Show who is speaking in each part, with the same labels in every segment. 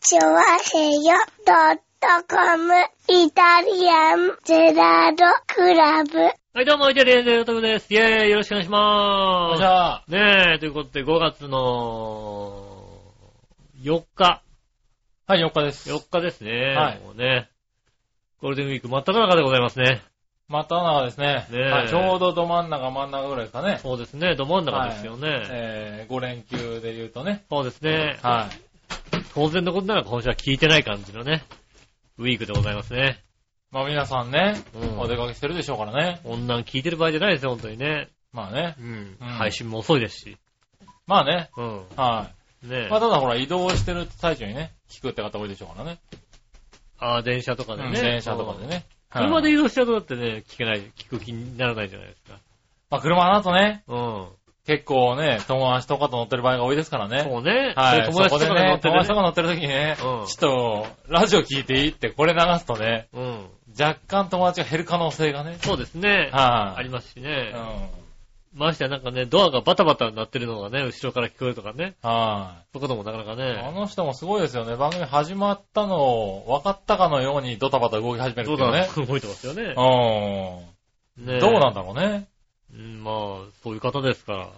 Speaker 1: チョワヘヨドットコムイタリアンゼラードクラブ。
Speaker 2: はい、どうも、イタリアンゼロトムです。イェーイ、よろしくお願いしまー
Speaker 3: じゃあ、
Speaker 2: す。ねえ、ということで、5月の4日、
Speaker 3: はい、4日です。
Speaker 2: 4日ですね。
Speaker 3: はい
Speaker 2: もうね、ゴールデンウィーク真っ只中でございますね。
Speaker 3: また中ですね。
Speaker 2: ねえ
Speaker 3: はい、ちょうどど真ん中、真ん中ぐらいですかね。
Speaker 2: そうですね、ど真ん中ですよね。
Speaker 3: えー、5連休で言うとね。
Speaker 2: そうですね、
Speaker 3: はい。
Speaker 2: 当然のことなら今週は聞いてない感じのね、ウィークでございますね。
Speaker 3: まあ皆さんね、
Speaker 2: うん
Speaker 3: お出かけしてるでしょうからね。
Speaker 2: こんなん聞いてる場合じゃないですよ、本当にね。
Speaker 3: まあね。
Speaker 2: うん。
Speaker 3: うん
Speaker 2: 配信も遅いですし。
Speaker 3: まあね。
Speaker 2: うん。
Speaker 3: は
Speaker 2: ねえ
Speaker 3: い。まあただほら、移動してる最中にね、聞くって方多いでしょうからね。
Speaker 2: ああ、電車とかで
Speaker 3: うん
Speaker 2: ね。
Speaker 3: 電車とかでね。
Speaker 2: うん。車で
Speaker 3: はい
Speaker 2: 移動しちゃうとだってね、聞けない、聞く気にならないじゃないですか。
Speaker 3: まあ車だとね、
Speaker 2: うん。
Speaker 3: 結構ね、友達とかと乗ってる場合が多いですからね。
Speaker 2: そうね。
Speaker 3: はい。
Speaker 2: で友達と
Speaker 3: そ
Speaker 2: か
Speaker 3: こ
Speaker 2: が乗
Speaker 3: でね
Speaker 2: っ、て
Speaker 3: 友達と
Speaker 2: る、
Speaker 3: か乗ってる時にね、
Speaker 2: うん
Speaker 3: ちょっと、ラジオ聞いていいってこれ流すとね、
Speaker 2: うん。
Speaker 3: 若干友達が減る可能性がね。
Speaker 2: そうですね。
Speaker 3: は
Speaker 2: あ
Speaker 3: い。
Speaker 2: りますしね。
Speaker 3: うん
Speaker 2: ましてやなんかね、ドアがバタバタなってるのがね、後ろから聞こえるとかね。
Speaker 3: は
Speaker 2: そういうこともなかなか
Speaker 3: い。
Speaker 2: ね。
Speaker 3: あの人もすごいですよね。番組始まったのを分かったかのようにドタバタ動き始める
Speaker 2: ど
Speaker 3: っ
Speaker 2: う
Speaker 3: てい
Speaker 2: だ
Speaker 3: うね
Speaker 2: ね。。動いてますよね。
Speaker 3: うん。
Speaker 2: ね
Speaker 3: どうなんだろうね。
Speaker 2: うん、まあ、そういう方ですから。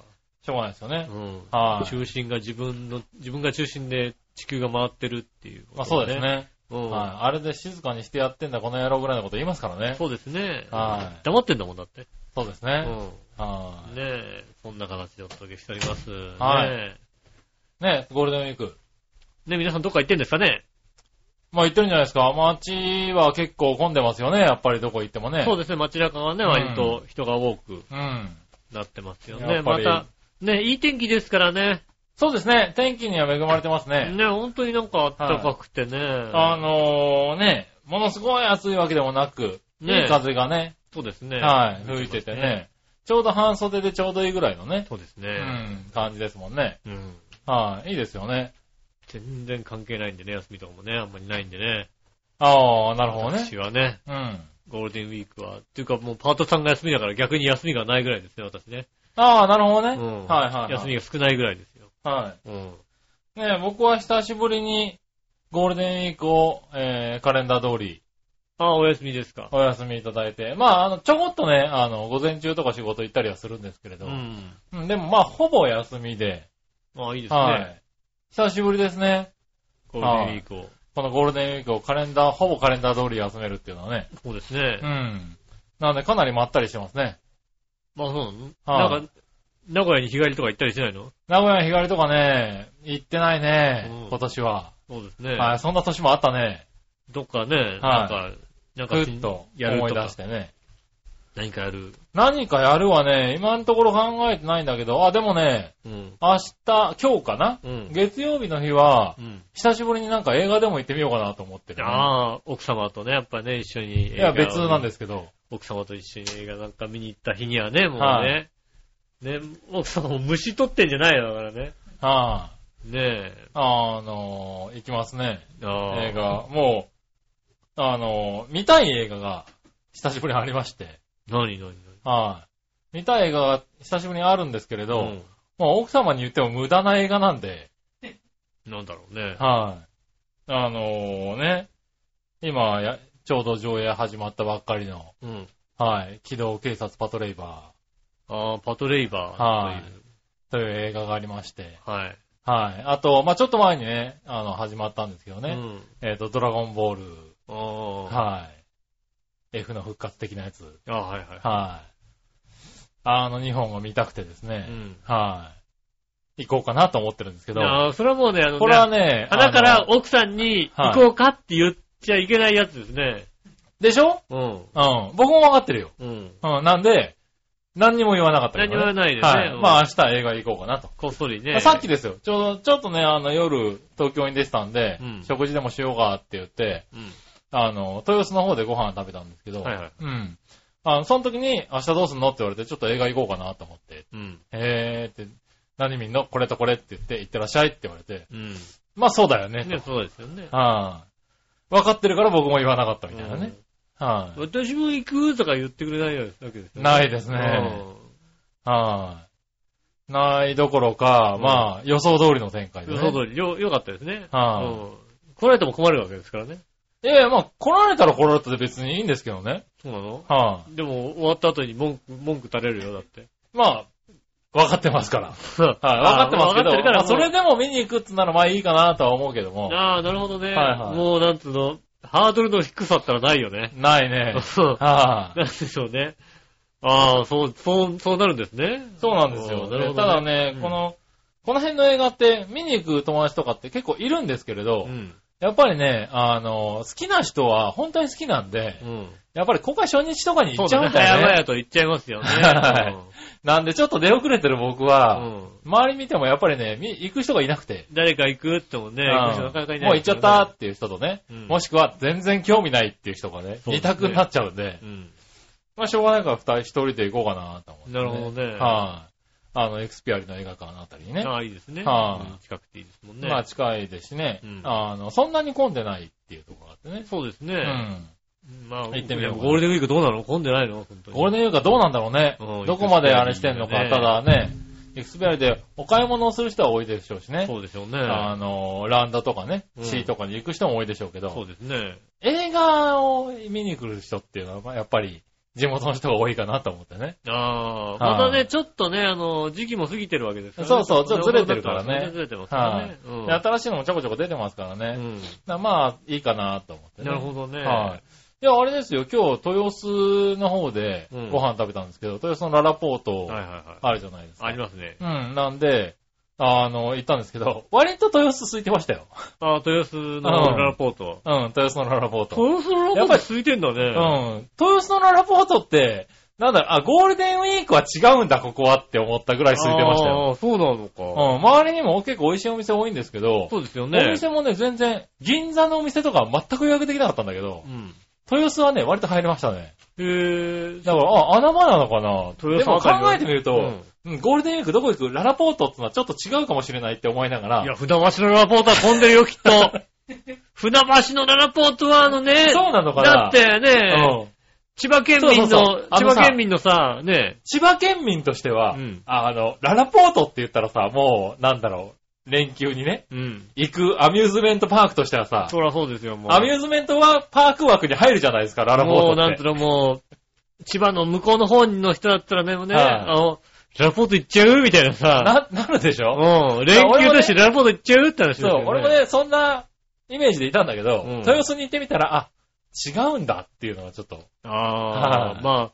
Speaker 3: しょうがないですよね
Speaker 2: う。ん。
Speaker 3: はい。
Speaker 2: 中心が自分の、自分が中心で地球が回ってるっていうこと、
Speaker 3: まあそうです。ね。
Speaker 2: うん。
Speaker 3: はい。あれで静かにしてやってんだ、この野郎ぐらいのこと言いますからね。
Speaker 2: そうですね。
Speaker 3: はい
Speaker 2: 黙ってんだもんだって。
Speaker 3: そうです
Speaker 2: う
Speaker 3: ね。
Speaker 2: ん。
Speaker 3: は
Speaker 2: ねえ、そんな形でお届けしております。
Speaker 3: はい
Speaker 2: ね
Speaker 3: い。ね、ゴールデンウィーク。
Speaker 2: え、ね皆さんどっか行ってんですかね
Speaker 3: まあ行ってるんじゃないですか。街は結構混んでますよね。やっぱりどこ行ってもね。
Speaker 2: そう
Speaker 3: う
Speaker 2: ですね、街中はね、
Speaker 3: うん
Speaker 2: 割と人が多く
Speaker 3: うん。
Speaker 2: なってますよ
Speaker 3: や
Speaker 2: ね。
Speaker 3: っぱ
Speaker 2: ま
Speaker 3: り
Speaker 2: た、ね、いい天気ですからね。
Speaker 3: そうですね。天気には恵まれてますね。
Speaker 2: ね、本当になんか暖かくてね。
Speaker 3: あのー、ね、ものすごい暑いわけでもなく、
Speaker 2: ね
Speaker 3: いい風がね、
Speaker 2: そうですね。
Speaker 3: はい、吹いててね。ちょうど半袖でちょうどいいぐらいのね、
Speaker 2: そうです
Speaker 3: う
Speaker 2: ね。
Speaker 3: ん、感じですもんね。
Speaker 2: うん。
Speaker 3: はい、いいですよね。
Speaker 2: 全然関係ないんでね、休みとかもね、あんまりないんでね。
Speaker 3: ああ、なるほどね
Speaker 2: 私。はね、
Speaker 3: うん。
Speaker 2: ゴールデンウィークは、っていうかもうパートさんが休みだから逆に休みがないぐらいですね、私ね。
Speaker 3: ああ、なるほどね。
Speaker 2: うん。
Speaker 3: はいはい、はい。
Speaker 2: 休みが少ないぐらいですよ。
Speaker 3: は
Speaker 2: うん。
Speaker 3: い。ね僕は久しぶりに、ゴールデンウィークを、えー、カレンダー通り、
Speaker 2: ああ、お休みですか。
Speaker 3: お休みいただいて、まあ、あの、ちょこっとね、あの、午前中とか仕事行ったりはするんですけれ
Speaker 2: う
Speaker 3: ど、
Speaker 2: ん。
Speaker 3: うん、でもまあ、ほぼ休みで、
Speaker 2: ああ、いいですね。
Speaker 3: はい。久しぶりですね。
Speaker 2: ゴールデンウィークを。
Speaker 3: このゴールデンウィークをカレンダー、ほぼカレンダー通り休めるっていうのはね。
Speaker 2: そうですね。
Speaker 3: うん。なのでかなりまったりしてますね。
Speaker 2: まあそうなの
Speaker 3: はい
Speaker 2: なんか、名古屋に日帰りとか行ったりしないの
Speaker 3: 名古屋の日帰りとかね、行ってないね、
Speaker 2: うん
Speaker 3: 今年は。
Speaker 2: そうですね。
Speaker 3: はい、そんな年もあったね。
Speaker 2: どっかね、なんか、なん
Speaker 3: ふ
Speaker 2: か
Speaker 3: っと
Speaker 2: やる
Speaker 3: 思
Speaker 2: と
Speaker 3: い出
Speaker 2: か
Speaker 3: し、てね。
Speaker 2: 何かやる。
Speaker 3: 何かやるはね、今のところ考えてないんだけど、あ、でもね、
Speaker 2: うん。
Speaker 3: 明日、今日かな、
Speaker 2: うん。
Speaker 3: 月曜日の日は
Speaker 2: う、ん。
Speaker 3: 久しぶりになんか映画でも行ってみようかなと思ってる、
Speaker 2: ああ、奥様とね、やっぱね、一緒に
Speaker 3: い
Speaker 2: 映
Speaker 3: や、
Speaker 2: 画を
Speaker 3: 別なんですけど。
Speaker 2: 奥様と一緒に映画なんか見に行った日にはね、もうね、
Speaker 3: は
Speaker 2: ね、奥様も虫取ってんじゃないよ、だからね。
Speaker 3: は
Speaker 2: ねえ
Speaker 3: い、。あのー、行きますね。
Speaker 2: ああ
Speaker 3: 映。画、もう、あの、見たい映画が久しぶりにありまして、
Speaker 2: 何何
Speaker 3: はい。見たい映画が久しぶりにあるんですけれど、
Speaker 2: 何
Speaker 3: もう奥様に言っても無駄な映画なんで、
Speaker 2: うん。なんだろうね。
Speaker 3: はい。あのね、今や、ちょうど上映始まったばっかりの、
Speaker 2: うん。
Speaker 3: はい、機動警察パトレイバ
Speaker 2: ああ、パトレイバ
Speaker 3: は
Speaker 2: ー
Speaker 3: い
Speaker 2: という。
Speaker 3: ーという映画がありまして、
Speaker 2: はい。
Speaker 3: はい。あと、まあ、ちょっと前にね、あの、始まったんですけど
Speaker 2: う
Speaker 3: ね、
Speaker 2: ん。
Speaker 3: えっ、と、ドラゴンボール、
Speaker 2: あ
Speaker 3: はい。F の復活的なやつ。
Speaker 2: あ。ああ、はいはい。
Speaker 3: はい。あの2本を見たくてですね
Speaker 2: う。ん。
Speaker 3: はい。行こうかなと思ってるんですけど。
Speaker 2: ああ、それはもうね、あのね、
Speaker 3: これはね、
Speaker 2: あだから
Speaker 3: あの、
Speaker 2: 奥さんに行こうかって言っちゃいけないやつですね。
Speaker 3: でしょ
Speaker 2: うん。
Speaker 3: うん。僕もわかってるよ。
Speaker 2: うん。
Speaker 3: うん。なんで、何にも言わなかったけ
Speaker 2: 何
Speaker 3: ど、
Speaker 2: も
Speaker 3: ね。
Speaker 2: 言わないでね。
Speaker 3: はい。
Speaker 2: うん
Speaker 3: まあ明日映画行こうかなと。
Speaker 2: こっそり
Speaker 3: ま
Speaker 2: ね。
Speaker 3: あさっきですよ。ちょうど、ちょっとね、あの夜、東京に出てたんで、
Speaker 2: うん
Speaker 3: 食事でもしようかって言って、
Speaker 2: うん。
Speaker 3: あの、豊洲の方でご飯食べたんですけど、
Speaker 2: はいはい。
Speaker 3: うん。あの、その時に、明日どうすんのって言われて、ちょっと映画行こうかなと思って、
Speaker 2: うん。
Speaker 3: えーって、何見んのこれとこれって言って、行ってらっしゃいって言われて、
Speaker 2: うん。
Speaker 3: まあそうだよね。
Speaker 2: ね、そうですよね。
Speaker 3: とはい。分かってるから僕も言わなかったみたいなね。は
Speaker 2: うん。私も行くとか言ってくれないわけです
Speaker 3: い。
Speaker 2: よ
Speaker 3: ないで
Speaker 2: う
Speaker 3: す
Speaker 2: ん
Speaker 3: ね。はい。ないどころか、
Speaker 2: うん
Speaker 3: まあ、予想通りの展開で
Speaker 2: 予
Speaker 3: ね。
Speaker 2: 想通り、よ、よかったですね。
Speaker 3: は
Speaker 2: う
Speaker 3: い
Speaker 2: ん。こ来られても困るわけですからね。
Speaker 3: いやいや、まあ、来られたら来られたで別にいいんですけどね。
Speaker 2: そうなの
Speaker 3: は
Speaker 2: でも、終わった後に文句、文句垂れるよ、だって。
Speaker 3: い。まあ、わかってますから。はい、
Speaker 2: はい、分
Speaker 3: わかってますけ
Speaker 2: か
Speaker 3: ど、
Speaker 2: ってるから、
Speaker 3: まあそれでも見に行くっつならまあいいかなとは思うけども。
Speaker 2: ああ、なるほどね。
Speaker 3: はいはい
Speaker 2: もう、なんつうの、ハードルの低さったらないよね。
Speaker 3: な いね。
Speaker 2: そう
Speaker 3: はい、
Speaker 2: なんでしょうね。ああ、そう、そう、そうなるんですね。
Speaker 3: そうなんですよ。
Speaker 2: なるほどね
Speaker 3: ただね、
Speaker 2: うん
Speaker 3: この、この辺の映画って見に行く友達とかって結構いるんですけれど、
Speaker 2: うん。
Speaker 3: やっぱりね、あの、好きな人は本当に好きなんで、
Speaker 2: うん。
Speaker 3: やっぱり公開初日とかに行
Speaker 2: そう
Speaker 3: っちゃ
Speaker 2: だ
Speaker 3: う
Speaker 2: ね。
Speaker 3: んだよ
Speaker 2: 早
Speaker 3: ね。
Speaker 2: 々と言っちゃいますよね。
Speaker 3: はなんでちょっと出遅れてる僕
Speaker 2: う
Speaker 3: は、
Speaker 2: ん。うん
Speaker 3: 周り見てもやっぱりね、み行く人がいなくて、
Speaker 2: 誰か行くってもね、
Speaker 3: うん
Speaker 2: 行く人なかなかいない
Speaker 3: もう行っちゃったっていう人とね、
Speaker 2: うん
Speaker 3: もしくは全然興味ないっていう人がね、
Speaker 2: そうですね
Speaker 3: 二択になっちゃうんで、
Speaker 2: うん。
Speaker 3: まあしょうがないから二人一人で行こうかなと思って、
Speaker 2: なるほどね
Speaker 3: はい、あの、エクスピアリの映画館のあたりにね。
Speaker 2: ああ、いいですね。
Speaker 3: はい
Speaker 2: うん近くていいですもんね。
Speaker 3: まあ近いですしね、
Speaker 2: うん
Speaker 3: あの、そんなに混んでないっていうところがあってね。
Speaker 2: そうです
Speaker 3: う
Speaker 2: ね。
Speaker 3: ん。
Speaker 2: まあ、
Speaker 3: 行ってみようかな
Speaker 2: ゴールデンウィークどうなの混んでないの本当に。
Speaker 3: ゴールデンウィークはどうなんだろうね。
Speaker 2: うん
Speaker 3: どこまであれしてんのか。
Speaker 2: 行く
Speaker 3: た
Speaker 2: 人
Speaker 3: だ
Speaker 2: は
Speaker 3: ね、エクスペアリでお買い物をする人は多いでしょうしね。
Speaker 2: そうでしょうね。
Speaker 3: あの、ランダとかね、
Speaker 2: うん
Speaker 3: シーとかに行く人も多いでしょうけ
Speaker 2: そう
Speaker 3: ど、
Speaker 2: ですね。
Speaker 3: 映画を見に来る人っていうのは、まあやっぱり地元の人が多いかなと思ってね。
Speaker 2: ああ、
Speaker 3: はい
Speaker 2: またね、ちょっとね、あの、時期も過ぎてるわけですからね。
Speaker 3: そうそうちょっとずれてるからね
Speaker 2: ちょっとずれてますからね。うん
Speaker 3: で新しいのもちょこちょこ出てますから
Speaker 2: う
Speaker 3: ね。
Speaker 2: ん
Speaker 3: だまあ、いいかなと思ってね。
Speaker 2: なるほどね。
Speaker 3: はい。いや、あれですよ、今日、豊洲の方で
Speaker 2: うん
Speaker 3: ご飯食べたんですけど、豊洲のララポート、
Speaker 2: はいはいはい。
Speaker 3: あるじゃないですか。
Speaker 2: ありますね。
Speaker 3: うん、なんで、あの、行ったんですけど、割と豊洲空いてましたよ。
Speaker 2: あー、豊洲の
Speaker 3: うん
Speaker 2: ララポート。
Speaker 3: うん、豊洲のララポート。
Speaker 2: 豊洲のララポート空いてんだ
Speaker 3: う
Speaker 2: ね。
Speaker 3: ん、豊洲のララポートって、なんだろう、あ、ゴールデンウィークは違うんだ、ここはって思ったぐらい空いてましたよ。
Speaker 2: ああ、そうなの
Speaker 3: う
Speaker 2: か。
Speaker 3: ん、周りにも結構美味しいお店多いんですけど、
Speaker 2: そうですよ
Speaker 3: お
Speaker 2: ね。
Speaker 3: 店もね、全然、銀座のお店とかは全く予約できなかったんだけど
Speaker 2: う、ん。
Speaker 3: 豊洲はね、割と入りましたね。
Speaker 2: へえ。
Speaker 3: だから、あ、穴場なのかな
Speaker 2: 豊
Speaker 3: で
Speaker 2: 洲
Speaker 3: も
Speaker 2: あたりは
Speaker 3: 考えてみると、うんゴールデンウィークどこ行くララポートってのはちょっと違うかもしれないって思いなが
Speaker 2: い
Speaker 3: ら、
Speaker 2: や、船橋のララポートは混んでるよ、きっと。 船橋のララポートはあのね、
Speaker 3: そうなのか
Speaker 2: だ
Speaker 3: な
Speaker 2: ってね、
Speaker 3: うん
Speaker 2: 千葉県民
Speaker 3: そうそうそ
Speaker 2: の
Speaker 3: う、あ
Speaker 2: 千
Speaker 3: のさ
Speaker 2: 葉県民のさ、ね、
Speaker 3: 千葉県民としては、
Speaker 2: うん
Speaker 3: あの、ララポートって言ったらさ、もう、なんだろう、連休にね、
Speaker 2: うん。
Speaker 3: 行くアミューズメントパークとしてはさ、
Speaker 2: そらそうですよ、もう。
Speaker 3: アミューズメントはパーク枠に入るじゃないですか、ララポート
Speaker 2: も
Speaker 3: っ
Speaker 2: う、
Speaker 3: て。
Speaker 2: なんつうの、もう、千葉の向こうの方の人だったらね、もうね、
Speaker 3: はい
Speaker 2: あの、ラポート行っちゃうみたいなさ、
Speaker 3: な、なるでしょ、
Speaker 2: うん、連休だしラポート行っちゃうって話です
Speaker 3: そう
Speaker 2: よ、ね。、
Speaker 3: 俺もね、そんなイメージでいたんだけど、
Speaker 2: うん
Speaker 3: 豊洲に行ってみたら、あ、違うんだっていうのがちょっと、
Speaker 2: あ
Speaker 3: は
Speaker 2: あ、
Speaker 3: い
Speaker 2: まあ、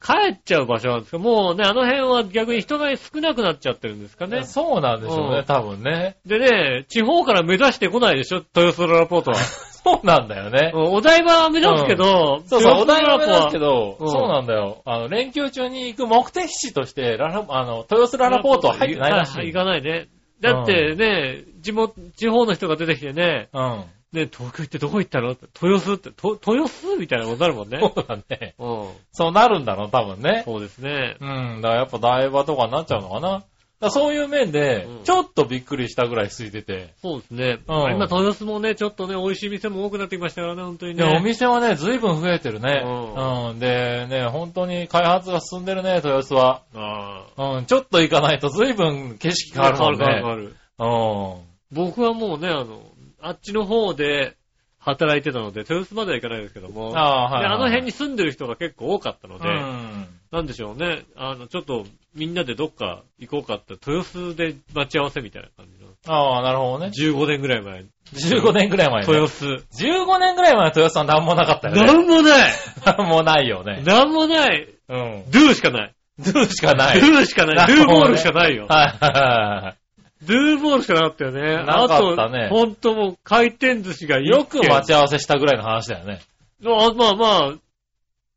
Speaker 2: 帰っちゃう場所なんですけど、もうね、あの辺は逆に人が少なくなっちゃってるんですかね。
Speaker 3: そうなんでしょうね、
Speaker 2: うん
Speaker 3: 多分ね。
Speaker 2: でね、地方から目指してこないでしょ、豊洲ララポートは。
Speaker 3: そうなんだよね。
Speaker 2: うんお台場は目指すけど、
Speaker 3: そうそう、お
Speaker 2: 豊
Speaker 3: 台
Speaker 2: 洲ララポ
Speaker 3: 場なんです
Speaker 2: は
Speaker 3: けど、
Speaker 2: うん
Speaker 3: そうなんだよ。あの、連休中に行く目的地として、ララ、あの、豊洲ララポートは入ってないらし。
Speaker 2: はい行かないね。だってね、地元、地方の人が出てきてね、
Speaker 3: うん。
Speaker 2: ね、東京行ってどこ行ったのって豊洲って、と豊洲みたいなことになるもんね。
Speaker 3: そうだね。
Speaker 2: うん。
Speaker 3: そうなるんだろう、多分ね。
Speaker 2: そうですね。
Speaker 3: うん。だからやっぱ台場とかになっちゃうのかな。だからそういう面で
Speaker 2: う、ん
Speaker 3: ちょっとびっくりしたぐらい空いてて。
Speaker 2: そうですね。
Speaker 3: うん
Speaker 2: 今、豊洲もね、ちょっとね、美味しい店も多くなってきましたからね、本当に
Speaker 3: で、
Speaker 2: ね。
Speaker 3: お店はね、随分増えてるね。
Speaker 2: うん
Speaker 3: うん。で、ね、本当に開発が進んでるね、豊洲は。
Speaker 2: あ
Speaker 3: うん。ちょっと行かないと随分景色
Speaker 2: あ。
Speaker 3: 変わるもんね。
Speaker 2: 変わる変わる変わる僕はもうね、あの、あっちの方で働いてたので、豊洲までは行かないですけど
Speaker 3: う
Speaker 2: も、
Speaker 3: ん。ああ、はい、
Speaker 2: で
Speaker 3: はい。
Speaker 2: あの辺に住んでる人が結構多かったので、
Speaker 3: うん。
Speaker 2: なんでしょうね。あの、ちょっと、みんなでどっか行こうかって、豊洲で待ち合わせみたいな感じの。
Speaker 3: ああ、なるほどね。
Speaker 2: 15年ぐらい前。
Speaker 3: 15年ぐらい前ね。
Speaker 2: 豊洲。
Speaker 3: 15年ぐらい前は豊洲さん何もなかったよ
Speaker 2: な
Speaker 3: ね。
Speaker 2: んもない
Speaker 3: 何もないよね。
Speaker 2: なんもない
Speaker 3: うん。
Speaker 2: ドゥしかない
Speaker 3: ドゥしか
Speaker 2: ド
Speaker 3: ない。はい
Speaker 2: ゥしかないドゥーボールしかないよ
Speaker 3: は
Speaker 2: ドゥーボールしかなかったよね。
Speaker 3: なかったね
Speaker 2: あと、ほんともう回転寿司が
Speaker 3: いはい。よく待
Speaker 2: ち。
Speaker 3: ち合わせしたぐらいの話だよね。
Speaker 2: あまあまあ、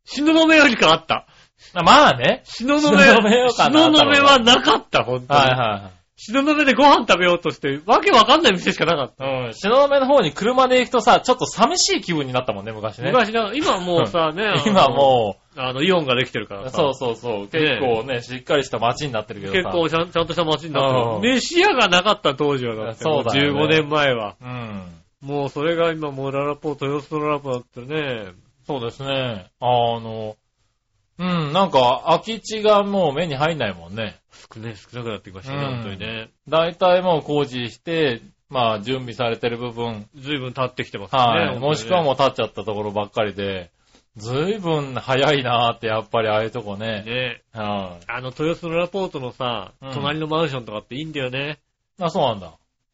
Speaker 2: 死の目よりかあった。
Speaker 3: あまあね。
Speaker 2: 死の目、
Speaker 3: 東雲よか
Speaker 2: 東
Speaker 3: な
Speaker 2: 雲はなかった、ほんとに。
Speaker 3: は
Speaker 2: 東雲でご飯食べようとして、わけわかんない店しかなかった。
Speaker 3: いはい。うん。篠目の方に車で行くとさ、ちょっと寂しい気分になったもんね、昔ね。
Speaker 2: 昔な、今はもう さ、ね、あの
Speaker 3: 今も
Speaker 2: あの、イオンができてるか
Speaker 3: う、
Speaker 2: らさ。
Speaker 3: そうそうそう。結構ね、しっかりした街になってるけど
Speaker 2: 結
Speaker 3: さ。
Speaker 2: 構ちゃんちゃんとした街になって
Speaker 3: う
Speaker 2: る。飯屋がなかった当時はだって。
Speaker 3: そうだよね
Speaker 2: もう15年前は。
Speaker 3: うん。
Speaker 2: もうそれが今もうララポー、豊洲のララポーだってね。
Speaker 3: そうですね。あの、うん、なんか空き地がもう目に入んないもんね。
Speaker 2: 少ね、少なくなってきました
Speaker 3: う
Speaker 2: ね、
Speaker 3: ん
Speaker 2: 本当にね。
Speaker 3: 大体もう工事して、まあ、準備されてる部分、
Speaker 2: 随分経ってきてますね。
Speaker 3: は
Speaker 2: 本
Speaker 3: い、
Speaker 2: 当にね
Speaker 3: もしくはもう立っちゃったところばっかりで、ずいぶん早いなーって、やっぱりああいうとこね。
Speaker 2: ね
Speaker 3: はい、
Speaker 2: あの、豊洲のラポートのさ
Speaker 3: うん、
Speaker 2: 隣のマンションとかっていいんだよね。
Speaker 3: あ、そうなんだ。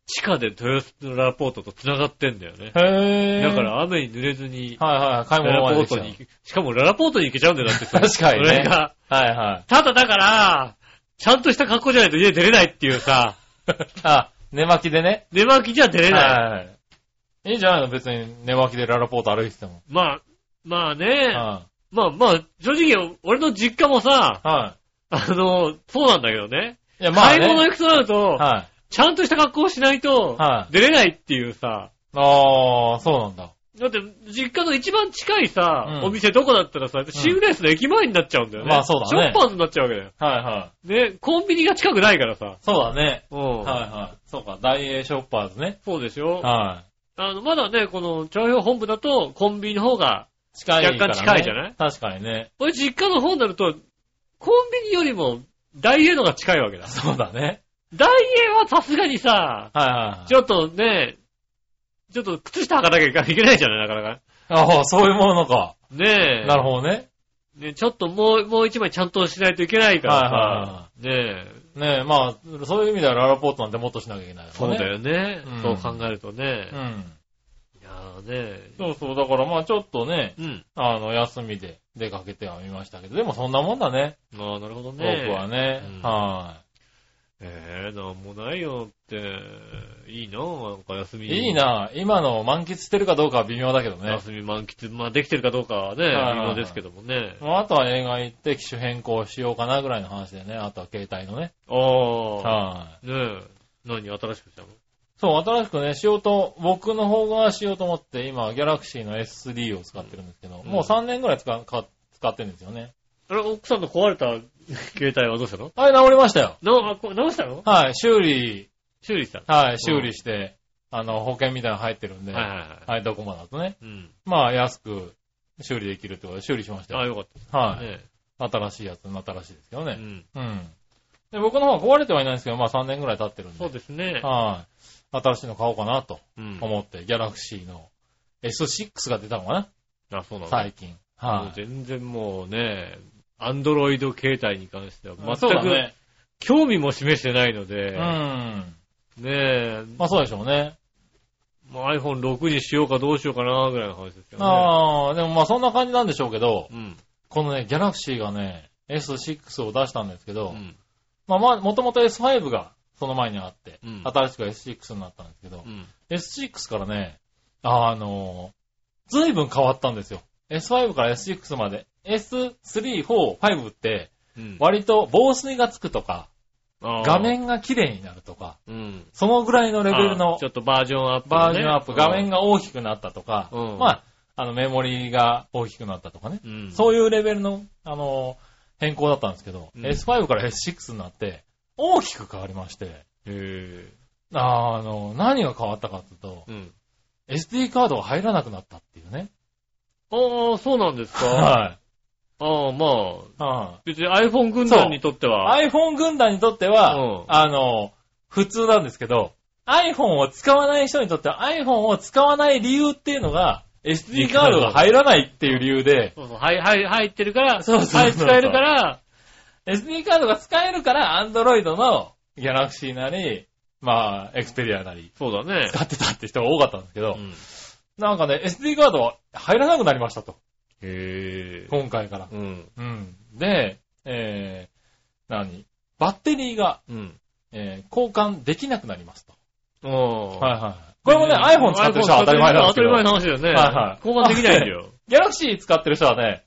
Speaker 2: 地下で豊洲のラポートと繋がってんだよね。
Speaker 3: へー。
Speaker 2: だか、ら雨に濡れずに、
Speaker 3: はいはい、買い
Speaker 2: ラポ
Speaker 3: 物ま
Speaker 2: ー
Speaker 3: ででき
Speaker 2: ト
Speaker 3: た
Speaker 2: に行く、しかもラポートに行けちゃうんだよ、だってさ
Speaker 3: 確かにね
Speaker 2: それが。
Speaker 3: はいはい。
Speaker 2: ただだから、ちゃんとした格好じゃないと家出れないっていうさ、
Speaker 3: あ、寝巻きでね。
Speaker 2: 寝巻きじゃ出れない。
Speaker 3: はいはいはい。いいんじゃないの別に寝巻きでララポート歩いてても。
Speaker 2: まあ、まあね、
Speaker 3: は
Speaker 2: まあまあ、正直、俺の実家もさ、
Speaker 3: い。は
Speaker 2: あの、そうなんだけどね。
Speaker 3: い。いや、まあ、ね。
Speaker 2: 買い物行くとなると、
Speaker 3: はい。
Speaker 2: ちゃんとした格好をしないと
Speaker 3: は、い
Speaker 2: 出れないっていうさ、
Speaker 3: ああ、そうなんだ。
Speaker 2: だって、実家の一番近いさ、
Speaker 3: うん
Speaker 2: お店どこだったらさ、シングレースの駅前になっちゃうんだよね。
Speaker 3: まあそうだね
Speaker 2: ショッパーズになっちゃうわけだよ。
Speaker 3: はいはい。
Speaker 2: ね、コンビニが近くないからさ。
Speaker 3: そうだね。
Speaker 2: うん。
Speaker 3: はいはい。そうか、大英ショッパーズね。
Speaker 2: そうでしょ。
Speaker 3: は
Speaker 2: あの、まだね、この、調表本部だと、コンビニの方が、
Speaker 3: い。近いから、
Speaker 2: 若干
Speaker 3: ね。
Speaker 2: 近いじゃない
Speaker 3: 確かにね。
Speaker 2: 俺実家の方になると、コンビニよりも、ダイエーのが近いわけだ。
Speaker 3: そうだね。
Speaker 2: ダイエーはさすがにさ、
Speaker 3: はいはいはい。
Speaker 2: ちょっとね、ちょっと靴下履かなきゃいけないじゃない、なかなか。
Speaker 3: ああ、そういうものか。
Speaker 2: ねえ。
Speaker 3: なるほどね。
Speaker 2: ね、ちょっともう、もう一枚ちゃんとしないといけないか
Speaker 3: は
Speaker 2: らさ、ねえ。
Speaker 3: ねえ、まあ、そういう意味ではララポートなんてもっとしなきゃいけない、
Speaker 2: そうだ。よね
Speaker 3: うん。
Speaker 2: そう考えるとね
Speaker 3: う。ん。
Speaker 2: いやーね
Speaker 3: そうそう、だからまあちょっとね、
Speaker 2: うん。
Speaker 3: あの、休みで出かけてはみましたけど、でもそんなもんだね、
Speaker 2: まあ、なるほどね。
Speaker 3: 僕はね。
Speaker 2: うん
Speaker 3: は
Speaker 2: えー、なんもないよって、いいな、なんか休み。
Speaker 3: い。いいな、今のを満喫してるかどうかは微妙だけどね。
Speaker 2: 休み満喫、まあできてるかどうかはね、
Speaker 3: いはいはい
Speaker 2: 微妙ですけどもね。
Speaker 3: もうあとは映画行って機種変更しようかなぐらいの話でね、あとは携帯のね。
Speaker 2: ああ。
Speaker 3: はい。
Speaker 2: ねえ。何新しくしたの
Speaker 3: そう、新しくね、しようと、僕の方がしようと思って、今、ギャラクシーの S3 を使ってるんですけど、
Speaker 2: ん
Speaker 3: もう3年ぐらい使うか使ってるんですよね。
Speaker 2: あれ、奥さんの壊れた 携帯はどうしたの
Speaker 3: あれ、治りましたよ。
Speaker 2: なあこ直したの
Speaker 3: はい、修理、
Speaker 2: 修理したの
Speaker 3: はい、修理して、あの、保険みたいなの入ってるんで、
Speaker 2: はいはいはい。
Speaker 3: はい、ドコモだとね。
Speaker 2: うん。
Speaker 3: まあ、安く修理できるってことで修理しました
Speaker 2: ああ、よ
Speaker 3: よ。
Speaker 2: かっ
Speaker 3: は
Speaker 2: た。
Speaker 3: い。
Speaker 2: ね
Speaker 3: 新しいやつになったらしいですけど
Speaker 2: え。う
Speaker 3: ね。
Speaker 2: ん。
Speaker 3: うん。で、僕の方は壊れてはいないんですけど、まあ3年ぐらい経ってるんで。
Speaker 2: そうですね。
Speaker 3: はい。新しいの買おうかなと
Speaker 2: うん。
Speaker 3: 思って、ギャラクシーの S6 が出たのかな、
Speaker 2: あ、そうなの
Speaker 3: 最近。
Speaker 2: もう
Speaker 3: はい。
Speaker 2: 全然もうね、アンドロイド携帯に関しては
Speaker 3: まあ
Speaker 2: 全
Speaker 3: そうだ
Speaker 2: く
Speaker 3: ね。
Speaker 2: 興味も示してないので
Speaker 3: う、ん。
Speaker 2: ねえ、
Speaker 3: まあそうでしょうね。
Speaker 2: もう iPhone6 にしようかどうしようかなぐらいの話ですよね。
Speaker 3: ああ、でもまあそんな感じなんでしょうけど、
Speaker 2: うん。
Speaker 3: このね、ギャラクシーがね、S6 を出したんですけ
Speaker 2: う
Speaker 3: ど、
Speaker 2: ん。
Speaker 3: まあまあ、もともと S5 がその前にあって、
Speaker 2: うん
Speaker 3: 新しく S6 になったんですけど
Speaker 2: う、ん。
Speaker 3: S6 からね、あの、ずいぶん変わったんですよ。S5 から S6 まで。S3、4、5って、
Speaker 2: うん。
Speaker 3: 割と防水がつくとか、
Speaker 2: あー
Speaker 3: 画面が綺麗になるとか、
Speaker 2: うん。
Speaker 3: そのぐらいのレベル
Speaker 2: あ
Speaker 3: の
Speaker 2: ちょっとバージョンアップ、
Speaker 3: バージョンアップ、画面
Speaker 2: が。
Speaker 3: が大きくなったとか、
Speaker 2: うん
Speaker 3: まあ、あの、メモリーが大きくなったとかね。
Speaker 2: うん。
Speaker 3: そういうレベルの、あの、変更だったんですけど、
Speaker 2: うん
Speaker 3: S5 から S6 になって、大きく変わりまして、
Speaker 2: へ
Speaker 3: あの、何が変わったかというと、
Speaker 2: ぇうん。
Speaker 3: SD カードが入らなくなったっていうね。
Speaker 2: ああ、そうなんですか。
Speaker 3: は
Speaker 2: ああ、まあ、
Speaker 3: い。うん
Speaker 2: 別に iPhone 軍団にとっては。
Speaker 3: iPhone 軍団にとっては、
Speaker 2: うん
Speaker 3: あの、普通なんですけど、iPhone を使わない人にとっては iPhone を使わない理由っていうのが、SD カードが入らないっていう理由で、
Speaker 2: そうそう、はい、はい、入ってるから、
Speaker 3: そうそうそう
Speaker 2: はい、使えるから、
Speaker 3: SD カードが使えるから、Android の Galaxy なり、まあ、Xperia なり、
Speaker 2: そうだね。
Speaker 3: 使ってたって人が多かったんですけど
Speaker 2: う、ん。
Speaker 3: なんかね、SD カードは入らなくなりましたと、
Speaker 2: へぇ
Speaker 3: 今回から。
Speaker 2: うん。
Speaker 3: うん。で、えー、何バッテリーが、
Speaker 2: うん。
Speaker 3: えー交換できなくなりますと。
Speaker 2: おー
Speaker 3: はいはい。これもね、iPhone 使ってる人は当たり前なんで
Speaker 2: iPhone 使ってる人は当
Speaker 3: すけど、
Speaker 2: たり前の話だよね。
Speaker 3: はいはい
Speaker 2: 交換できないんだよ。
Speaker 3: ギャラクシー使ってる人はね、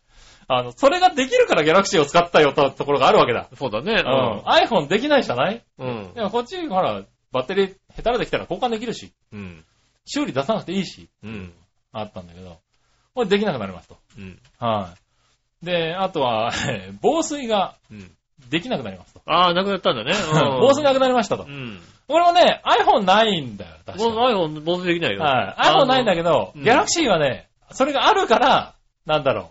Speaker 3: あの、それができるからギャラクシーを使ったよとところがあるわけだ。
Speaker 2: そうだ
Speaker 3: うん。
Speaker 2: ね。
Speaker 3: iPhone できないじゃない
Speaker 2: うん。
Speaker 3: でもこっち、ほら、バッテリー下手らできたら交換できるし、
Speaker 2: うん。
Speaker 3: 修理出さなくていいし、
Speaker 2: うん。
Speaker 3: あったんだけど、これできなくなりますと。
Speaker 2: うん。
Speaker 3: はい。で、あとは、 防水が
Speaker 2: うん。
Speaker 3: できなくなりますと。
Speaker 2: ああ、なくなったんだね。うん
Speaker 3: 防水なくなりましたと
Speaker 2: う。ん。
Speaker 3: 俺もね、iPhone ないんだよ、確かに。はい。
Speaker 2: iPhone 防水できないよ。
Speaker 3: iPhone ないんだけど、
Speaker 2: うん
Speaker 3: Galaxy はね、それがあるから、なんだろ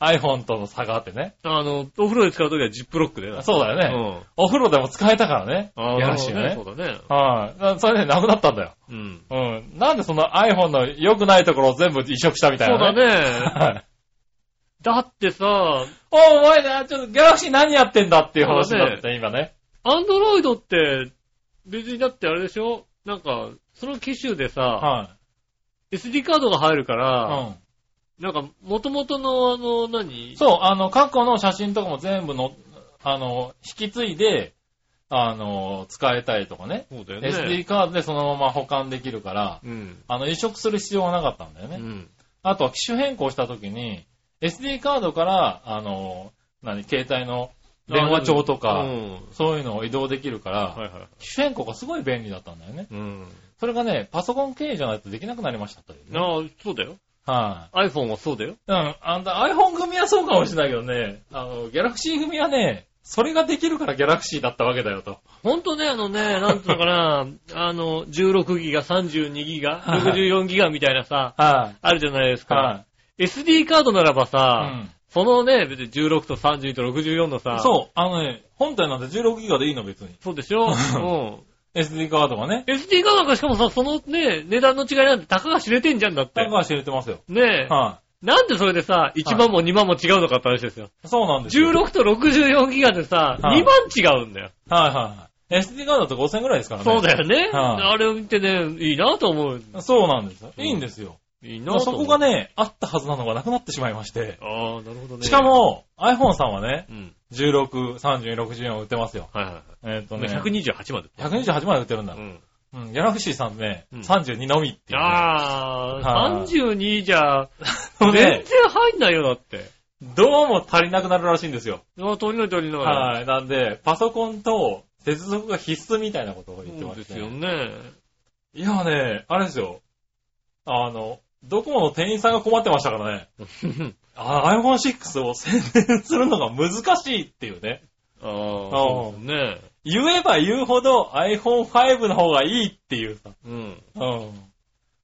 Speaker 3: iPhone との差があってね。
Speaker 2: あの、お風呂で使うときはジップロックでな。
Speaker 3: そうだよ
Speaker 2: う
Speaker 3: ね。お風呂でも使えたからね。
Speaker 2: ん。ああ、
Speaker 3: やらしいよ
Speaker 2: なる
Speaker 3: ね
Speaker 2: ほ。どそうだね。
Speaker 3: はい、だからそれでなくなったんだよ。
Speaker 2: うん。
Speaker 3: うん。なんでその iPhone の良くないところを全部移植したみたい
Speaker 2: そうだ
Speaker 3: なね。
Speaker 2: ね。
Speaker 3: はい。
Speaker 2: だってさ、
Speaker 3: おお前な、ちょっとギャラクシー何やってんだっていう話になってた、今ね。
Speaker 2: アンドロイドって、別にだってあれでしょなんか、その機種でさ、
Speaker 3: は
Speaker 2: SD カードが入るか
Speaker 3: い。
Speaker 2: ら、
Speaker 3: う
Speaker 2: なんか、元々のあの、何
Speaker 3: ん。そう、あの、過去の写真とかも全部の、あの、引き継いで、あの、使えたりとかね。
Speaker 2: そうだよ
Speaker 3: SD カードでそのまま保管できるから、
Speaker 2: うん。
Speaker 3: あの、移植する必要がなかったんだよ
Speaker 2: う
Speaker 3: ね。
Speaker 2: ん。
Speaker 3: あとは機種変更した時に、SD カードから、あの、何、携帯の電話帳と
Speaker 2: う
Speaker 3: か、
Speaker 2: ん。
Speaker 3: そういうのを移動できるから、
Speaker 2: はいはい。
Speaker 3: 機種変更がすごい便利だったんだよね。
Speaker 2: うん。
Speaker 3: それがね、パソコン経由じゃないとできなくなりましたというね。はい、
Speaker 2: ああ、そうだよ。iPhone はそうだよ。
Speaker 3: うん、あんた iPhone 組はそうかもしれないけどね、あの、ギャラクシー組はね、それができるからギャラクシーだったわけだよと。
Speaker 2: ほんとね、あのね、なんつうのかな、 あの、16ギガ、32ギガ、64ギガみたいなさ、
Speaker 3: はい、
Speaker 2: あるじゃないですか。
Speaker 3: はい、
Speaker 2: SD カードならばさ、
Speaker 3: うん
Speaker 2: そのね、別に16と32と64のさ、う。
Speaker 3: そう、あのね、本体なんて16ギガでいいの別に。
Speaker 2: そうでし ょうん。
Speaker 3: SD カードがね、
Speaker 2: SD カードなんかしかもさ、そのね、値段の違いなんて、たかが知れてんじゃんだって。
Speaker 3: 単価は知れてますよ。
Speaker 2: ねえ、
Speaker 3: は
Speaker 2: なんでそれでさ、1万も2万も違うのかって話ですよ。
Speaker 3: い、そうなんですよ。
Speaker 2: 16と64ギガでさ、
Speaker 3: はい
Speaker 2: 2万違うんだよ。
Speaker 3: はいはいはい。SD カードだと5000ぐらいですからね。
Speaker 2: そうだよね。
Speaker 3: はい
Speaker 2: あれを見てね、いいなと思う。
Speaker 3: そうなんですよ。
Speaker 2: うん
Speaker 3: いいんですよ。
Speaker 2: いい
Speaker 3: ま
Speaker 2: な
Speaker 3: あ
Speaker 2: と
Speaker 3: そ
Speaker 2: 思う。
Speaker 3: こがね、あったはずなのがなくなってしまいまして。
Speaker 2: ああ、なるほどね。
Speaker 3: しか、も、iPhone さんはね、
Speaker 2: うん。
Speaker 3: 16、30、64売ってますよ。
Speaker 2: はいはいは
Speaker 3: えっ、と
Speaker 2: い。
Speaker 3: ね、
Speaker 2: 128まで。
Speaker 3: 128まで売ってるんだ。
Speaker 2: うん。
Speaker 3: うん、ギャラクシーさんね、
Speaker 2: うん
Speaker 3: 32のみっていうね、
Speaker 2: ああ、
Speaker 3: はい
Speaker 2: 32じゃ、全然
Speaker 3: ので
Speaker 2: 入んないよ、だって。
Speaker 3: どうも足りなくなるらしいんですよ。
Speaker 2: あ取りない取りない。
Speaker 3: はい、なんで、パソコンと接続が必須みたいなことを言って
Speaker 2: そう
Speaker 3: ます、
Speaker 2: で
Speaker 3: ね。
Speaker 2: すよね。
Speaker 3: いやね、あれですよ。あの、ドコモの店員さんが困ってましたからね。あ iPhone6 を宣伝するのが難しいっていうね。
Speaker 2: ああ、そうですね。
Speaker 3: 言えば言うほど iPhone5 の方がいいっていうさ。
Speaker 2: うん。
Speaker 3: うん。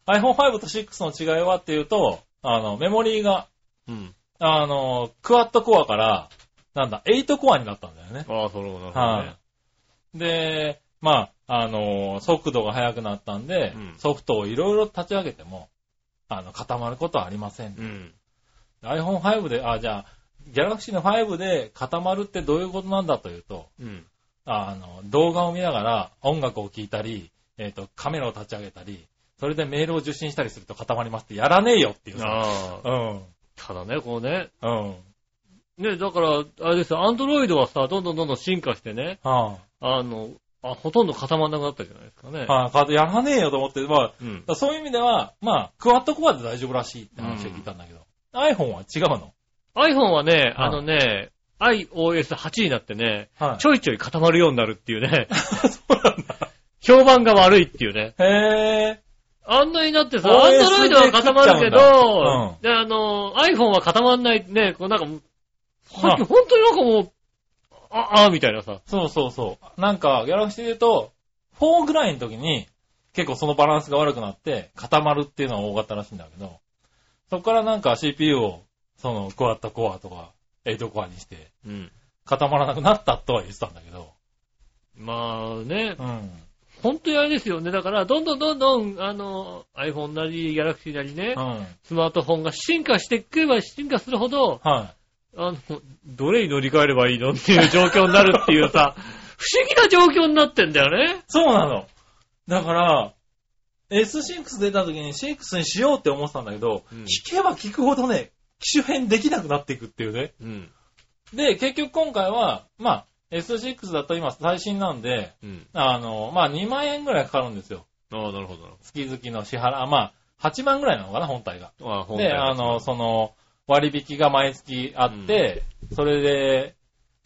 Speaker 3: iPhone5 と6の違いはっていうと、あの、メモリーが
Speaker 2: うん。
Speaker 3: あの、クワッドコアから、なんだ、8コアになったんだよね。
Speaker 2: ああ、そうなるほどね。
Speaker 3: はい、で、まあ、あの、速度が速くなったんで、
Speaker 2: うん
Speaker 3: ソフトをいろいろ立ち上げても、あの、固まることはありません。
Speaker 2: うん。
Speaker 3: iPhone5 で、あ、じゃあ、Galaxy の5で固まるってどういうことなんだというと、
Speaker 2: うん。
Speaker 3: あの、動画を見ながら音楽を聴いたり、えっ、と、カメラを立ち上げたり、それでメールを受信したりすると固まりますってやらねえよっていうさ。
Speaker 2: ああ。
Speaker 3: うん。
Speaker 2: ただね、こうね。
Speaker 3: うん。は
Speaker 2: ね、だから、あれですよ、アンドロイドはさ、どんどんどんどん進化してね、
Speaker 3: あ
Speaker 2: あの、あほとんど固まんなくなったじゃないですかね。
Speaker 3: まあ、カードやらねえよと思って、まあ、
Speaker 2: うん。
Speaker 3: だからそういう意味では、まあ、クワッドコアで大丈夫らしいって話を聞いたんだけど、iPhone は違うの。
Speaker 2: iPhone はね、あのね、iOS8 になってね、
Speaker 3: はい
Speaker 2: ちょいちょい固まるようになるっていうね、
Speaker 3: そうなんだ。
Speaker 2: 評判が悪いっていうね。
Speaker 3: へ
Speaker 2: あんなになってさ、アン
Speaker 3: OS
Speaker 2: ドロイドは固まるけ
Speaker 3: で食っちゃうん
Speaker 2: ど、で、あの、iPhone は固まんないね、こうなんか、さっき本当になんかもう、あ、あ、みたいなさ。
Speaker 3: ー。そうそうそう。なんか、ギャラクシーで言うと、4ぐらいの時に、結構そのバランスが悪くなって、固まるっていうのが多かったらしいんだけど、そこからなんか CPU を、その、クワッドコアとか、8コアにして、
Speaker 2: うん。
Speaker 3: 固まらなくなったとは言ってたんだけど、
Speaker 2: まあね、
Speaker 3: うん。
Speaker 2: 本当にあれですよね。だから、どんどんどんどん、あの、iPhone なり、Galaxy なりね
Speaker 3: う、ん。
Speaker 2: スマートフォンが進化してくれば進化するほど、
Speaker 3: は
Speaker 2: あの、どれに乗り換えればいいのっていう状況になるっていう さ、不思議な状況になってんだよね
Speaker 3: い。。そうなの。だから、S6 出た時に6にしようって思ってたんだけど、
Speaker 2: うん
Speaker 3: 聞けば聞くほどね、機種変できなくなっていくっていうね。
Speaker 2: うん。
Speaker 3: で、結局今回は、まあ、S6 だと今最新なんで、
Speaker 2: うん。
Speaker 3: あの、まあ2万円ぐらいかかるんですよ。
Speaker 2: ああ、なるほどなる
Speaker 3: 月々の支払い、まあ8万ぐらいなのかな、本体が。
Speaker 2: ほど。ああ、ほんと
Speaker 3: で、あの、その、割引が毎月あって、それで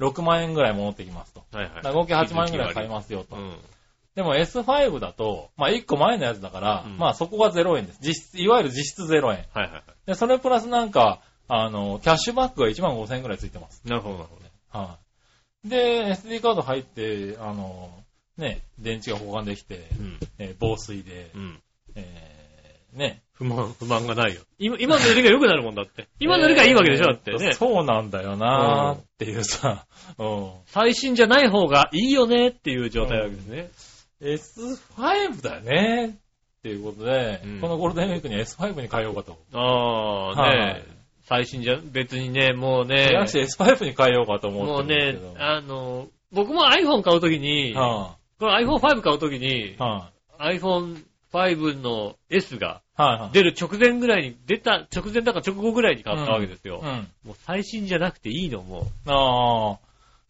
Speaker 3: 6万円ぐらい戻ってきますと。
Speaker 2: はいはい。
Speaker 3: だから合計8万円ぐらい買い
Speaker 2: す。
Speaker 3: ますよと
Speaker 2: う。ん。
Speaker 3: でも S5 だと、まあ1個前のやつだから、
Speaker 2: うん
Speaker 3: まあそこが0円です。実質、いわゆる実質0円。
Speaker 2: はいはいは
Speaker 3: で、それプラスなんか、あの、キャッシュバックが1万5千円くらいついてます。
Speaker 2: い。なるほどなるほど。
Speaker 3: はい、で、SD カード入って、あの、ね、電池が保管できて、
Speaker 2: うん。
Speaker 3: えー防水で
Speaker 2: う、ん。
Speaker 3: えーね。
Speaker 2: 不満、不満がないよ。今、今のよりが良くなるもんだ って。今のよりがいいわけでしょだって
Speaker 3: えー
Speaker 2: ね。
Speaker 3: そうなんだよなーっていうさ、うん。
Speaker 2: 最新じゃない方がいいよねっていう状態なわけですね。
Speaker 3: S5 だよねっていうことで、
Speaker 2: うん
Speaker 3: このゴールデンウィークに S5 に変えようかと。
Speaker 2: ああ、ね、
Speaker 3: はい
Speaker 2: 最新じゃ、別にね、もうね、
Speaker 3: 私 S5 に変えようかと
Speaker 2: も
Speaker 3: 思
Speaker 2: う
Speaker 3: って
Speaker 2: ね
Speaker 3: るんですけど。、
Speaker 2: あの、僕も iPhone 買うときに、
Speaker 3: は
Speaker 2: これ iPhone5 買うときに
Speaker 3: い、は
Speaker 2: iPhone5 の S が
Speaker 3: いはい。
Speaker 2: 出る直前ぐらいに、出た直前だから直後ぐらいに買ったわけですよ。
Speaker 3: うん。
Speaker 2: もう最新じゃなくていいの、もう。
Speaker 3: ああ。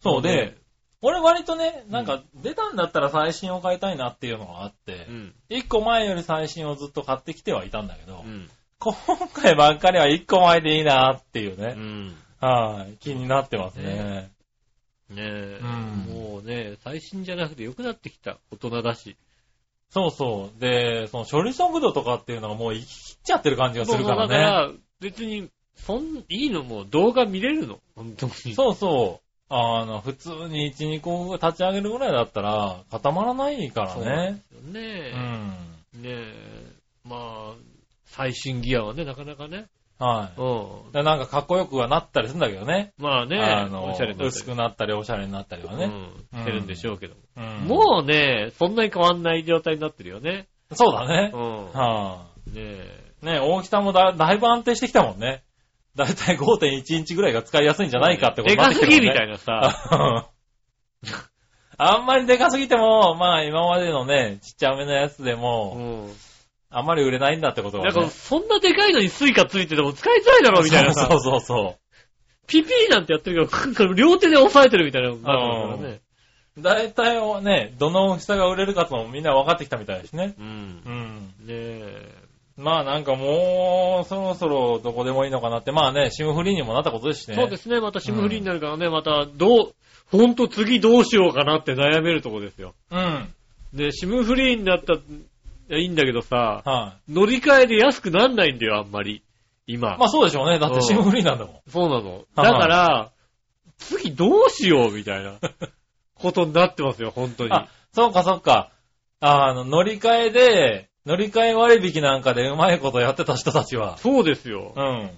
Speaker 3: そ
Speaker 2: もう
Speaker 3: うで、
Speaker 2: ね
Speaker 3: 俺割とね、なんか出たんだったら最新を買いたいなっていうのがあって
Speaker 2: う、ん。
Speaker 3: 一、個前より最新をずっと買ってきてはいたんだけど、
Speaker 2: うん。
Speaker 3: 今回ばっかりは一個前でいいなっていう
Speaker 2: う
Speaker 3: ね、
Speaker 2: ん。
Speaker 3: はい、気になってますね。
Speaker 2: ねえ、
Speaker 3: うん
Speaker 2: もうね、最新じゃなくて良くなってきた。大人だし。
Speaker 3: そうそう。で、その処理速度とかっていうのがもう行き切っちゃってる感じがするか
Speaker 2: もうだからら、
Speaker 3: ね。
Speaker 2: 別に、そん、いいのもう動画見れるの。本当に。
Speaker 3: そうそう。あの、普通に1、2個立ち上げるぐらいだったら固まらないから
Speaker 2: そうなん
Speaker 3: ね
Speaker 2: で。すよね
Speaker 3: う。ん。
Speaker 2: ねえ、まあ、最新ギアはね、なかなかね。
Speaker 3: は
Speaker 2: うん
Speaker 3: い。。でなんかかっこよくはなったりするんだけどね。
Speaker 2: まあね、
Speaker 3: あの
Speaker 2: おしゃれになった
Speaker 3: 薄
Speaker 2: り
Speaker 3: くなったり、おしゃれになったりはね。
Speaker 2: うん、してるんでしょうけど。
Speaker 3: うん
Speaker 2: もうね、そんなに変わんない状態になってるよね。
Speaker 3: そうだね
Speaker 2: う。ん。
Speaker 3: は
Speaker 2: ねえ。
Speaker 3: い。ね大きさもだだいぶ安定してきたもんね。だいたい5.1インチぐらいが使いやすいんじゃないかってこ
Speaker 2: で
Speaker 3: とになっ
Speaker 2: か
Speaker 3: てきて
Speaker 2: す
Speaker 3: るも
Speaker 2: ぎ
Speaker 3: んね
Speaker 2: みたいな さ。
Speaker 3: ああんまりでかすぎても、まあ今までのね、ちっちゃめのやつで
Speaker 2: う
Speaker 3: も、
Speaker 2: ん。
Speaker 3: あんまり売れないんだってことは
Speaker 2: な
Speaker 3: ね。
Speaker 2: んか、そんなでかいのにスイカついてても使いづらいだろ、みたいなさ
Speaker 3: そ。うそうそ
Speaker 2: ピピーなんてやってるけど、両手で押さえてるみたいなのになってるからね。
Speaker 3: う。だいたいをね、どの大きさが売れるかともみんな分かってきたみたいですね。
Speaker 2: うん。
Speaker 3: う
Speaker 2: ね
Speaker 3: ん。
Speaker 2: え。
Speaker 3: まあなんかもう、そろそろどこでもいいのかなって、まあね、シムフリーにもなったことですしね。
Speaker 2: そうですね、またシムフリーになるからね、また、どう、ほんと次どうしようかなって悩めるとこですよ。
Speaker 3: うん。
Speaker 2: で、シムフリーになった、いや、いいんだけどさ、
Speaker 3: は
Speaker 2: 乗り換えで安くなんないんだよ、あんまり。今。
Speaker 3: い。まあそうでしょうね。だってシムフリーなんだもん。
Speaker 2: そうなの。
Speaker 3: はい
Speaker 2: だから、次どうしよう、みたいな、ことになってますよ、本当に。
Speaker 3: あ、そうかそうか。あの、乗り換えで、乗り換え割引なんかでうまいことやってた人たちは。
Speaker 2: そうですよ。
Speaker 3: うん。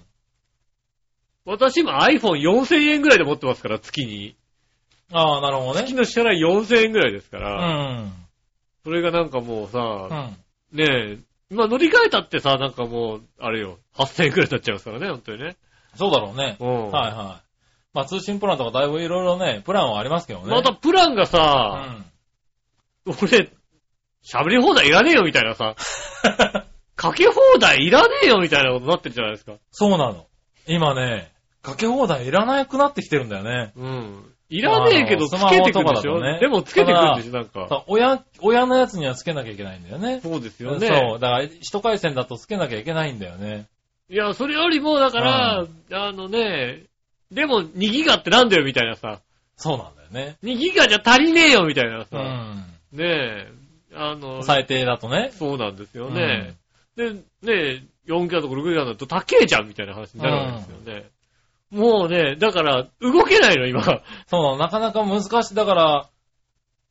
Speaker 2: 私今 iPhone4000 円ぐらいで持ってますから、月に。
Speaker 3: ああ、なるほどね
Speaker 2: 月。の支払い4000円ぐらいですか
Speaker 3: う
Speaker 2: ら、
Speaker 3: ん。
Speaker 2: それがなんかもう
Speaker 3: う
Speaker 2: さ、
Speaker 3: ん。
Speaker 2: ねえ、まあ乗り換えたってさ、なんかもう、あれよ、8000円くらいになっちゃいますからね、本当にね。
Speaker 3: そうだろうね。
Speaker 2: うん。
Speaker 3: はいはい。まあ通信プランとかだいぶいろいろね、プランはありますけどね。
Speaker 2: またプランが
Speaker 3: う
Speaker 2: さ、
Speaker 3: ん。
Speaker 2: 俺、喋り放題いらねえよみたいな さ、かけ放題いらねえよみたいなことになってるじゃないですか。
Speaker 3: そうなの。今ね、かけ放題いらなくなってきてるんだよね。
Speaker 2: うん。いらねえけど、つ
Speaker 3: まあ
Speaker 2: けてくるで
Speaker 3: ス
Speaker 2: し
Speaker 3: マホとかだと
Speaker 2: ょ、
Speaker 3: ね
Speaker 2: でもつけてくるでしょ、なんか。
Speaker 3: さ親、親のやつにはつけなきゃいけないんだよね。
Speaker 2: そうです
Speaker 3: そ
Speaker 2: よ
Speaker 3: う。
Speaker 2: ね。
Speaker 3: だから、一回線だとつけなきゃいけないんだよね。
Speaker 2: いや、それよりも、だから、あのね、でも2ギガってなんだよみたいなさ、
Speaker 3: そうなんだよね。
Speaker 2: 2ギガじゃ足りねえよみたいな
Speaker 3: う
Speaker 2: さ、
Speaker 3: ん。
Speaker 2: ねえ、あの、
Speaker 3: 最低だとね。
Speaker 2: そうなんですよね。で、ねえ、4ギガとか6ギガだと高えじゃんみたいな話になるわけですよね。もうね、だから、動けないの、今。
Speaker 3: そうなの、なかなか難しい。だから、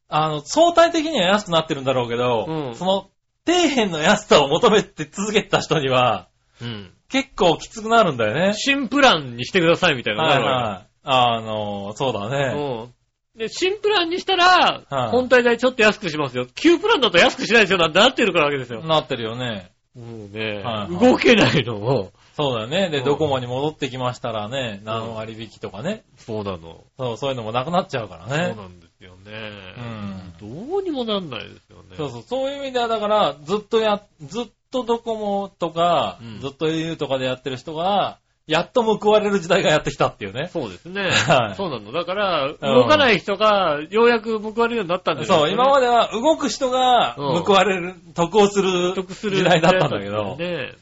Speaker 3: あの、相対的には安くなってるんだろうけど、
Speaker 2: うん
Speaker 3: その、底辺の安さを求めて続けてた人には、
Speaker 2: うん。
Speaker 3: 結構きつくなるんだよね。
Speaker 2: 新プランにしてください、みたいなの
Speaker 3: は
Speaker 2: があ
Speaker 3: い
Speaker 2: るわけですよ
Speaker 3: はい。あの、そうだね。
Speaker 2: うんで、新プランにしたら、
Speaker 3: はい
Speaker 2: 本体代ちょっと安くしますよ。旧プランだと安くしないですよ、なんてなってるからわけですよ。
Speaker 3: なってるよね。
Speaker 2: もうね、
Speaker 3: はいはい
Speaker 2: 動けないのを。
Speaker 3: そうだよね。で、
Speaker 2: うん
Speaker 3: ドコモに戻ってきましたらね、何割引きとかね。
Speaker 2: そうなの。
Speaker 3: そう、そういうのもなくなっちゃうから
Speaker 2: そう
Speaker 3: ね。
Speaker 2: なんですよね。
Speaker 3: う
Speaker 2: どうにもなんないですよね。
Speaker 3: そうそう、そういう意味では、だから、ずっとや、ずっとドコモとか、
Speaker 2: うん
Speaker 3: ずっと au とかでやってる人が、やっと報われる時代がやってきたっていうね。
Speaker 2: そうですね。
Speaker 3: はい
Speaker 2: そうなの。だから、動かない人が、ようやく報われるようになったんですよ、ね。
Speaker 3: そう、今までは動く人が
Speaker 2: うん
Speaker 3: 報われる、得をする
Speaker 2: 得する
Speaker 3: 時代だったんだけど、
Speaker 2: ね。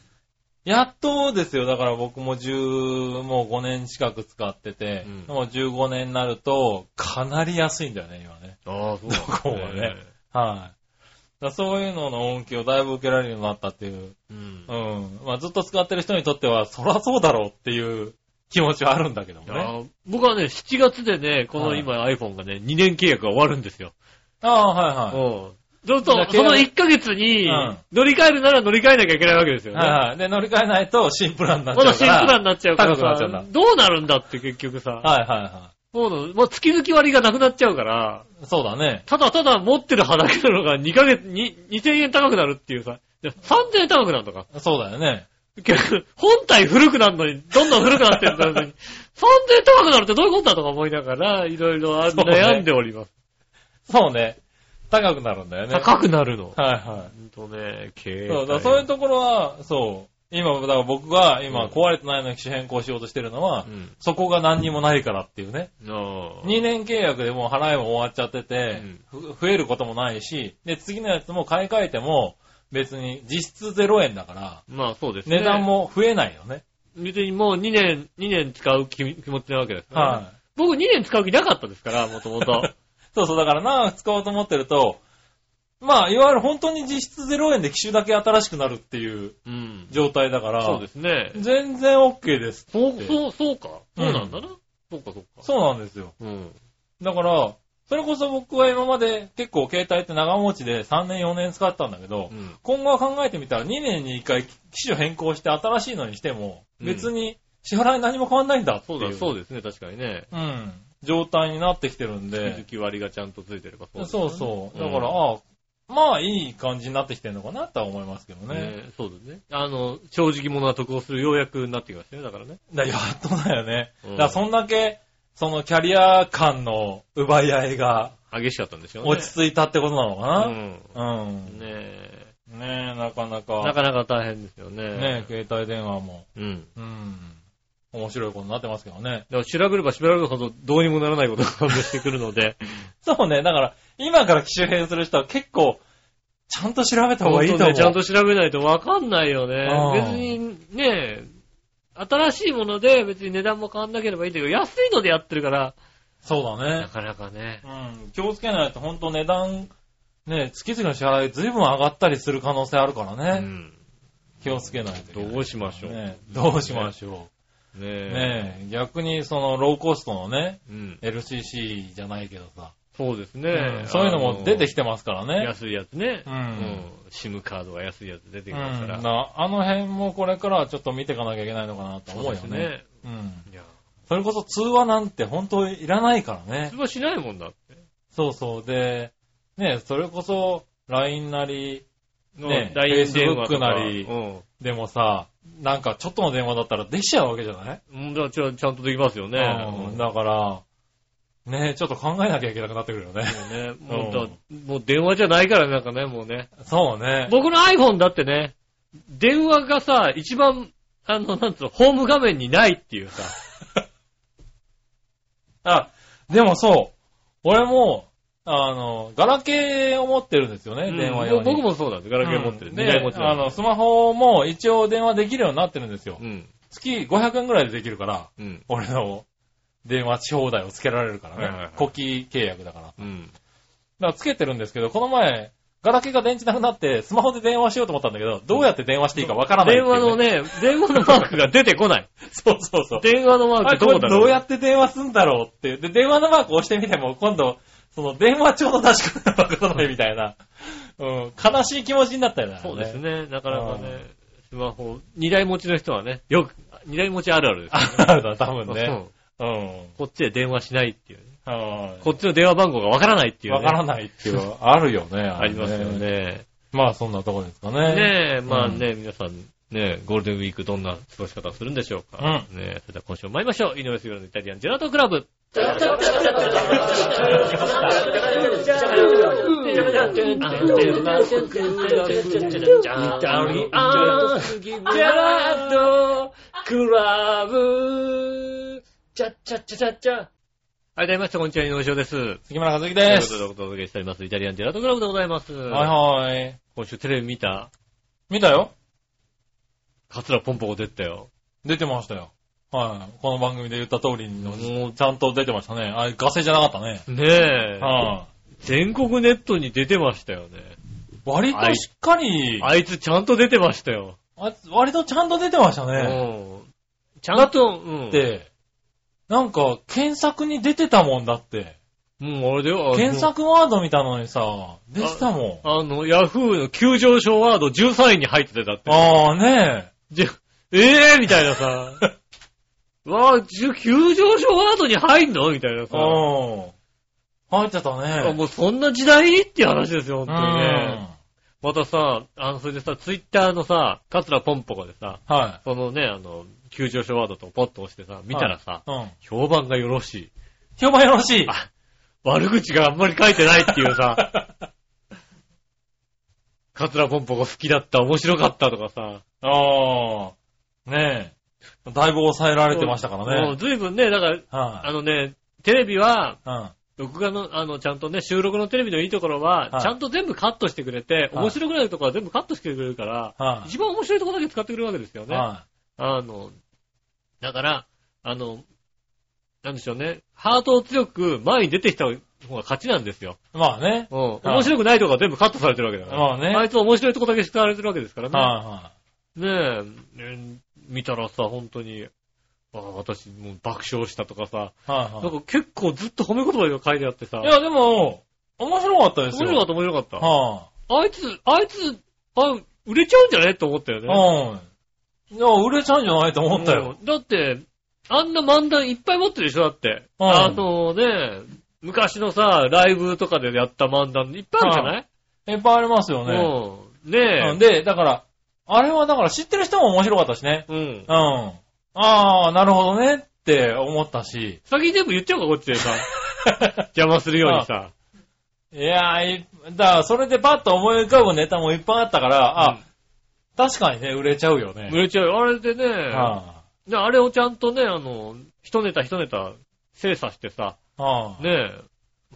Speaker 3: やっとですよ、だから僕も10、もう5年近く使ってて、
Speaker 2: うん
Speaker 3: もう15年になると、かなり安いんだよね、今ね。
Speaker 2: ああ、そうなんです
Speaker 3: ドコモはね。はい。だからそういうのの恩恵をだいぶ受けられるようになったっていう。
Speaker 2: うん
Speaker 3: う。ん。まあずっと使ってる人にとっては、そらそうだろうっていう気持ちはあるんだけども
Speaker 2: いや
Speaker 3: ね。
Speaker 2: ー僕はね、7月でね、この今 iPhone がね、2年契約が終わるんですよ。
Speaker 3: ああ、はいはい。
Speaker 2: うんそうすると、その1ヶ月に
Speaker 3: うん
Speaker 2: 乗り換えるなら乗り換えなきゃいけないわけですよね。
Speaker 3: はいはい。で、乗り換えないと新プランになっち
Speaker 2: ま
Speaker 3: ゃ
Speaker 2: だ
Speaker 3: うか
Speaker 2: 新プ
Speaker 3: ら。
Speaker 2: ランになっちゃうから
Speaker 3: 高くなっちゃうん
Speaker 2: さ
Speaker 3: だ、
Speaker 2: どうなるんだって結局さ、
Speaker 3: はいはいは
Speaker 2: そうなのもう月々割がなくなっちゃうから、
Speaker 3: い。そうだね。
Speaker 2: ただただ持ってる肌けなのが2ヶ月に、2000円高くなるっていうさ、いや3000円高くなるとか。
Speaker 3: そうだよね。
Speaker 2: 結局本体古くなるのに、どんどん古くなってるんだのに、3000円 高くなるってどういうことだとか思いながら、いろいろあ
Speaker 3: そうね
Speaker 2: 悩んでおります。
Speaker 3: そうね。高くなるんだよね。
Speaker 2: 高くなるの。
Speaker 3: はいは
Speaker 2: ほんとね、経
Speaker 3: い。
Speaker 2: 営。
Speaker 3: そうだ、そういうところは、そう。今、だから僕が今壊れてないのに機種変更しようとしてるのは、
Speaker 2: うん。
Speaker 3: そこが何にもないからっていうね。
Speaker 2: ああ
Speaker 3: 2年契約でもう払いも終わっちゃってて
Speaker 2: うん、
Speaker 3: ふ増えることもないし、で、次のやつも買い替えても、別に実質0円だから、
Speaker 2: まあそうですね。
Speaker 3: 値段。も増えないよね。
Speaker 2: 別にもう2年、2年使う気気持ちなわけですからね
Speaker 3: はい。
Speaker 2: 僕2年使う気なかったですから、もとも と。
Speaker 3: そうそう、だから長く使おうと思ってると、まあ、いわゆる本当に実質0円で機種だけ新しくなるっていう
Speaker 2: うん。
Speaker 3: 状態だから、
Speaker 2: そうですね。
Speaker 3: 全然 OK です。
Speaker 2: そう、そう、そうか。そうなんだな。そうか、そうか。
Speaker 3: そうなんですよ。
Speaker 2: うん。
Speaker 3: だから、それこそ僕は今まで結構携帯って長持ちで3年4年使ったんだけど、
Speaker 2: うん。
Speaker 3: 今後は考えてみたら2年に1回機種変更して新しいのにしても、
Speaker 2: うん
Speaker 3: 別に支払い何も変わんないんだってい
Speaker 2: そう
Speaker 3: う。
Speaker 2: だ、そう
Speaker 3: う
Speaker 2: ですね、確かにね。
Speaker 3: うん。状態になってきてるんで、
Speaker 2: 月々割がちゃんとついてればそうですね
Speaker 3: そうそう。だか
Speaker 2: ん
Speaker 3: ら、ああまあいい感じになってきてるのかなとは思いますけどね。
Speaker 2: ねそうですね。あの、正直者は得をするようやくなってきましたね、だからね。
Speaker 3: だやっとだよね。
Speaker 2: うん
Speaker 3: だからそんだけ、そのキャリア間の奪い合いが
Speaker 2: 激しかったんでしょうね。
Speaker 3: 落ち着いたってことなのか
Speaker 2: う
Speaker 3: な、
Speaker 2: ん。
Speaker 3: うん。
Speaker 2: ねえ。
Speaker 3: ねえ、なかなか。
Speaker 2: なかなか大変ですよね。
Speaker 3: ねえ、携帯電話も。
Speaker 2: うん。
Speaker 3: うん。面白いことになってますけどね。
Speaker 2: だから調べれば調べるほどどうにもならないことが判明してくるので、
Speaker 3: そうね、だから、今から機種変する人は結構、ちゃんと調べた方がいいと
Speaker 2: 本当
Speaker 3: 思う。
Speaker 2: ねちゃんと調べないとわかんないよね。
Speaker 3: うん
Speaker 2: 別にね、新しいもので別に値段も変わんなければいいんだけど、安いのでやってるから、
Speaker 3: そうだ
Speaker 2: な
Speaker 3: ね。
Speaker 2: かなかね。
Speaker 3: うん。気をつけないと、ほんと値段、ね、月々の支払い随分上がったりする可能性あるから
Speaker 2: う
Speaker 3: ね。
Speaker 2: ん。
Speaker 3: 気をつけないといけない。
Speaker 2: どうしましょう
Speaker 3: ねどうしましょう。
Speaker 2: ねえ。
Speaker 3: ねえ、逆にそのローコストのね、
Speaker 2: うん。
Speaker 3: LCC じゃないけどさ、
Speaker 2: そうですね。
Speaker 3: そういうのも出てき
Speaker 2: て
Speaker 3: てますからね。
Speaker 2: 安いやつね。
Speaker 3: う
Speaker 2: うんん。シムカードが安いやつ出てきますか
Speaker 3: う
Speaker 2: ら。
Speaker 3: んなあの辺もこれからはちょっと見ていかなきゃいけないのかなと思
Speaker 2: そうで
Speaker 3: うよ
Speaker 2: す
Speaker 3: ね。
Speaker 2: ね。
Speaker 3: うん。
Speaker 2: いや、
Speaker 3: それこそ通話なんて本当いらないからね
Speaker 2: 通。話しないもんだって。
Speaker 3: そうそう。で、ねえ、それこそ LINE なりね
Speaker 2: LINE 電話とか
Speaker 3: Facebook なり
Speaker 2: うん。
Speaker 3: でもさ、なんかちょっとの電話だったら出ちゃうわけじゃない
Speaker 2: うん、だからちゃんちゃんとできますよね。
Speaker 3: う
Speaker 2: うんん
Speaker 3: だから、ねえ、ちょっと考えなきゃいけなくなってくる よね。
Speaker 2: ね、もうだ、もう電話じゃないからなんかね、もうね。
Speaker 3: そうね。
Speaker 2: 僕の iPhone だってね、電話がさ、一番、あの、なんつうの、ホーム画面にないっていうさ。
Speaker 3: あ、でもそう。俺も、あの、ガラケーを持ってるんですよね、 電話用
Speaker 2: うん
Speaker 3: に。
Speaker 2: 僕もそうなんです。ガラケー持ってる。
Speaker 3: うん
Speaker 2: ね
Speaker 3: で
Speaker 2: 台持ち
Speaker 3: あ
Speaker 2: なん
Speaker 3: の、
Speaker 2: で
Speaker 3: スマホも一応電話できるようになってるんですよ。
Speaker 2: うん。
Speaker 3: 月500円ぐらいでできるから、
Speaker 2: うん。
Speaker 3: 俺の電話し放題をつけられるからね。
Speaker 2: はいはいはい
Speaker 3: 古希契約だから。だか
Speaker 2: うん。
Speaker 3: らつけてるんですけど、この前、ガラケーが電池なくなって、スマホで電話しようと思ったんだけど、どうやって電話していいかわからないってい
Speaker 2: 電
Speaker 3: う
Speaker 2: 話の。ね、電話のマークが出てこない。
Speaker 3: そうそうそう。
Speaker 2: 電話のマー
Speaker 3: あ
Speaker 2: ク
Speaker 3: れ
Speaker 2: ど
Speaker 3: こ
Speaker 2: こ
Speaker 3: れ
Speaker 2: だ
Speaker 3: ど
Speaker 2: ろ
Speaker 3: うやって電話すんだろうっていう。で、電話のマークを押してみても、今度、その電話帳の出し方がわからないみたいな。うん、悲しい気持ちになったよね。
Speaker 2: そうです
Speaker 3: ね。
Speaker 2: ね。なかなかね、スマホ、二台持ちの人はね、よく、二台持ちあるあるです。
Speaker 3: あるだ、多分
Speaker 2: う
Speaker 3: ね。
Speaker 2: ん
Speaker 3: うん。
Speaker 2: こっちで電話しないっていうね。
Speaker 3: は
Speaker 2: こっちの電話番号がわからないって
Speaker 3: い。
Speaker 2: いうね。
Speaker 3: わからないっていうのは、あるよね。
Speaker 2: ありますよ。ね。
Speaker 3: まあ、そんなとこですかね。
Speaker 2: ねえ、まあね、皆さん、ねえ、ゴールデンウィークどんな過ごし方をするんでしょうか。
Speaker 3: う
Speaker 2: ねえ、それでは今週も参りましょう。井上杉浦のイタリアンジェラートクラブ。はい、どうもこんにちは、井上翔です。
Speaker 3: 杉村和樹
Speaker 2: とい
Speaker 3: で
Speaker 2: うこと
Speaker 3: す。
Speaker 2: でお届けしております。イタリアンジェラートクラブでございます。
Speaker 3: はいはい。
Speaker 2: 今週テレビ見た
Speaker 3: 見たよ
Speaker 2: カツラポンポコ出てたよ。
Speaker 3: 出てましたよ。はい。この番組で言った通り
Speaker 2: も
Speaker 3: の、ちゃんと出てましたね。あれ、ガセじゃなかったね。
Speaker 2: ねえ。
Speaker 3: は
Speaker 2: 全国ネットに出てましたよね。
Speaker 3: い。割としっかり、
Speaker 2: あいつちゃんと出てましたよ。
Speaker 3: あ割とちゃんと出てましたね。
Speaker 2: うん。ちゃんと、うん。
Speaker 3: って、なんか、検索に出てたもんだって。
Speaker 2: もうあれだよ、あの
Speaker 3: 検索ワード見たのにさ、出てたもん。
Speaker 2: あの、ヤフーの急上昇ワード13位に入っててだって。
Speaker 3: ああーね
Speaker 2: じゅええみたいな さ。わあ、じゅ急上昇ワードに入んのみたいな
Speaker 3: え。う
Speaker 2: さ。
Speaker 3: ん。入ってた
Speaker 2: あ
Speaker 3: ね。
Speaker 2: もうそんな時代っていう話ですよ、
Speaker 3: うん。
Speaker 2: 本当にね。またさ、あの、それでさ、ツイッターのさ、カツラポンポコでさ、
Speaker 3: は
Speaker 2: そのね、あの、急上昇ワードとポッと押してさ、見たらさ、
Speaker 3: い。うん。
Speaker 2: 評判がよろしい。
Speaker 3: 評判よろし い。
Speaker 2: あ悪口があんまり書いてないっていうさ、 カツラポンポコ好きだった、面白かったとかさ。
Speaker 3: ああ。ねえ。だいぶ抑えられてましたから
Speaker 2: もう
Speaker 3: ね。
Speaker 2: 随分ね、だから、
Speaker 3: は
Speaker 2: あのね、テレビは、
Speaker 3: い。うん。
Speaker 2: 録画の、あの、ちゃんとね、収録のテレビのいいところは、
Speaker 3: はい
Speaker 2: ちゃんと全部カットしてくれて、
Speaker 3: はい
Speaker 2: 面白くないところは全部カットしてくれるから、
Speaker 3: はい
Speaker 2: 一番面白いところだけ使ってくれるわけですよね。
Speaker 3: は
Speaker 2: あの、だから、あの、なんでしょうね、ハートを強く前に出てきた方が勝ちなんですよ。
Speaker 3: い。まあね。
Speaker 2: うん。
Speaker 3: い
Speaker 2: 面白くないとこは全部カットされてるわけだから。
Speaker 3: まあね
Speaker 2: あいつ面白いとこだけ使われてるわけですからね。
Speaker 3: は
Speaker 2: ねえ、ね見たらさ、本当に、あ私、もう爆笑したとかさ、
Speaker 3: いはい。はい
Speaker 2: なん
Speaker 3: は
Speaker 2: か結構ずっと褒め言葉が書いてあってさ、
Speaker 3: い。いや、でも、面白かったです
Speaker 2: 面白か
Speaker 3: よ。
Speaker 2: った面白かった。
Speaker 3: は
Speaker 2: あいつ、あいつ、あ、売れちゃうんじゃねって思ったよ
Speaker 3: い。
Speaker 2: ね。
Speaker 3: うん。いや、売れちゃうんじゃないと思ったよ。
Speaker 2: うんだって、あんな漫談いっぱい持ってるでしょだって。
Speaker 3: うん
Speaker 2: あのね、昔のさ、ライブとかでやった漫談いっぱいあ
Speaker 3: いっぱいありますよ
Speaker 2: るじゃない、
Speaker 3: ね。
Speaker 2: うん。ねえ。
Speaker 3: うんで、だから、あれはだから知ってる人も面白かったしね。
Speaker 2: うん
Speaker 3: う。ん。ああ、なるほどねって思っ たし。
Speaker 2: 先に全部言っちゃうか、こっちでさ。邪魔するようにさ。
Speaker 3: いやー、いだからそれでパッと思い浮かぶネタもいっぱいあったから、あ、
Speaker 2: うん
Speaker 3: 確かにね、売れちゃうよね。
Speaker 2: 売れちゃう。あれでね、
Speaker 3: は
Speaker 2: であれをちゃんとね、あの、一ネタ一ネタ精査してさ、
Speaker 3: あは
Speaker 2: ねえ、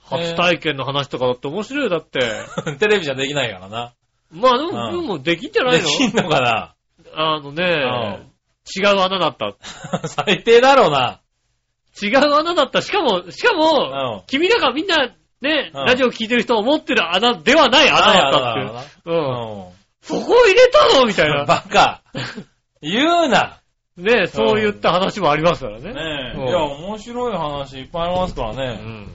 Speaker 2: 初体験の話とかだって面白いよ、だって。
Speaker 3: あ テレビじゃできないからな。
Speaker 2: まあでも、
Speaker 3: うん
Speaker 2: でもできんじゃない
Speaker 3: で
Speaker 2: の
Speaker 3: きんのかな
Speaker 2: あのね、
Speaker 3: ん
Speaker 2: 違う穴だった。
Speaker 3: 最低だろうな。
Speaker 2: 違う穴だった。しかも、しかも、
Speaker 3: うん。
Speaker 2: 君らがみんな、ね、
Speaker 3: うん
Speaker 2: ラジオ聞いてる人思ってる穴ではない穴だったっていう。
Speaker 3: う
Speaker 2: うん。
Speaker 3: ん。
Speaker 2: そこを入れたのみたい な。
Speaker 3: バカ。言うな。
Speaker 2: ね、そういった話もありますからね。
Speaker 3: ね
Speaker 2: うん
Speaker 3: え。いや、面白い話いっぱいありますから
Speaker 2: う
Speaker 3: ね。
Speaker 2: ん。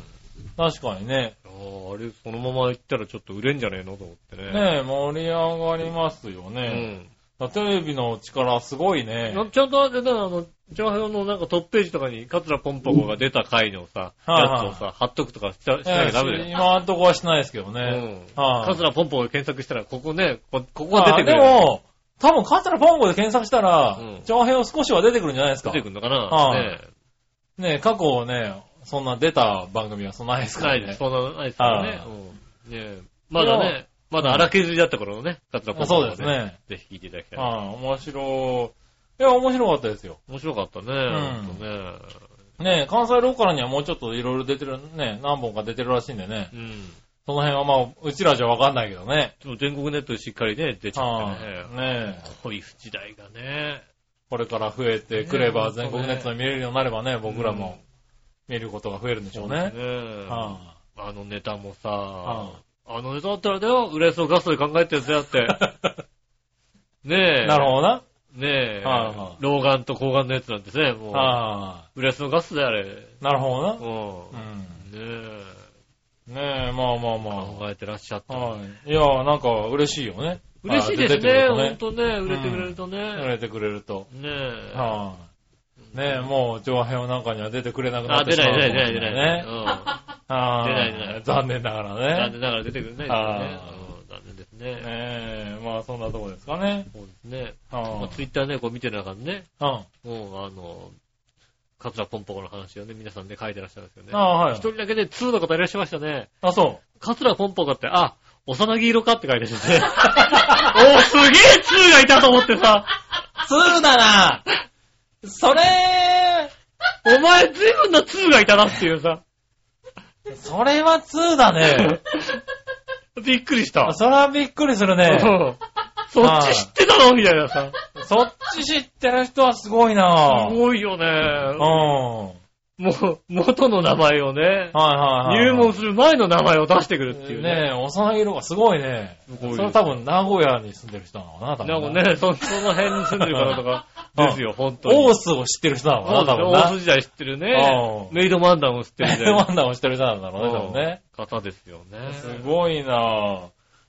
Speaker 3: 確かにね。
Speaker 2: あーあれ、そのまま行ったらちょっと売れんじゃねえのと思ってね。
Speaker 3: ねえ、盛り上がりますよ
Speaker 2: う
Speaker 3: ね。
Speaker 2: ん。
Speaker 3: だからテレビの力すごいね。
Speaker 2: なちゃんとあれだな、あの、チャーハンのなんかトップページとかに、カツラポンポコが出た回のさ、
Speaker 3: はいはい
Speaker 2: やつをさ、貼っとくとかしちゃし
Speaker 3: ええ
Speaker 2: なきゃダメだよ。
Speaker 3: 今んとこはしないですけどね。
Speaker 2: うん。
Speaker 3: はい
Speaker 2: カツラポンポコで検索したら、ここね、こここ
Speaker 3: ま
Speaker 2: が
Speaker 3: あ
Speaker 2: 出てくる。
Speaker 3: でも、多分カツラポンゴで検索したら
Speaker 2: うん、
Speaker 3: 長編を少しは出てくるんじゃないです
Speaker 2: 出
Speaker 3: か。
Speaker 2: てくるのかな
Speaker 3: はい
Speaker 2: ね
Speaker 3: ねえ、過去ね、そんな出た番組はそんなないです
Speaker 2: え。
Speaker 3: か
Speaker 2: な
Speaker 3: ら
Speaker 2: いで
Speaker 3: ね
Speaker 2: す。。そんなのないですからね
Speaker 3: は。
Speaker 2: うんねえまだ
Speaker 3: いや
Speaker 2: ね、まだ荒削りだった頃のね、カツラポンポコ
Speaker 3: そうですね。
Speaker 2: ぜひ聞いていただきたい。
Speaker 3: はい面白い。いや、面白かったですよ。
Speaker 2: 面白かったね。
Speaker 3: ん
Speaker 2: ほんとね
Speaker 3: ねえ、関西ローカルにはもうちょっといろいろ出てる、ね、何本か出てるらしいんでね。
Speaker 2: うん。
Speaker 3: その辺はまあ、うちらじゃわかんないけどね。
Speaker 2: ちょっと全国ネットでしっかりね、出ちゃってね
Speaker 3: は。いねえ。
Speaker 2: こういう時代がね。
Speaker 3: これから増えてくれ
Speaker 2: ね
Speaker 3: ば、
Speaker 2: え
Speaker 3: 全国ネットで見れるようになればね、僕らも見ることが増えるんでしょうね。
Speaker 2: え
Speaker 3: は
Speaker 2: あのネタもさ、
Speaker 3: は
Speaker 2: あのネタだったらだよ、裏そうガスで考えてるやつだ よって。ねえ。
Speaker 3: なるほどな。
Speaker 2: ねえ、
Speaker 3: はいはい
Speaker 2: 老眼と睾眼のやつなんですね、もう。
Speaker 3: は
Speaker 2: 浦安のガスだよ、あれ。
Speaker 3: い。なるほどな
Speaker 2: う。ん。
Speaker 3: う
Speaker 2: ね
Speaker 3: ん。
Speaker 2: え、
Speaker 3: ねえ、まあまあま
Speaker 2: 考えてらっしゃっ
Speaker 3: あ。
Speaker 2: た。
Speaker 3: はい。いや、なんか嬉しいよね。
Speaker 2: 嬉しいです
Speaker 3: あ出てくれ
Speaker 2: ね、
Speaker 3: ると
Speaker 2: ほんとね、売
Speaker 3: ん
Speaker 2: れてくれるとね。
Speaker 3: 売れてくれると。
Speaker 2: ねえ。
Speaker 3: はい。ねえ、もう、上辺なんかには出てくれなくな
Speaker 2: あ、
Speaker 3: って
Speaker 2: 出
Speaker 3: しま
Speaker 2: な
Speaker 3: うか
Speaker 2: い
Speaker 3: もし
Speaker 2: 出
Speaker 3: れ
Speaker 2: な
Speaker 3: ない
Speaker 2: 出ない
Speaker 3: いね。
Speaker 2: 出ない。うん。
Speaker 3: はい
Speaker 2: 出ない出ない
Speaker 3: 残念ながら
Speaker 2: 残
Speaker 3: ね。
Speaker 2: 念ながら出てくれないですね
Speaker 3: はい。
Speaker 2: うん残念ですね。
Speaker 3: ねえ、まあそんなとこですかね。
Speaker 2: そうですね。まあ
Speaker 3: は
Speaker 2: ツイッターね、こう見てる中でね、
Speaker 3: あ。うん。
Speaker 2: もうあの、カツラポンポコの話をね、皆さんね、書いてらっしゃるんですよね
Speaker 3: あ。あ、は
Speaker 2: 一
Speaker 3: い。
Speaker 2: 人だけで2の方いらっしゃいましたね。
Speaker 3: あ、そう。
Speaker 2: カツラポンポコって、あ、幼木色かって書いてあるね。おーすげえツーがいたと思ってさ、
Speaker 3: 2だなそれ
Speaker 2: お前随分なツーがいたなっていうさ、
Speaker 3: それは2 だね。
Speaker 2: びっくりした。
Speaker 3: それはびっくりする
Speaker 2: う
Speaker 3: ね。
Speaker 2: んそっち知ってたのみたいなさ。
Speaker 3: そっち知ってる人はすごいな
Speaker 2: す
Speaker 3: うん。
Speaker 2: ごいよね。
Speaker 3: は
Speaker 2: もう、元の名前をね
Speaker 3: い、はいはい。
Speaker 2: 入門する前の名前を出してくるっていうね。
Speaker 3: ねえ、幼い色がすごいね。
Speaker 2: す
Speaker 3: そ
Speaker 2: ごい
Speaker 3: れは多分名古屋に住んでる人なのかな、多
Speaker 2: なん
Speaker 3: 分。
Speaker 2: かね、そ、その辺に住んでる方とか、ですよ、本当に。
Speaker 3: オースを知ってる人なの
Speaker 2: そ
Speaker 3: か
Speaker 2: う
Speaker 3: な、
Speaker 2: だ
Speaker 3: 多
Speaker 2: ね
Speaker 3: 分
Speaker 2: オー
Speaker 3: な
Speaker 2: ス。時代知ってるね
Speaker 3: う。ん
Speaker 2: メイドマンダムを知ってるね。
Speaker 3: メイドマンダムを知ってる人なんだろうね、多分ね。
Speaker 2: うん方ですよね。
Speaker 3: すごいなぁ。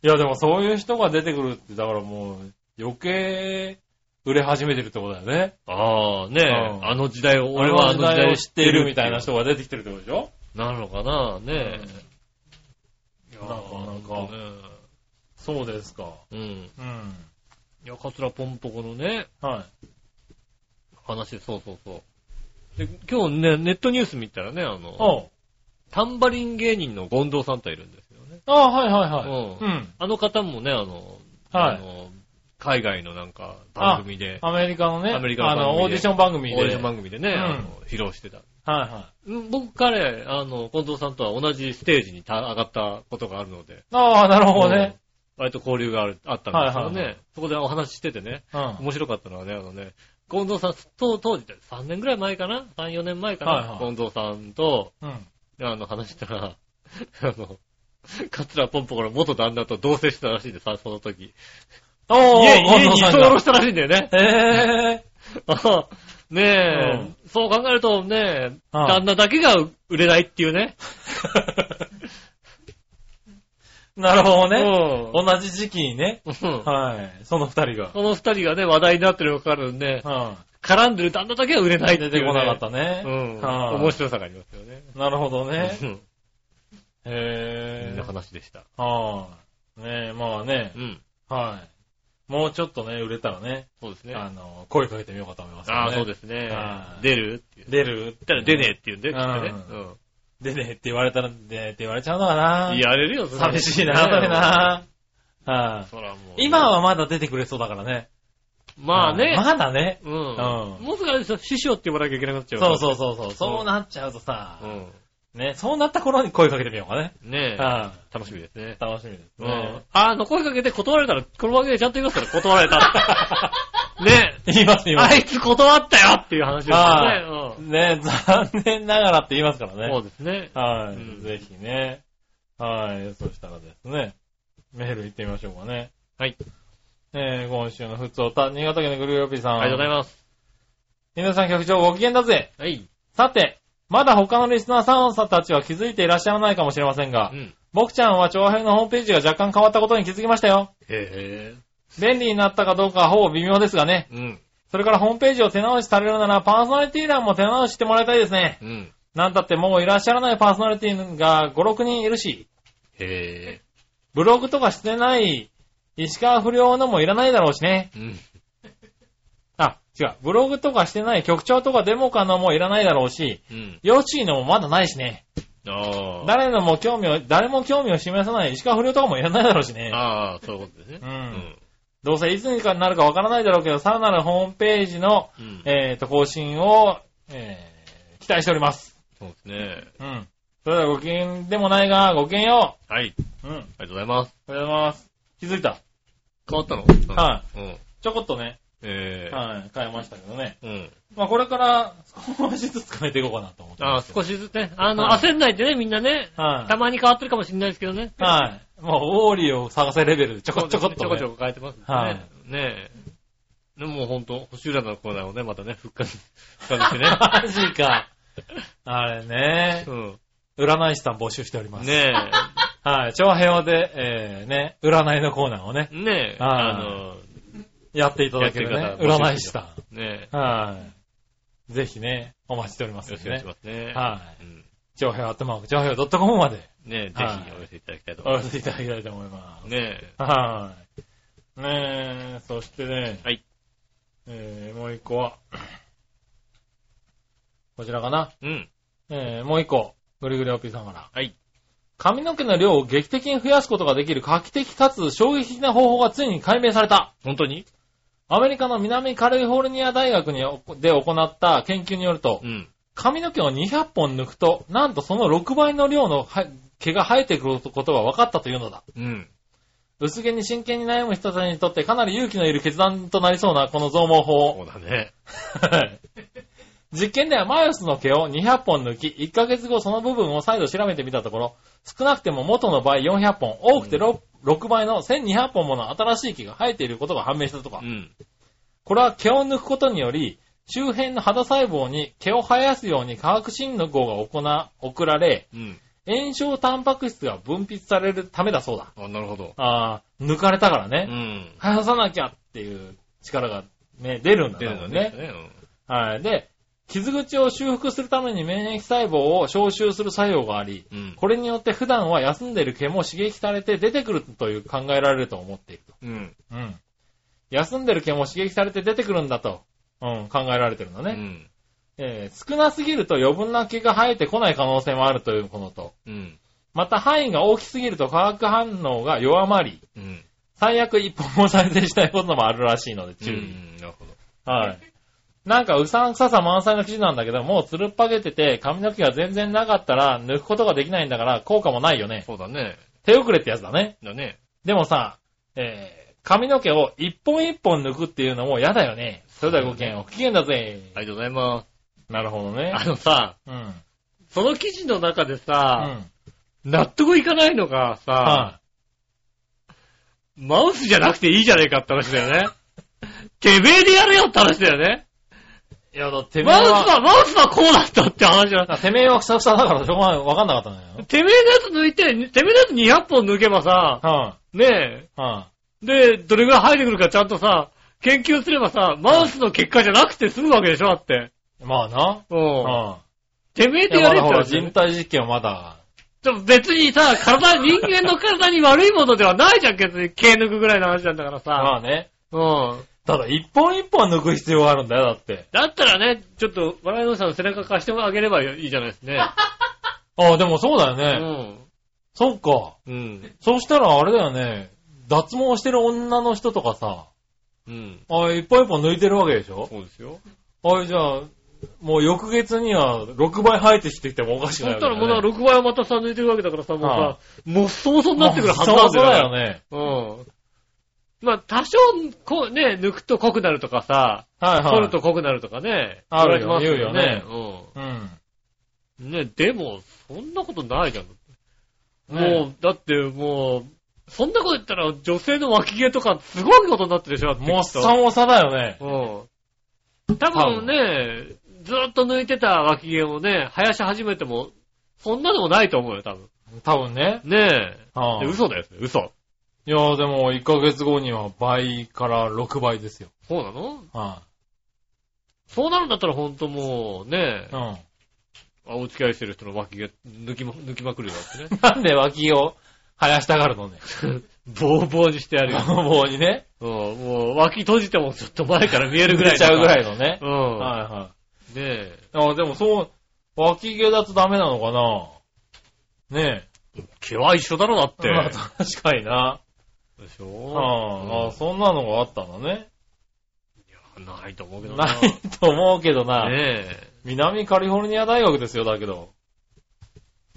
Speaker 3: いや、でもそういう人が出てくるって、だからもう、余計、売れ始めてるってことだよね。
Speaker 2: ああ、ねえ、
Speaker 3: うん
Speaker 2: あの時代を、俺はあの時代を知っているみ
Speaker 3: み
Speaker 2: た
Speaker 3: た
Speaker 2: い
Speaker 3: い
Speaker 2: な
Speaker 3: な
Speaker 2: 人。
Speaker 3: 人が出てきてるってことでしょ
Speaker 2: なのかな、ねえ。いや
Speaker 3: なかなか
Speaker 2: ほとね
Speaker 3: そうですか。
Speaker 2: うん。
Speaker 3: うん。
Speaker 2: いや、カツラポンポコのね、
Speaker 3: はい。
Speaker 2: 話、そうそうそう。で、今日ね、ネットニュース見たらね、あの、
Speaker 3: おう
Speaker 2: タンバリン芸人の権藤さんといるんですよね。
Speaker 3: ああ、はいはいはい。
Speaker 2: うん
Speaker 3: うん。
Speaker 2: あの方もね、あの、
Speaker 3: はい
Speaker 2: あの海外のなんか番組で、
Speaker 3: アメリカのね、
Speaker 2: アメリカの
Speaker 3: あ
Speaker 2: 番組で
Speaker 3: の、オーディション番
Speaker 2: オ
Speaker 3: 組
Speaker 2: ー
Speaker 3: で。
Speaker 2: ディション番組でね、
Speaker 3: うん
Speaker 2: あの披露してた。
Speaker 3: はいはい。
Speaker 2: うん僕、彼、あの、近藤さんとは同じステージにた上がったことがあるので、
Speaker 3: ああ、なるほどね。
Speaker 2: うん割と交流があるあったんですけどね、
Speaker 3: はいはいは
Speaker 2: そこでお話ししててね、
Speaker 3: うん。はい
Speaker 2: 面白かったのはね、あのね、近藤さん、当当時で3年ぐらい前かな ?3、4年前かな、
Speaker 3: はいはい
Speaker 2: 近藤さんと、
Speaker 3: うん。
Speaker 2: あの、話したら、 あの、カツラポンポコの元旦那と同棲してたらしいんでさ、その時。
Speaker 3: お
Speaker 2: 家
Speaker 3: ー、
Speaker 2: 家に居
Speaker 3: 近藤さん
Speaker 2: 候
Speaker 3: が
Speaker 2: したらしいんだよ ね。
Speaker 3: ええ
Speaker 2: あねえ、
Speaker 3: うん
Speaker 2: そう考えるとね、
Speaker 3: うん
Speaker 2: 旦那だけが売れないっていうね。
Speaker 3: なるほど ね。
Speaker 2: う
Speaker 3: 同じ時期にね。
Speaker 2: ん。うん
Speaker 3: はい。その二人が。
Speaker 2: この二人がね、話題になってるのがかかるんで、
Speaker 3: うん。
Speaker 2: 絡んでる旦那だけは売れないってい
Speaker 3: 出
Speaker 2: う、ね。
Speaker 3: てこなかった
Speaker 2: う
Speaker 3: ね。
Speaker 2: ん。
Speaker 3: はい
Speaker 2: 面白さがありますよね。
Speaker 3: なるほどね
Speaker 2: う。んそん
Speaker 3: へえ
Speaker 2: な。話でした。
Speaker 3: はい。ねえ、まあね
Speaker 2: う。ん。
Speaker 3: はい。もうちょっとね、売れたらね、
Speaker 2: そうですね。
Speaker 3: あの、声かけてみようかと思います、。
Speaker 2: ああ、そうですすね
Speaker 3: は。い
Speaker 2: 出るって言っ
Speaker 3: 出る
Speaker 2: たら出ねえって言うんで、きっとね。
Speaker 3: うん
Speaker 2: う。。
Speaker 3: 出ねえって言われたら、出ねえって言われちゃうのかなん
Speaker 2: やれるよ、それ
Speaker 3: 寂しいな、それ。な。はい。
Speaker 2: そらもう。
Speaker 3: 今。はまだ出てくれそうだからね。
Speaker 2: まあね。
Speaker 3: まだね。
Speaker 2: うん。
Speaker 3: うん
Speaker 2: もうすぐあれですよ、師匠って言わなきゃいけなくなっちゃうから。
Speaker 3: そうそうそうそう。そうなっちゃうとさ、
Speaker 2: う
Speaker 3: ね、そうなった頃に声かけてみようかね。
Speaker 2: ん。ねえ。
Speaker 3: は
Speaker 2: 楽しみですね
Speaker 3: い。。楽しみです
Speaker 2: うん
Speaker 3: ね。。
Speaker 2: あの、声かけて断られたら、この番組でちゃんと言い ますから、断られたって。ね
Speaker 3: 言います、
Speaker 2: え。
Speaker 3: 言いま
Speaker 2: あ
Speaker 3: す。
Speaker 2: いつ断ったよっていう話ですよ
Speaker 3: はい
Speaker 2: ね。
Speaker 3: ね、残念ながらって言いますから
Speaker 2: うん
Speaker 3: ね。
Speaker 2: そうですね。
Speaker 3: はい、
Speaker 2: うん
Speaker 3: ぜひね。はい。そしたらですね、メール行ってみましょうかね。
Speaker 2: はい。
Speaker 3: えー、今週のふつおた、新潟県のグルーヨピーさん。
Speaker 2: ありがとうござい
Speaker 3: ま
Speaker 2: ます。
Speaker 3: す。皆さん局長ご機嫌だぜ。
Speaker 2: はい。
Speaker 3: さて、まだ他のリスナーさんたちは気づいていらっしゃらないかもしれませんが
Speaker 2: う、ん。
Speaker 3: 僕ちゃんは長編のホームページが若干変わったことに気づきましたよ。
Speaker 2: へ
Speaker 3: 便利になったかどうかはほぼ微妙ですがね。
Speaker 2: え。うん。
Speaker 3: それからホームページを手直しされるならパーソナリティ欄も手直ししてもらいたいですね。
Speaker 2: うん。
Speaker 3: なんたってもういらっしゃらないパーソナリティが5、6人いるし、
Speaker 2: へえ。
Speaker 3: ブログとかしてない、石川不良のもいらないだろうしね。
Speaker 2: うん。
Speaker 3: あ、違う。ブログとかしてない局長とかデモカのもいらないだろうし、
Speaker 2: うん。
Speaker 3: ヨッシーのもまだないしね。
Speaker 2: ああ。
Speaker 3: 誰のも興味を、誰も興味を示さない石川不良とかもいらないだろうしね。
Speaker 2: ああ、そういうことですね。
Speaker 3: うんどうせいつになるかわからないだろうけど、さらなるホームページの、
Speaker 2: うん。うん。
Speaker 3: えーと、更新を、えー期待しております。
Speaker 2: そうですね。
Speaker 3: うん。それではご機嫌でもないが、ごきげんよ
Speaker 2: はい。
Speaker 3: う。うん。あ
Speaker 2: あり
Speaker 3: り
Speaker 2: がとうございます。
Speaker 3: がとうございます。気づいた。
Speaker 2: 変わったの。
Speaker 3: はい
Speaker 2: うん。
Speaker 3: ちょこっとね、
Speaker 2: ええ。
Speaker 3: はい、変えましたけどね。
Speaker 2: うん。
Speaker 3: まあこれから少しずつ変えていこうかなと思って
Speaker 2: ああ、
Speaker 3: ます。
Speaker 2: 少しずつね。あの、
Speaker 3: はい
Speaker 2: 焦んないでね、みんなね。
Speaker 3: はい、
Speaker 2: たまに変わってるかもしれないですけどね。
Speaker 3: はい。もう、ウォーリーを探せレベルでちょこちょこっと、
Speaker 2: ちょ
Speaker 3: ね。
Speaker 2: こちょこ変えてますね。
Speaker 3: はい
Speaker 2: ねえ。でもほんと、星浦のコーナーをね、またね、復活、復活してね。
Speaker 3: マジか。あれね
Speaker 2: う。ん。
Speaker 3: 占い師さん募集しております。
Speaker 2: ね
Speaker 3: はい。長編をで、えー、ね、占いのコーナーをね、
Speaker 2: え。ねえ。
Speaker 3: はい
Speaker 2: あの、
Speaker 3: やっていただける
Speaker 2: や
Speaker 3: ね
Speaker 2: っ、てください
Speaker 3: 占い師さ
Speaker 2: ね
Speaker 3: ん。はい。ぜひね、お待ちしておりま
Speaker 2: え。
Speaker 3: す
Speaker 2: よ
Speaker 3: の
Speaker 2: ろしくお願い
Speaker 3: で
Speaker 2: し
Speaker 3: ね。
Speaker 2: ますね。
Speaker 3: は
Speaker 2: うん
Speaker 3: い。長編アットマーク、長編 .com まで
Speaker 2: ねえ、ぜ
Speaker 3: はい
Speaker 2: ひお寄せいただきたいと
Speaker 3: お
Speaker 2: 思い
Speaker 3: 寄
Speaker 2: ま。
Speaker 3: せいただきたいと思います
Speaker 2: ねえ。
Speaker 3: す。はい。ねえ、そしてね、
Speaker 2: はい。
Speaker 3: えー、もう一個は、こちらかな。
Speaker 2: うん。
Speaker 3: えー、もう一個、ぐりぐりおっぴーさんから。
Speaker 2: はい。
Speaker 3: 髪の毛の量を劇的に増やすことができる画期的かつ衝撃的な方法がついに解明された。
Speaker 2: 本当に
Speaker 3: アメリカの南カリフォルニア大学におで行った研究によると
Speaker 2: う、ん。
Speaker 3: 髪の毛を200本抜くと、なんとその6倍の量のは毛が生えてくることが分かったというのだ。
Speaker 2: うん。
Speaker 3: 薄毛に真剣に悩む人たちにとってかなり勇気のいる決断となりそうなこの増毛
Speaker 2: そ
Speaker 3: 法。
Speaker 2: うだね。
Speaker 3: はい実験ではマウスの毛を200本抜き、1ヶ月後その部分を再度調べてみたところ、少なくても元の倍400本、多くて 6, 倍の1200本もの新しい毛が生えていることが判明したとか、
Speaker 2: うん。
Speaker 3: これは毛を抜くことにより、周辺の肌細胞に毛を生やすように化学信号が行な、送られ、
Speaker 2: うん。
Speaker 3: 炎症タンパク質が分泌されるためだそうだ。
Speaker 2: あ、なるほど。
Speaker 3: ああ、抜かれたから
Speaker 2: う
Speaker 3: ね、
Speaker 2: ん。
Speaker 3: 生やさなきゃっていう力がね、出るんだ
Speaker 2: 出るの
Speaker 3: 多分
Speaker 2: ね。
Speaker 3: はい。で、傷口を修復するために免疫細胞を消臭する作用があり、
Speaker 2: うん。
Speaker 3: これによって普段は休んでいる毛も刺激されて出てくるという考えられると思っていると。
Speaker 2: うん。
Speaker 3: うん。休んでる毛も刺激されて出てくるんだと、うん、考えられてるの
Speaker 2: う
Speaker 3: ね。
Speaker 2: ん。
Speaker 3: えー少なすぎると余分な毛が生えてこない可能性もあるというものと、
Speaker 2: うん。
Speaker 3: また範囲が大きすぎると化学反応が弱まり、
Speaker 2: うん。
Speaker 3: 最悪一本も再生したいこともあるらしいので注意。
Speaker 2: うん。なるほど。
Speaker 3: はい。なんか、うさんくささ満載の記事なんだけど、もうつるっぱげてて、髪の毛が全然なかったら、抜くことができないんだから、効果もないよね。
Speaker 2: そうだね。
Speaker 3: 手遅れってやつだね。
Speaker 2: だね。
Speaker 3: でもさ、えー、髪の毛を一本一本抜くっていうのも嫌だよね。それではごきげん、お機嫌だぜ。
Speaker 2: ありがとうございま
Speaker 3: なるほどね
Speaker 2: す。。あのさ、
Speaker 3: うん。うん。
Speaker 2: その記事の中で
Speaker 3: は
Speaker 2: さ、
Speaker 3: い、
Speaker 2: 納得いかないのがさ、マウスじゃなくていいじゃねえかって話だよ ね。てめえでやれよって話だよね。
Speaker 3: いや、だっててめえ
Speaker 2: マウス
Speaker 3: は、
Speaker 2: は、マウスはこうだったって話だ。
Speaker 3: あてめえはふさふさだからしょうがないわかんなかったのよ。
Speaker 2: てめえのやつ抜いて、てめえのやつ200本抜けばさ、
Speaker 3: は
Speaker 2: ね
Speaker 3: い、は
Speaker 2: え、で、どれぐらい生えてくるかちゃんとさ、研究すればさ、マウスの結果じゃなくて済むわけでしょだって。
Speaker 3: い、まあな。
Speaker 2: うん。
Speaker 3: は
Speaker 2: てめえ
Speaker 3: い。い
Speaker 2: で
Speaker 3: や、
Speaker 2: や
Speaker 3: ま
Speaker 2: れ
Speaker 3: だ
Speaker 2: って
Speaker 3: ほら、
Speaker 2: 話だよ
Speaker 3: 人
Speaker 2: ね
Speaker 3: 体実験はまだ。
Speaker 2: でも別にさ、体、人間の体に悪いものではないじゃん、別に。毛抜くぐらいの話なんだから
Speaker 3: ま
Speaker 2: さ。
Speaker 3: あね。
Speaker 2: うん。
Speaker 3: ただ、一本一本抜く必要があるんだよ、だって。
Speaker 2: だったらね、ちょっと、笑いのさんの背中貸してあげればいいじゃないです ね。
Speaker 3: ああ、でもそうだよ
Speaker 2: う
Speaker 3: ね。
Speaker 2: ん。
Speaker 3: そっか。
Speaker 2: うん。
Speaker 3: そしたらあれだよね。脱毛してる女の人とかさ、
Speaker 2: うん。
Speaker 3: ああ、一本一本抜いてるわけでしょ
Speaker 2: そうですよ。
Speaker 3: ああ、じゃあ、もう翌月には6倍生えてきてきてもおかしく
Speaker 2: そ
Speaker 3: ない
Speaker 2: し
Speaker 3: わ
Speaker 2: たら
Speaker 3: けだ
Speaker 2: もう
Speaker 3: よ
Speaker 2: な、
Speaker 3: ね。
Speaker 2: 6倍はまたさ、抜いてるわけだからさ、もう
Speaker 3: は
Speaker 2: さ
Speaker 3: い、
Speaker 2: もうそうそうになってくるはずなん
Speaker 3: そうだ
Speaker 2: だよ
Speaker 3: よ。ね。
Speaker 2: うん。まあ、多少、こう、ね、抜くと濃くなるとかさ、
Speaker 3: はいはい。
Speaker 2: 取ると濃くなるとかね。
Speaker 3: ある
Speaker 2: 言
Speaker 3: よ
Speaker 2: われてます
Speaker 3: 言
Speaker 2: よね。
Speaker 3: うん。
Speaker 2: うん。ね、でも、そんなことないじゃん。
Speaker 3: ね
Speaker 2: もう、だってもう、そんなこと言ったら女性の脇毛とかすごいことになってるでしょだって
Speaker 3: もう
Speaker 2: きっと
Speaker 3: さんおさだよね。
Speaker 2: うん。多分ね、ずーっと抜いてた脇毛をね、生やし始めても、そんなのもないと思うよ、多分。
Speaker 3: 多分ね。
Speaker 2: ねえ。
Speaker 3: は
Speaker 2: で
Speaker 3: い
Speaker 2: 嘘だよ、それ嘘。
Speaker 3: いやでも1ヶ月後には倍から6倍ですよ。
Speaker 2: そうなの
Speaker 3: は
Speaker 2: そうなるんだったらほんともう、ね
Speaker 3: い。
Speaker 2: え
Speaker 3: う、ん。。
Speaker 2: あお付き合いしてる人の脇毛抜 きま、抜きまくるよってね
Speaker 3: なんで脇を生やしたがるのね。
Speaker 2: ボーボーにしてやる よ。
Speaker 3: 棒にね。
Speaker 2: うん、もう脇閉じてもちょっと前から見えるぐらい
Speaker 3: 出ちゃうぐら
Speaker 2: い。
Speaker 3: いのね
Speaker 2: う。
Speaker 3: は
Speaker 2: ん。
Speaker 3: いはい。
Speaker 2: ねえ。
Speaker 3: あ、でもそう、脇毛だとダメなのかなね
Speaker 2: 毛は一緒だろ、だっ
Speaker 3: え。
Speaker 2: て。
Speaker 3: まあ確かにな。
Speaker 2: でし
Speaker 3: う
Speaker 2: ょ
Speaker 3: んあ、そんなのがあったんだね。
Speaker 2: うんないと思うけどな。
Speaker 3: ないと思うけどな。
Speaker 2: ねえ。
Speaker 3: 南カリフォルニア大学ですよ、だけど。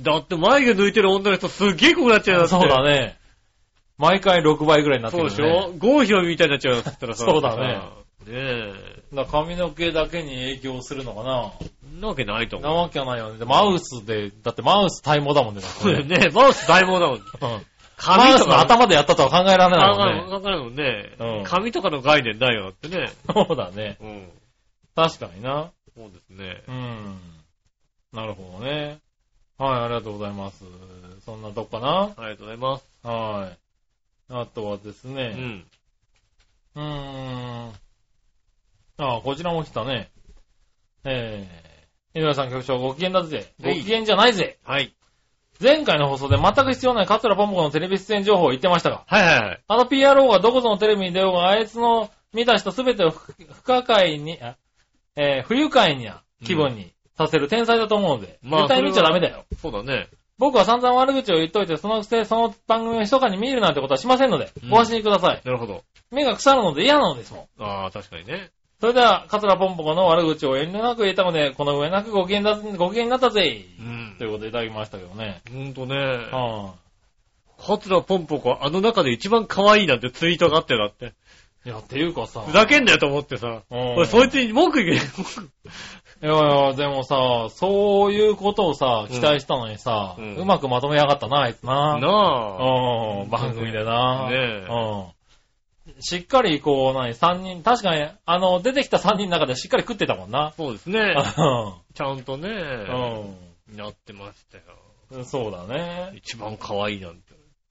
Speaker 2: だって眉毛抜いてる女の人すっげえ濃くなっちゃうよだって。
Speaker 3: そうだね。毎回6倍ぐらいになって
Speaker 2: そう
Speaker 3: る
Speaker 2: で
Speaker 3: ね
Speaker 2: しょゴーヒロミみたいになっちゃうよだったらさ。
Speaker 3: そうだね
Speaker 2: ねえ。
Speaker 3: だから髪の毛だけに影響するのかな
Speaker 2: そんなわけないと
Speaker 3: な
Speaker 2: 思う。
Speaker 3: わけはないよね。でマウスで、だってマウス体毛だもんね。だって
Speaker 2: そうだよね。マウス大毛だもん。
Speaker 3: うんマ
Speaker 2: 髪
Speaker 3: ウ
Speaker 2: と
Speaker 3: ス
Speaker 2: か
Speaker 3: の頭でやったとは考えられない
Speaker 2: あ
Speaker 3: も
Speaker 2: わ
Speaker 3: んね。
Speaker 2: かんないもんね
Speaker 3: うん。
Speaker 2: 髪とかの概念ないよだってね。
Speaker 3: そうだね。
Speaker 2: うん。
Speaker 3: 確かにな。
Speaker 2: そうですね。
Speaker 3: うん。なるほどね。はい、ありがとうございます。そんなとこか
Speaker 2: ありがとうございます。
Speaker 3: なはい。あとはです
Speaker 2: う
Speaker 3: ね。
Speaker 2: ん。
Speaker 3: うーん。ああ、こちらも来たね。えー。井上さん局長、ご機嫌だぜ。ご
Speaker 2: はい
Speaker 3: 機嫌じゃないぜ。
Speaker 2: はい。
Speaker 3: 前回の放送で全く必要ないカツラポンポコのテレビ出演情報を言ってましたが、
Speaker 2: はいはいはい。
Speaker 3: あの PRO がどこぞのテレビに出ようが、あいつの見た人すべてを不不可解に、あえー不愉快な気分にさせる天才だと思うので、
Speaker 2: まあ
Speaker 3: 絶対見ちゃダメだよ。
Speaker 2: そうだね。
Speaker 3: 僕は散々悪口を言っといて、そのくせその番組を密かに見るなんてことはしませんので
Speaker 2: う、ん
Speaker 3: ご安心ください。
Speaker 2: なるほど。
Speaker 3: 目が腐るので嫌なのですもん。
Speaker 2: ああ、確かにね。
Speaker 3: それでは、カツラポンポコの悪口を遠慮なく言えたので、この上なくご機嫌だ、ご機嫌になったぜ、
Speaker 2: うん
Speaker 3: ということでいただきましたけどね。
Speaker 2: ほんとね。
Speaker 3: は
Speaker 2: カツラポンポコ、あの中で一番可愛いなんてツイートがあってだって。
Speaker 3: い。いや、っていうかさ。
Speaker 2: ふざけんなよと思ってさ。
Speaker 3: うん
Speaker 2: 俺、そいつに文句言え、
Speaker 3: いやいや、でもさ、そういうことをさ、期待したのにさ、う
Speaker 2: うん
Speaker 3: まくまとめやがったな、あいつな。
Speaker 2: なあ。
Speaker 3: うん、番組でな。
Speaker 2: ねえ
Speaker 3: うん。しっかりこう、何、三人、確かに、あの、出てきた三人の中でしっかり食ってたもんな。
Speaker 2: そうですね。
Speaker 3: う
Speaker 2: ちゃんとね、
Speaker 3: ん。
Speaker 2: なってましたよ。
Speaker 3: うん。そうだね。
Speaker 2: 一番可愛いなんて。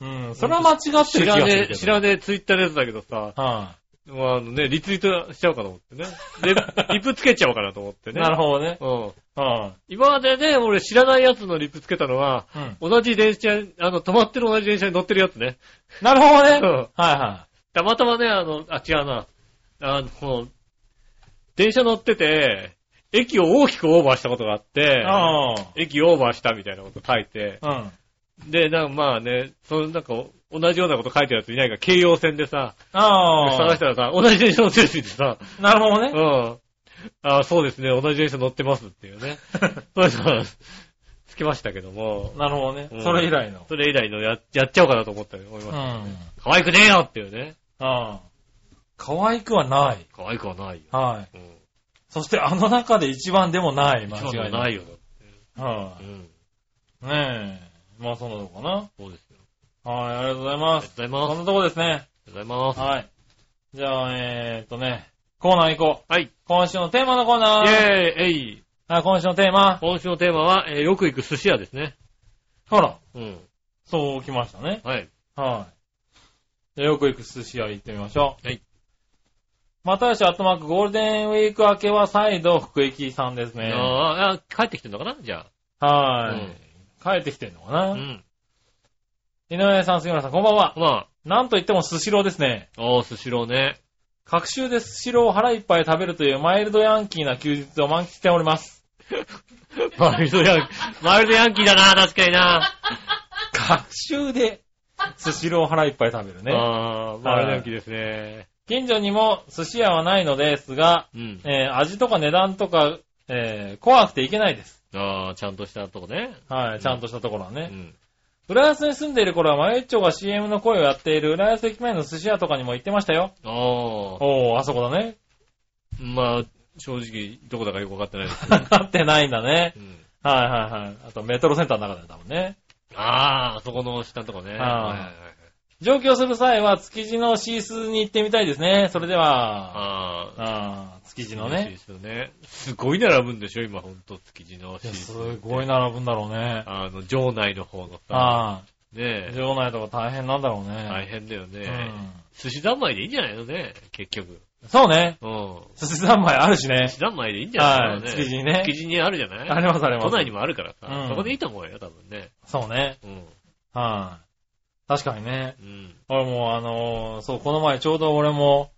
Speaker 3: うん。それは間違って
Speaker 2: 知
Speaker 3: る気が
Speaker 2: ら
Speaker 3: するけ
Speaker 2: ね
Speaker 3: ど。
Speaker 2: え、知らねえツイッターのやつだけどさ、
Speaker 3: は
Speaker 2: まあ、あのね、リツイートしちゃおうかと思ってね。 で、リプつけちゃおうかなと思って
Speaker 3: い。
Speaker 2: ね。
Speaker 3: なるほどね。
Speaker 2: ほど。うん。
Speaker 3: うん。
Speaker 2: 今までね、俺知らないやつのリプつけたのは、
Speaker 3: うん。
Speaker 2: 同じ電車、あの、止まってる同じ電車に乗ってるやつね。
Speaker 3: なるほどね。
Speaker 2: う
Speaker 3: はい
Speaker 2: ん。
Speaker 3: は
Speaker 2: たまたまね、あの、あ、違うな。あの、電車乗ってて、駅を大きくオーバーしたことがあって
Speaker 3: い。、あ
Speaker 2: 駅オーバーしたみたいなこと書いて、
Speaker 3: あ。うん。
Speaker 2: で、なんかまあね、そのなんか、同じようなこと書いてるやついないから、京葉線でさ、
Speaker 3: あ
Speaker 2: 探したらさ、同じ電車乗ってるって言ってさ、
Speaker 3: あ。なるほ
Speaker 2: う
Speaker 3: どね。
Speaker 2: ん。あそうですね、同じ電車乗ってますっていう ね。そういうのはつきましたけども、
Speaker 3: なるほどね
Speaker 2: うん。
Speaker 3: それ以来の。
Speaker 2: それ以来のや、やっちゃおうかなと思ったよ思いうま
Speaker 3: ん。
Speaker 2: した。
Speaker 3: あ
Speaker 2: 可愛くねえよっていうね。
Speaker 3: あ。可愛くはない。
Speaker 2: 可愛くはないよ。
Speaker 3: はい。
Speaker 2: うん。
Speaker 3: そしてあの中で一番でもない、間
Speaker 2: 一
Speaker 3: 違
Speaker 2: 番
Speaker 3: い。
Speaker 2: ないいよ。
Speaker 3: は
Speaker 2: う
Speaker 3: い。
Speaker 2: ん。
Speaker 3: ねえ。まあそうなのかな。
Speaker 2: そうですよ。
Speaker 3: はい、ありがとうございま
Speaker 2: あり
Speaker 3: す。
Speaker 2: がとうございま
Speaker 3: こ
Speaker 2: す。あ
Speaker 3: んなとこですね。
Speaker 2: りがとうございま
Speaker 3: はい。じゃあ、えーっとね、コーナー行こ
Speaker 2: す。
Speaker 3: う。
Speaker 2: はい。イ
Speaker 3: 今週のテーマのコーナー。
Speaker 2: ェーイえい
Speaker 3: はい、今週のテーマ。
Speaker 2: 今週のテーマは、えーよく行く寿司屋ですね。
Speaker 3: ほら、
Speaker 2: うん。
Speaker 3: そうきましたね。
Speaker 2: はい。
Speaker 3: はい。じゃあよく行く寿司屋行ってみましょう。
Speaker 2: はい。
Speaker 3: またよし、あとまくゴールデンウィーク明けは再度福井さんですね。
Speaker 2: あーあ、帰ってきてんのかなじゃあ。
Speaker 3: はい、
Speaker 2: うん
Speaker 3: 帰ってきてんのかな、
Speaker 2: うん。
Speaker 3: 井上さん、杉村さん、こんばんは。
Speaker 2: ま
Speaker 3: なんといっても寿司郎ですね。
Speaker 2: あ、おー、寿司ローね。
Speaker 3: 各週で寿司郎を腹いっぱい食べるというマイルドヤンキーな休日を満喫しております。
Speaker 2: マイルドヤンキー、マイルドヤンキーだな、確かにな。
Speaker 3: 学習で、寿司ロー腹いっぱい食べるね。
Speaker 2: ああ、マイルドヤンキーですね。
Speaker 3: 近所にも寿司屋はないのですが、
Speaker 2: うん。
Speaker 3: えー味とか値段とか、えー怖くていけないです。
Speaker 2: ああ、ちゃんとしたとこね。
Speaker 3: はい、ちゃんとしたところは
Speaker 2: う
Speaker 3: ね。
Speaker 2: ん。
Speaker 3: 浦安に住んでいる頃は、マユッチョが CM の声をやっている浦安駅前の寿司屋とかにも行ってましたよ。
Speaker 2: ああ、
Speaker 3: おー、あそこだね。
Speaker 2: まあ、正直、どこだかよくわかってないですけど。
Speaker 3: わかってないんだね
Speaker 2: う。ん
Speaker 3: はいはいはい。あとメトロセンターの中だよ、多分ね。
Speaker 2: ああ、あそこの下のとこね。
Speaker 3: あー
Speaker 2: はいはいはい
Speaker 3: 上京する際は、築地のシースに行ってみたいですね。それでは、
Speaker 2: ああ。
Speaker 3: あー築地の
Speaker 2: 嬉しい
Speaker 3: ね
Speaker 2: で。すよね。すごい並ぶんでしょ、今ほんと、築地の
Speaker 3: い
Speaker 2: シ
Speaker 3: や
Speaker 2: ー
Speaker 3: す
Speaker 2: ズン
Speaker 3: ごい並ぶんだろうね。
Speaker 2: あの、城内の方のさ、
Speaker 3: ああ。
Speaker 2: ねえ、
Speaker 3: 場内とか大変なんだろうね。
Speaker 2: 大変だよね。
Speaker 3: う
Speaker 2: 寿司三昧でいいんじゃないのね、結局。
Speaker 3: んそうね。
Speaker 2: うん。
Speaker 3: 寿司三昧あるしね
Speaker 2: 寿司。三昧でいいんじゃない
Speaker 3: は
Speaker 2: の
Speaker 3: い。
Speaker 2: ね。
Speaker 3: 築地にね
Speaker 2: 築。地にあるじゃない
Speaker 3: ありますあります。
Speaker 2: 都内にもあるからさ、
Speaker 3: うん
Speaker 2: そこでいいと思うよ、多分ね。
Speaker 3: そうね。
Speaker 2: うん。
Speaker 3: はい。確かにね。
Speaker 2: うん。
Speaker 3: 俺もあのーそう、この前ちょうど俺も、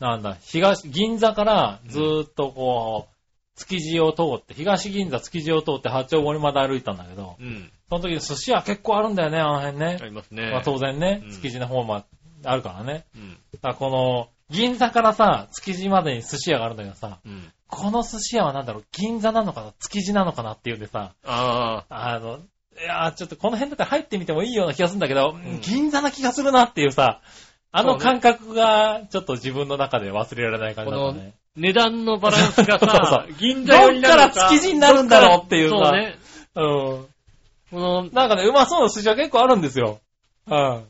Speaker 3: なんだ、東、銀座からずーっとこう、築地を通って、東銀座築地を通って八丁堀まで歩いたんだけど、
Speaker 2: うん。
Speaker 3: その時に寿司屋結構あるんだよね、あの辺ね
Speaker 2: あ。りますね。
Speaker 3: まあ当然ね
Speaker 2: うん、
Speaker 3: 築地の方もあるからね。
Speaker 2: うん。
Speaker 3: だからこの、銀座からさ、築地までに寿司屋があるんだけどさ、
Speaker 2: うん。
Speaker 3: この寿司屋はなんだろう、銀座なのかな、築地なのかなっていうんでさ、
Speaker 2: あ
Speaker 3: あの、いやーちょっとこの辺だって入ってみてもいいような気がするんだけど、
Speaker 2: ん
Speaker 3: 銀座な気がするなっていうさ、あの
Speaker 2: そうね
Speaker 3: 感覚がちょっと自分の中で忘れられない感じだったね。
Speaker 2: あ、値段のバランスがさ
Speaker 3: そう、
Speaker 2: 銀座寄りなの
Speaker 3: どっから築地になるんだろうっていうさ
Speaker 2: そうね。
Speaker 3: う
Speaker 2: この
Speaker 3: ん。、なんかね、うまそうな寿司は結構あるんですよ。うん。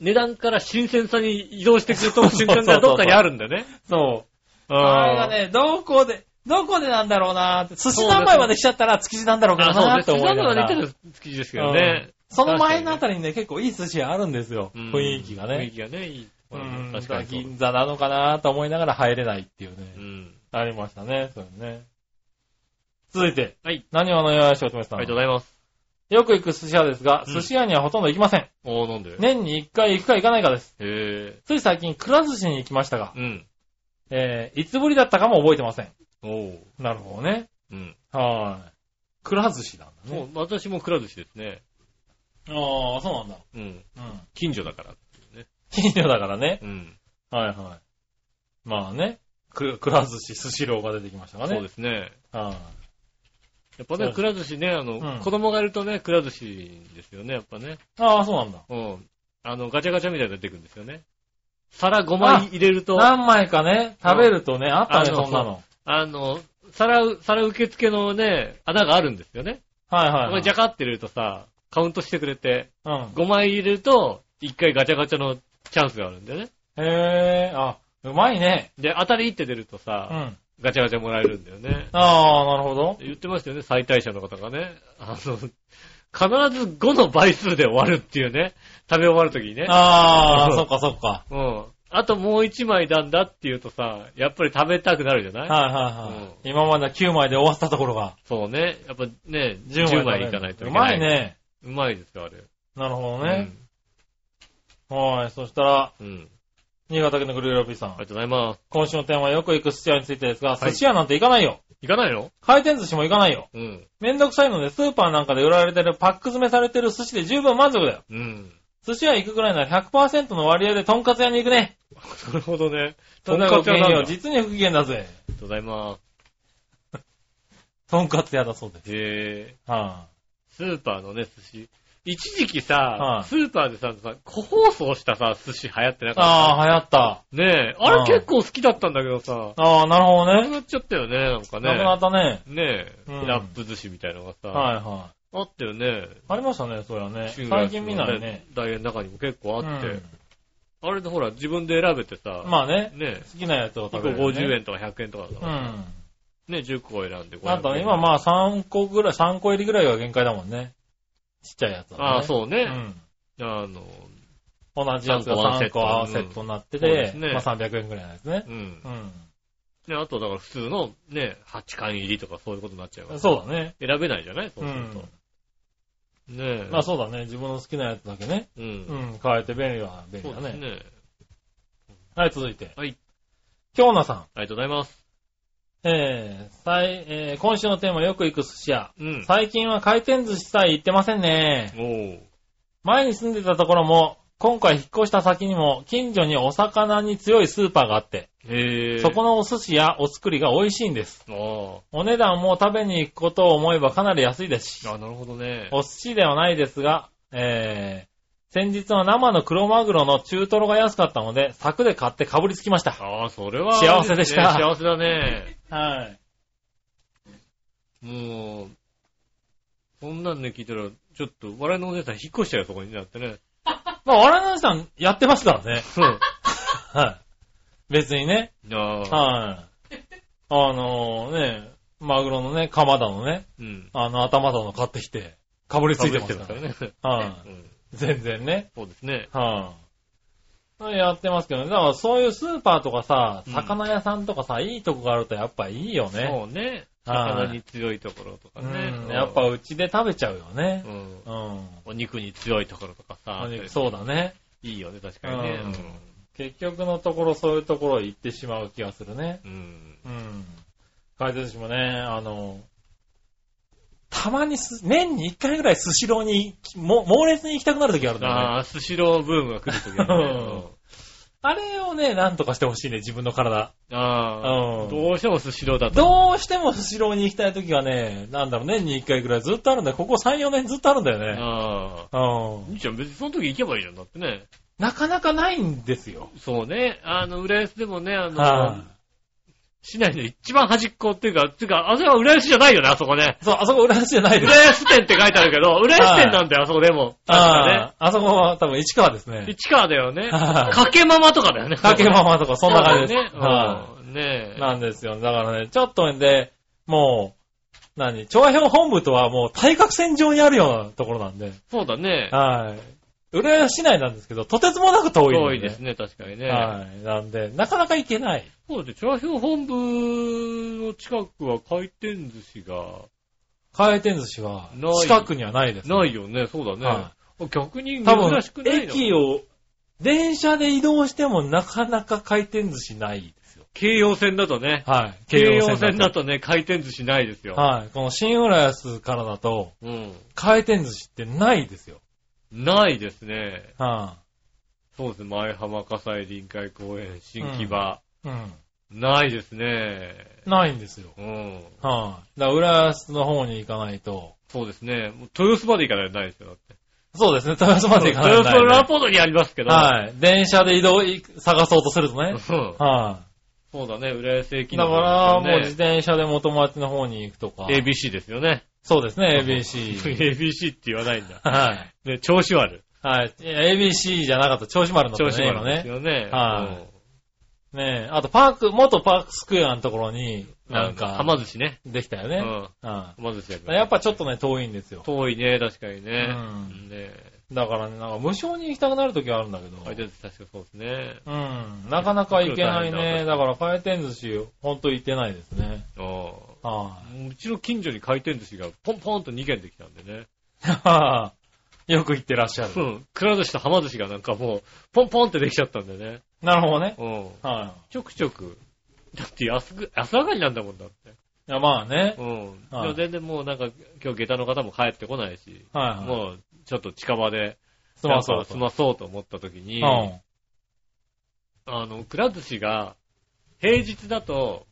Speaker 2: 値段から新鮮さに移動してくると、新鮮さがどっかにあるんだよね。
Speaker 3: そう。
Speaker 2: あ
Speaker 3: あれがね、どこで、どこでなんだろうなーって、寿司三昧まで来ちゃったら築地なんだろうか
Speaker 2: あ、そう
Speaker 3: なー
Speaker 2: ね。
Speaker 3: って思いながら。
Speaker 2: 出てる月ですけどね。
Speaker 3: その前のあたりにね、結構いい寿司屋あるんですよ。雰囲気がね。
Speaker 2: 雰囲気がね、いい。
Speaker 3: うん、
Speaker 2: 確かにそう。
Speaker 3: 銀座なのかなと思いながら入れないっていうね。
Speaker 2: うん。
Speaker 3: ありましたね、そういうのね。続いて。
Speaker 2: はい。
Speaker 3: 何話のよやしおとめ
Speaker 2: あ
Speaker 3: さん。
Speaker 2: りがとうございます。
Speaker 3: よく行く寿司屋ですが、
Speaker 2: うん
Speaker 3: 寿司屋にはほとんど行きません。
Speaker 2: おー、なんで
Speaker 3: 年に一回行くか行かないかです。
Speaker 2: へ
Speaker 3: つい最近、くら寿司に行きましたが
Speaker 2: ー。、うん。
Speaker 3: えー、いつぶりだったかも覚えてません。
Speaker 2: おー。
Speaker 3: なるほどね。
Speaker 2: うん。
Speaker 3: はーい。くら寿司なんだ
Speaker 2: も
Speaker 3: ね。
Speaker 2: う、私もくら寿司ですね。
Speaker 3: ああ、そうなんだ。
Speaker 2: うん。
Speaker 3: うん。
Speaker 2: 近所だから。
Speaker 3: 近所だからね。
Speaker 2: うん。
Speaker 3: はいはい。まあね。く、くら寿司、寿司ローが出てきましたからね。
Speaker 2: そうですね。や
Speaker 3: はい。
Speaker 2: っぱ
Speaker 3: そう
Speaker 2: ね、
Speaker 3: です
Speaker 2: くら寿司ね、あ
Speaker 3: う
Speaker 2: の、
Speaker 3: ん
Speaker 2: 子供がいるとね、くら寿司ですよね、やっぱね。
Speaker 3: ああ、そうなんだ。
Speaker 2: うん。あの、ガチャガチャみたいなの出てくるんですよね。皿5枚入れると、
Speaker 3: 何枚かね、食べるとね、あったね、
Speaker 2: あの
Speaker 3: そんなの。
Speaker 2: あの、皿、皿受付のね、穴があるんですよね。
Speaker 3: はいはい、
Speaker 2: こ
Speaker 3: は
Speaker 2: れ
Speaker 3: い。
Speaker 2: ジャカって入れるとさ、カウントしてくれて、
Speaker 3: うん。
Speaker 2: 5枚入れると、1回ガチャガチャのチャンスがあるんだよね。
Speaker 3: へぇー、あ、うまいね。
Speaker 2: で、当たりって出ると
Speaker 3: うん。
Speaker 2: さ、
Speaker 3: あ
Speaker 2: ガチャガチャもらえるんだよね。
Speaker 3: あー、なるほど。
Speaker 2: 言ってましたよね、最大者の方がね。あの、必ず5の倍数で終わるっていうね。食べ終わるときにね。
Speaker 3: あ
Speaker 2: う
Speaker 3: あ、
Speaker 2: ん
Speaker 3: そっかそっか。
Speaker 2: うん。あともう1枚なんだって言うとさ、やっぱり食べたくなるじゃない、
Speaker 3: はいはいは
Speaker 2: うん
Speaker 3: い。今までは9枚で終わったところが、
Speaker 2: そうね。やっぱね、
Speaker 3: 10
Speaker 2: 10枚
Speaker 3: 枚だね
Speaker 2: いかないと
Speaker 3: う
Speaker 2: いけ
Speaker 3: ま
Speaker 2: ない。
Speaker 3: い。ね。
Speaker 2: うまいですよ、あれ。
Speaker 3: なるほどね。はい、そしたら、
Speaker 2: うん。うん。
Speaker 3: 新潟県のグルーラピーさ
Speaker 2: あり。
Speaker 3: ん
Speaker 2: がとうございます。
Speaker 3: 今週のテーマはよく行く寿司屋についてですが、
Speaker 2: はい
Speaker 3: 寿司屋なんて行かないよ。
Speaker 2: 行かないの
Speaker 3: 回転寿司も行かないよ。
Speaker 2: うん。
Speaker 3: めんどくさいので、スーパーなんかで売られてるパック詰めされてる寿司で十分満足だよ。
Speaker 2: うん。
Speaker 3: 寿司屋行くくらいなら100%の割合でとんかつ屋に行くね。
Speaker 2: なるほどね。
Speaker 3: と
Speaker 2: と
Speaker 3: ん
Speaker 2: ん
Speaker 3: か
Speaker 2: か
Speaker 3: つ
Speaker 2: つ
Speaker 3: 屋
Speaker 2: 屋なんだ
Speaker 3: よ。実に不機嫌だぜ。
Speaker 2: ありがとうございま
Speaker 3: とんかつ屋だそうです。
Speaker 2: す。へ
Speaker 3: は
Speaker 2: ー。スーパーのね、寿司。一時期さ
Speaker 3: はい、
Speaker 2: スーパーでさ、さ個包装したさ、寿司流行ってな
Speaker 3: あ、
Speaker 2: かった。
Speaker 3: ああ、流行った。
Speaker 2: ねえ、
Speaker 3: う
Speaker 2: あ
Speaker 3: ん
Speaker 2: れ結構好きだったんだけどさ、
Speaker 3: ああ、なるほど
Speaker 2: なく
Speaker 3: ね。
Speaker 2: なっちゃったよね、なんかね。
Speaker 3: なくなったね。
Speaker 2: ねえ、
Speaker 3: うん
Speaker 2: ラップ寿司みたいなのがさ、
Speaker 3: はいはい。
Speaker 2: あったよね。
Speaker 3: ありましたね、そりゃね。
Speaker 2: 中
Speaker 3: 最近見ないね。。
Speaker 2: 大変の中にも結構あって、
Speaker 3: うん
Speaker 2: あれでほら、自分で選べてさ、
Speaker 3: まあね、
Speaker 2: ね
Speaker 3: 好きなやつを
Speaker 2: え、1個
Speaker 3: 食べる、ね。
Speaker 2: 50円とか100円とかだからさ、
Speaker 3: うん。
Speaker 2: ねえ、10個選んで500円。
Speaker 3: あと今まあ3個ぐらい、3個入りぐらいが限界だもんね。ちっちゃいやつは、ね。
Speaker 2: ああ、そう
Speaker 3: う
Speaker 2: ね。
Speaker 3: ん。
Speaker 2: あの、
Speaker 3: 同じやつが3
Speaker 2: 三個
Speaker 3: 個合わ
Speaker 2: ワン
Speaker 3: セ
Speaker 2: セット
Speaker 3: ットになって
Speaker 2: うんそう
Speaker 3: て
Speaker 2: で、すね
Speaker 3: まあ300円ぐらいなんですね
Speaker 2: う。ん
Speaker 3: う。ん。
Speaker 2: ね、あとだから普通のね、8巻入りとかそういうことになっちゃうから。
Speaker 3: そうだね。
Speaker 2: 選べないじゃないそう
Speaker 3: う
Speaker 2: すると。
Speaker 3: ん。
Speaker 2: ねえ。
Speaker 3: まあそうだね。自分の好きなやつだけね。
Speaker 2: う。ん。
Speaker 3: うん。変えて便利は便利
Speaker 2: そう
Speaker 3: だ
Speaker 2: です
Speaker 3: ね。
Speaker 2: ね。
Speaker 3: はい、続いて。
Speaker 2: はい。
Speaker 3: 京奈さん。
Speaker 2: ありがとうございます。
Speaker 3: えー、最、えー、今週のテーマよく行く寿司屋。
Speaker 2: うん。
Speaker 3: 最近は回転寿司さえ行ってませんね。
Speaker 2: おー。
Speaker 3: 前に住んでたところも、今回引っ越した先にも、近所にお魚に強いスーパーがあって、
Speaker 2: へえ。
Speaker 3: そこのお寿司やお作りが美味しいんです。
Speaker 2: あ
Speaker 3: お値段も食べに行くことを思えばかなり安いですし
Speaker 2: あ。、あなるほどね。
Speaker 3: お寿司ではないですが、えー、先日は生のクロマグロの中トロが安かったので、柵で買ってかぶりつきました。
Speaker 2: ああ、それは、
Speaker 3: 幸せでした
Speaker 2: ね幸せだね。
Speaker 3: はい。
Speaker 2: もう、こんなんね、聞いたら、ちょっと、我々のお姉さん引っ越したよ、そこになってね。
Speaker 3: まあ、我々のさんやってましたね。
Speaker 2: うん。
Speaker 3: はい。別にね。
Speaker 2: ああ。
Speaker 3: はい。あのー、ね、マグロのね、カマダのね、
Speaker 2: うん。
Speaker 3: あの、頭だの買ってきて、かぶりついてますからね。
Speaker 2: ね。
Speaker 3: は
Speaker 2: う
Speaker 3: い、
Speaker 2: ん。
Speaker 3: 全然ね。
Speaker 2: そうですね。
Speaker 3: はい、やってますけどね。だからそういうスーパーとかさ
Speaker 2: う、ん
Speaker 3: 魚屋さんとかさ、いいとこがあるとやっぱいいよね。
Speaker 2: そうね。
Speaker 3: はい
Speaker 2: 魚に強いところとか
Speaker 3: うん
Speaker 2: ね。
Speaker 3: やっぱ、うちで食べちゃうよね
Speaker 2: う。ん。
Speaker 3: うん。
Speaker 2: お肉に強いところとかさ。
Speaker 3: そうだね。
Speaker 2: いいよね、確かにね。
Speaker 3: 結局のところそういうところ行ってしまう気がするね。
Speaker 2: うん。うん。
Speaker 3: うん。回転寿司もね、あの、たまにす、年に一回ぐらいスシローに、も猛烈に行きたくなる時あるんだよね。
Speaker 2: ああ、スシローブームが来るときだね。
Speaker 3: あれをね、なんとかしてほしいね、自分の体。
Speaker 2: あ
Speaker 3: うん
Speaker 2: あ、どうしてもスシローだと。
Speaker 3: どうしてもスシローに行きたい時はね、なんだろう、年に1回ぐらいずっとあるんだよ。ここ3、4年ずっとあるんだよね。
Speaker 2: ああ。
Speaker 3: うん。
Speaker 2: 兄ちゃん別にその時行けばいいじゃん、だってね。
Speaker 3: なかなかないんですよ。
Speaker 2: そうね。あの、浦安でもね、あの、
Speaker 3: は
Speaker 2: 市内の一番端っこっていうか、っていうか、あそこは浦安じゃないよね、あそこね。
Speaker 3: い。そう、あそこ裏橋じゃないで
Speaker 2: 浦
Speaker 3: す。
Speaker 2: 安店って書いてあるけど、浦安店なんだよ、あそこでも。確か
Speaker 3: ああ、あそこは多分市川です
Speaker 2: ね。
Speaker 3: ね。
Speaker 2: 市川だよね。
Speaker 3: はい
Speaker 2: かけままとかだよね。
Speaker 3: 竹ママとかそんな感じ
Speaker 2: そ
Speaker 3: で
Speaker 2: う
Speaker 3: す。は
Speaker 2: だよね。うんね
Speaker 3: い。
Speaker 2: え。
Speaker 3: なんですよ。だからね、ちょっとで、もう、何、調和表本部とはもう対角線上にあるようなところなんで。
Speaker 2: そうだね。
Speaker 3: はい。浦安市内なんですけど、とてつもなく遠いん
Speaker 2: 遠いですね、確かにね。
Speaker 3: はい。なんで、なかなか行けない。
Speaker 2: そうですね、チャーシュー本部の近くは回転寿司が
Speaker 3: 回転寿司は
Speaker 2: ない、
Speaker 3: 近くにはないです、
Speaker 2: ないよね、そうだね
Speaker 3: は。
Speaker 2: 逆に
Speaker 3: 多分
Speaker 2: 珍しく、ないの
Speaker 3: 駅を、電車で移動してもなかなか回転寿司ないですよ。
Speaker 2: 京葉線だとね。
Speaker 3: はい。
Speaker 2: 京葉線だ
Speaker 3: と。
Speaker 2: とね、回転寿司ないですよ。
Speaker 3: はい。この新浦安からだと、
Speaker 2: うん。
Speaker 3: 回転寿司ってないですよ。
Speaker 2: ないですね。
Speaker 3: は
Speaker 2: そうですね、前浜火災臨海公園、新木場。
Speaker 3: い。うん。
Speaker 2: ないですね。
Speaker 3: ないんですよ。
Speaker 2: うん。
Speaker 3: はい。だから浦安の方に行かないと。
Speaker 2: そうですね。もう豊洲まで行かないとないですよ。だって
Speaker 3: そうですね。豊洲まで行かないと
Speaker 2: 豊
Speaker 3: ないね
Speaker 2: 洲のラポートにありますけど。
Speaker 3: はい。電車で移動い、探そうとすると
Speaker 2: う
Speaker 3: ね
Speaker 2: ん。そう
Speaker 3: はい。
Speaker 2: だね、浦安駅
Speaker 3: だ
Speaker 2: の
Speaker 3: か
Speaker 2: 方
Speaker 3: ら、もう
Speaker 2: で
Speaker 3: 自
Speaker 2: すよね
Speaker 3: 転車で元町の方に行くとか。
Speaker 2: ABC ですよね。
Speaker 3: そうですね、ABC。
Speaker 2: ABC って言わないんだ。
Speaker 3: はい。
Speaker 2: ね、調子悪。
Speaker 3: はい。ABC じゃなかった。調子丸だった
Speaker 2: 調
Speaker 3: ね。
Speaker 2: 子丸です
Speaker 3: 今ね。
Speaker 2: よね。
Speaker 3: はいねえ。あと、パーク、元パークスクエアのところ
Speaker 2: う
Speaker 3: に、
Speaker 2: ん
Speaker 3: なんか、
Speaker 2: はま寿司ね。
Speaker 3: できたよ
Speaker 2: う
Speaker 3: ね。
Speaker 2: ん。
Speaker 3: は
Speaker 2: はま寿司や
Speaker 3: い。やっぱちょっとね、遠いんですよ。
Speaker 2: 遠いね、確かにね。
Speaker 3: う
Speaker 2: ね
Speaker 3: ん
Speaker 2: え
Speaker 3: だからね、なんか無償に行きたくなる時はあるんだけど。
Speaker 2: 回転寿司確かそうですね。
Speaker 3: うん。なかなか行けないね。だから回転寿司、ほんと行ってないですね。
Speaker 2: あ
Speaker 3: は
Speaker 2: あ。うちの近所に回転寿司がポンポンと2軒できたんでね。
Speaker 3: い。よく行ってらっしゃ
Speaker 2: う
Speaker 3: る。
Speaker 2: ん。くら寿司とはま寿司がなんかもう、ポンポンってできちゃったんでね。
Speaker 3: なるほどね。
Speaker 2: うん。
Speaker 3: は
Speaker 2: ちょくちょく。だって安く、安上がりなんだもんだって。
Speaker 3: い。いや、まあね。
Speaker 2: うん。
Speaker 3: は
Speaker 2: で
Speaker 3: い
Speaker 2: も全然もうなんか、今日下駄の方も帰ってこないし、
Speaker 3: はいはい。
Speaker 2: もうちょっと近場で、
Speaker 3: すまそう
Speaker 2: なん
Speaker 3: と。
Speaker 2: か済まそうと思った時に、
Speaker 3: うん。
Speaker 2: あの、くら寿司が、平日だと、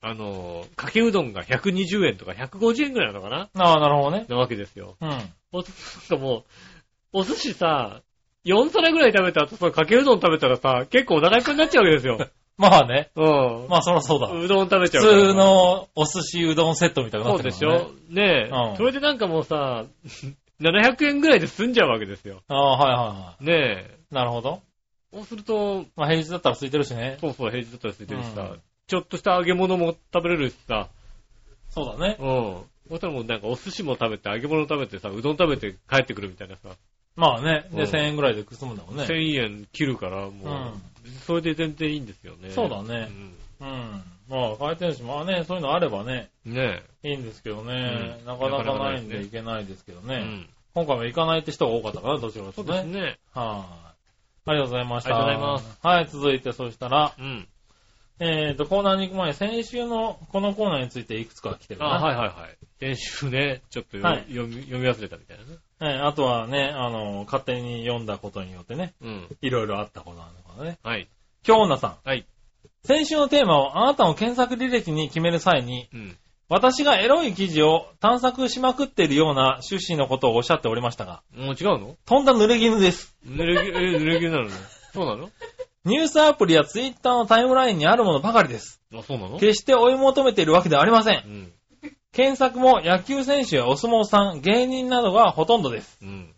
Speaker 2: あの、かけうどんが120円とか150円ぐらいなのかな
Speaker 3: ああ、なるほどね。
Speaker 2: なわけですよ。
Speaker 3: うん。
Speaker 2: お、なんかもう、お寿司さ、4皿ぐらい食べた後、そのかけうどん食べたらさ、結構お腹いっぱいになっちゃうわけです よ。
Speaker 3: まあね。
Speaker 2: うん。
Speaker 3: まあそらそうだ。
Speaker 2: うどん食べちゃ
Speaker 3: 普
Speaker 2: うから。
Speaker 3: 通のお寿司うどんセットみたいにな
Speaker 2: そ
Speaker 3: っ
Speaker 2: う
Speaker 3: てる
Speaker 2: で
Speaker 3: か
Speaker 2: し
Speaker 3: らね
Speaker 2: ょねえ、
Speaker 3: うん
Speaker 2: それでなんかもうさ、700円ぐらいで済んじゃうわけですよ。
Speaker 3: ああ、はいはいは
Speaker 2: ねえ。
Speaker 3: い。なるほど。
Speaker 2: そうすると、
Speaker 3: まあ平日だったら空いてるしね。
Speaker 2: そうそう平日だったらついてるしさ、
Speaker 3: うん
Speaker 2: ちょっとした揚げ物も食べれるしさ、
Speaker 3: そうだね。
Speaker 2: うん。そしたらもうなんかお寿司も食べて、揚げ物食べてさ、うどん食べて帰ってくるみたいなさ、
Speaker 3: まあね。
Speaker 2: うん
Speaker 3: で、1000円ぐらいで済むんだもんね。
Speaker 2: 1000円切るから、
Speaker 3: う
Speaker 2: も
Speaker 3: ん。
Speaker 2: う、それで全然いいんですよね。
Speaker 3: そうだね。うん。まあ回転寿司、まあね、そういうのあればね、
Speaker 2: うん。ね
Speaker 3: いいんですけどね。
Speaker 2: うん
Speaker 3: なかなかない
Speaker 2: な
Speaker 3: ん
Speaker 2: かなかないです
Speaker 3: で
Speaker 2: ね
Speaker 3: 行けないですけど
Speaker 2: え。う
Speaker 3: ね。
Speaker 2: ん。
Speaker 3: 今回も行かないって人が多かったかな、どちらか
Speaker 2: そ
Speaker 3: といううと
Speaker 2: です
Speaker 3: ね。
Speaker 2: ね。
Speaker 3: はい。ありがとうございました。
Speaker 2: ありがとうござい
Speaker 3: ます。はい、続いて、そしたら、
Speaker 2: うん。
Speaker 3: えっ、と、コーナーに行く前に、先週のこのコーナーについていくつか来てるかな。
Speaker 2: あ、はいはいはい。先週ね、ちょっとよ
Speaker 3: はい
Speaker 2: 読み読み忘れたみたいなね。
Speaker 3: えーあとはね、あの、勝手に読んだことによってね、
Speaker 2: うん。
Speaker 3: いろいろあったことなのかね。
Speaker 2: はい。
Speaker 3: 京女さん。
Speaker 2: はい。
Speaker 3: 先週のテーマをあなたの検索履歴に決める際に、
Speaker 2: うん。
Speaker 3: 私がエロい記事を探索しまくっているような趣旨のことをおっしゃっておりましたが、
Speaker 2: もう違うの
Speaker 3: とんだ濡れ衣です。
Speaker 2: 濡れぎ、え、濡れぎなのね。そうなの
Speaker 3: ニュースアプリやツイッターのタイムラインにあるものばかりです。
Speaker 2: あ、そうなの
Speaker 3: 決して追い求めているわけではありません
Speaker 2: う。ん。
Speaker 3: 検索も野球選手やお相撲さん、芸人などがほとんどです。
Speaker 2: うん。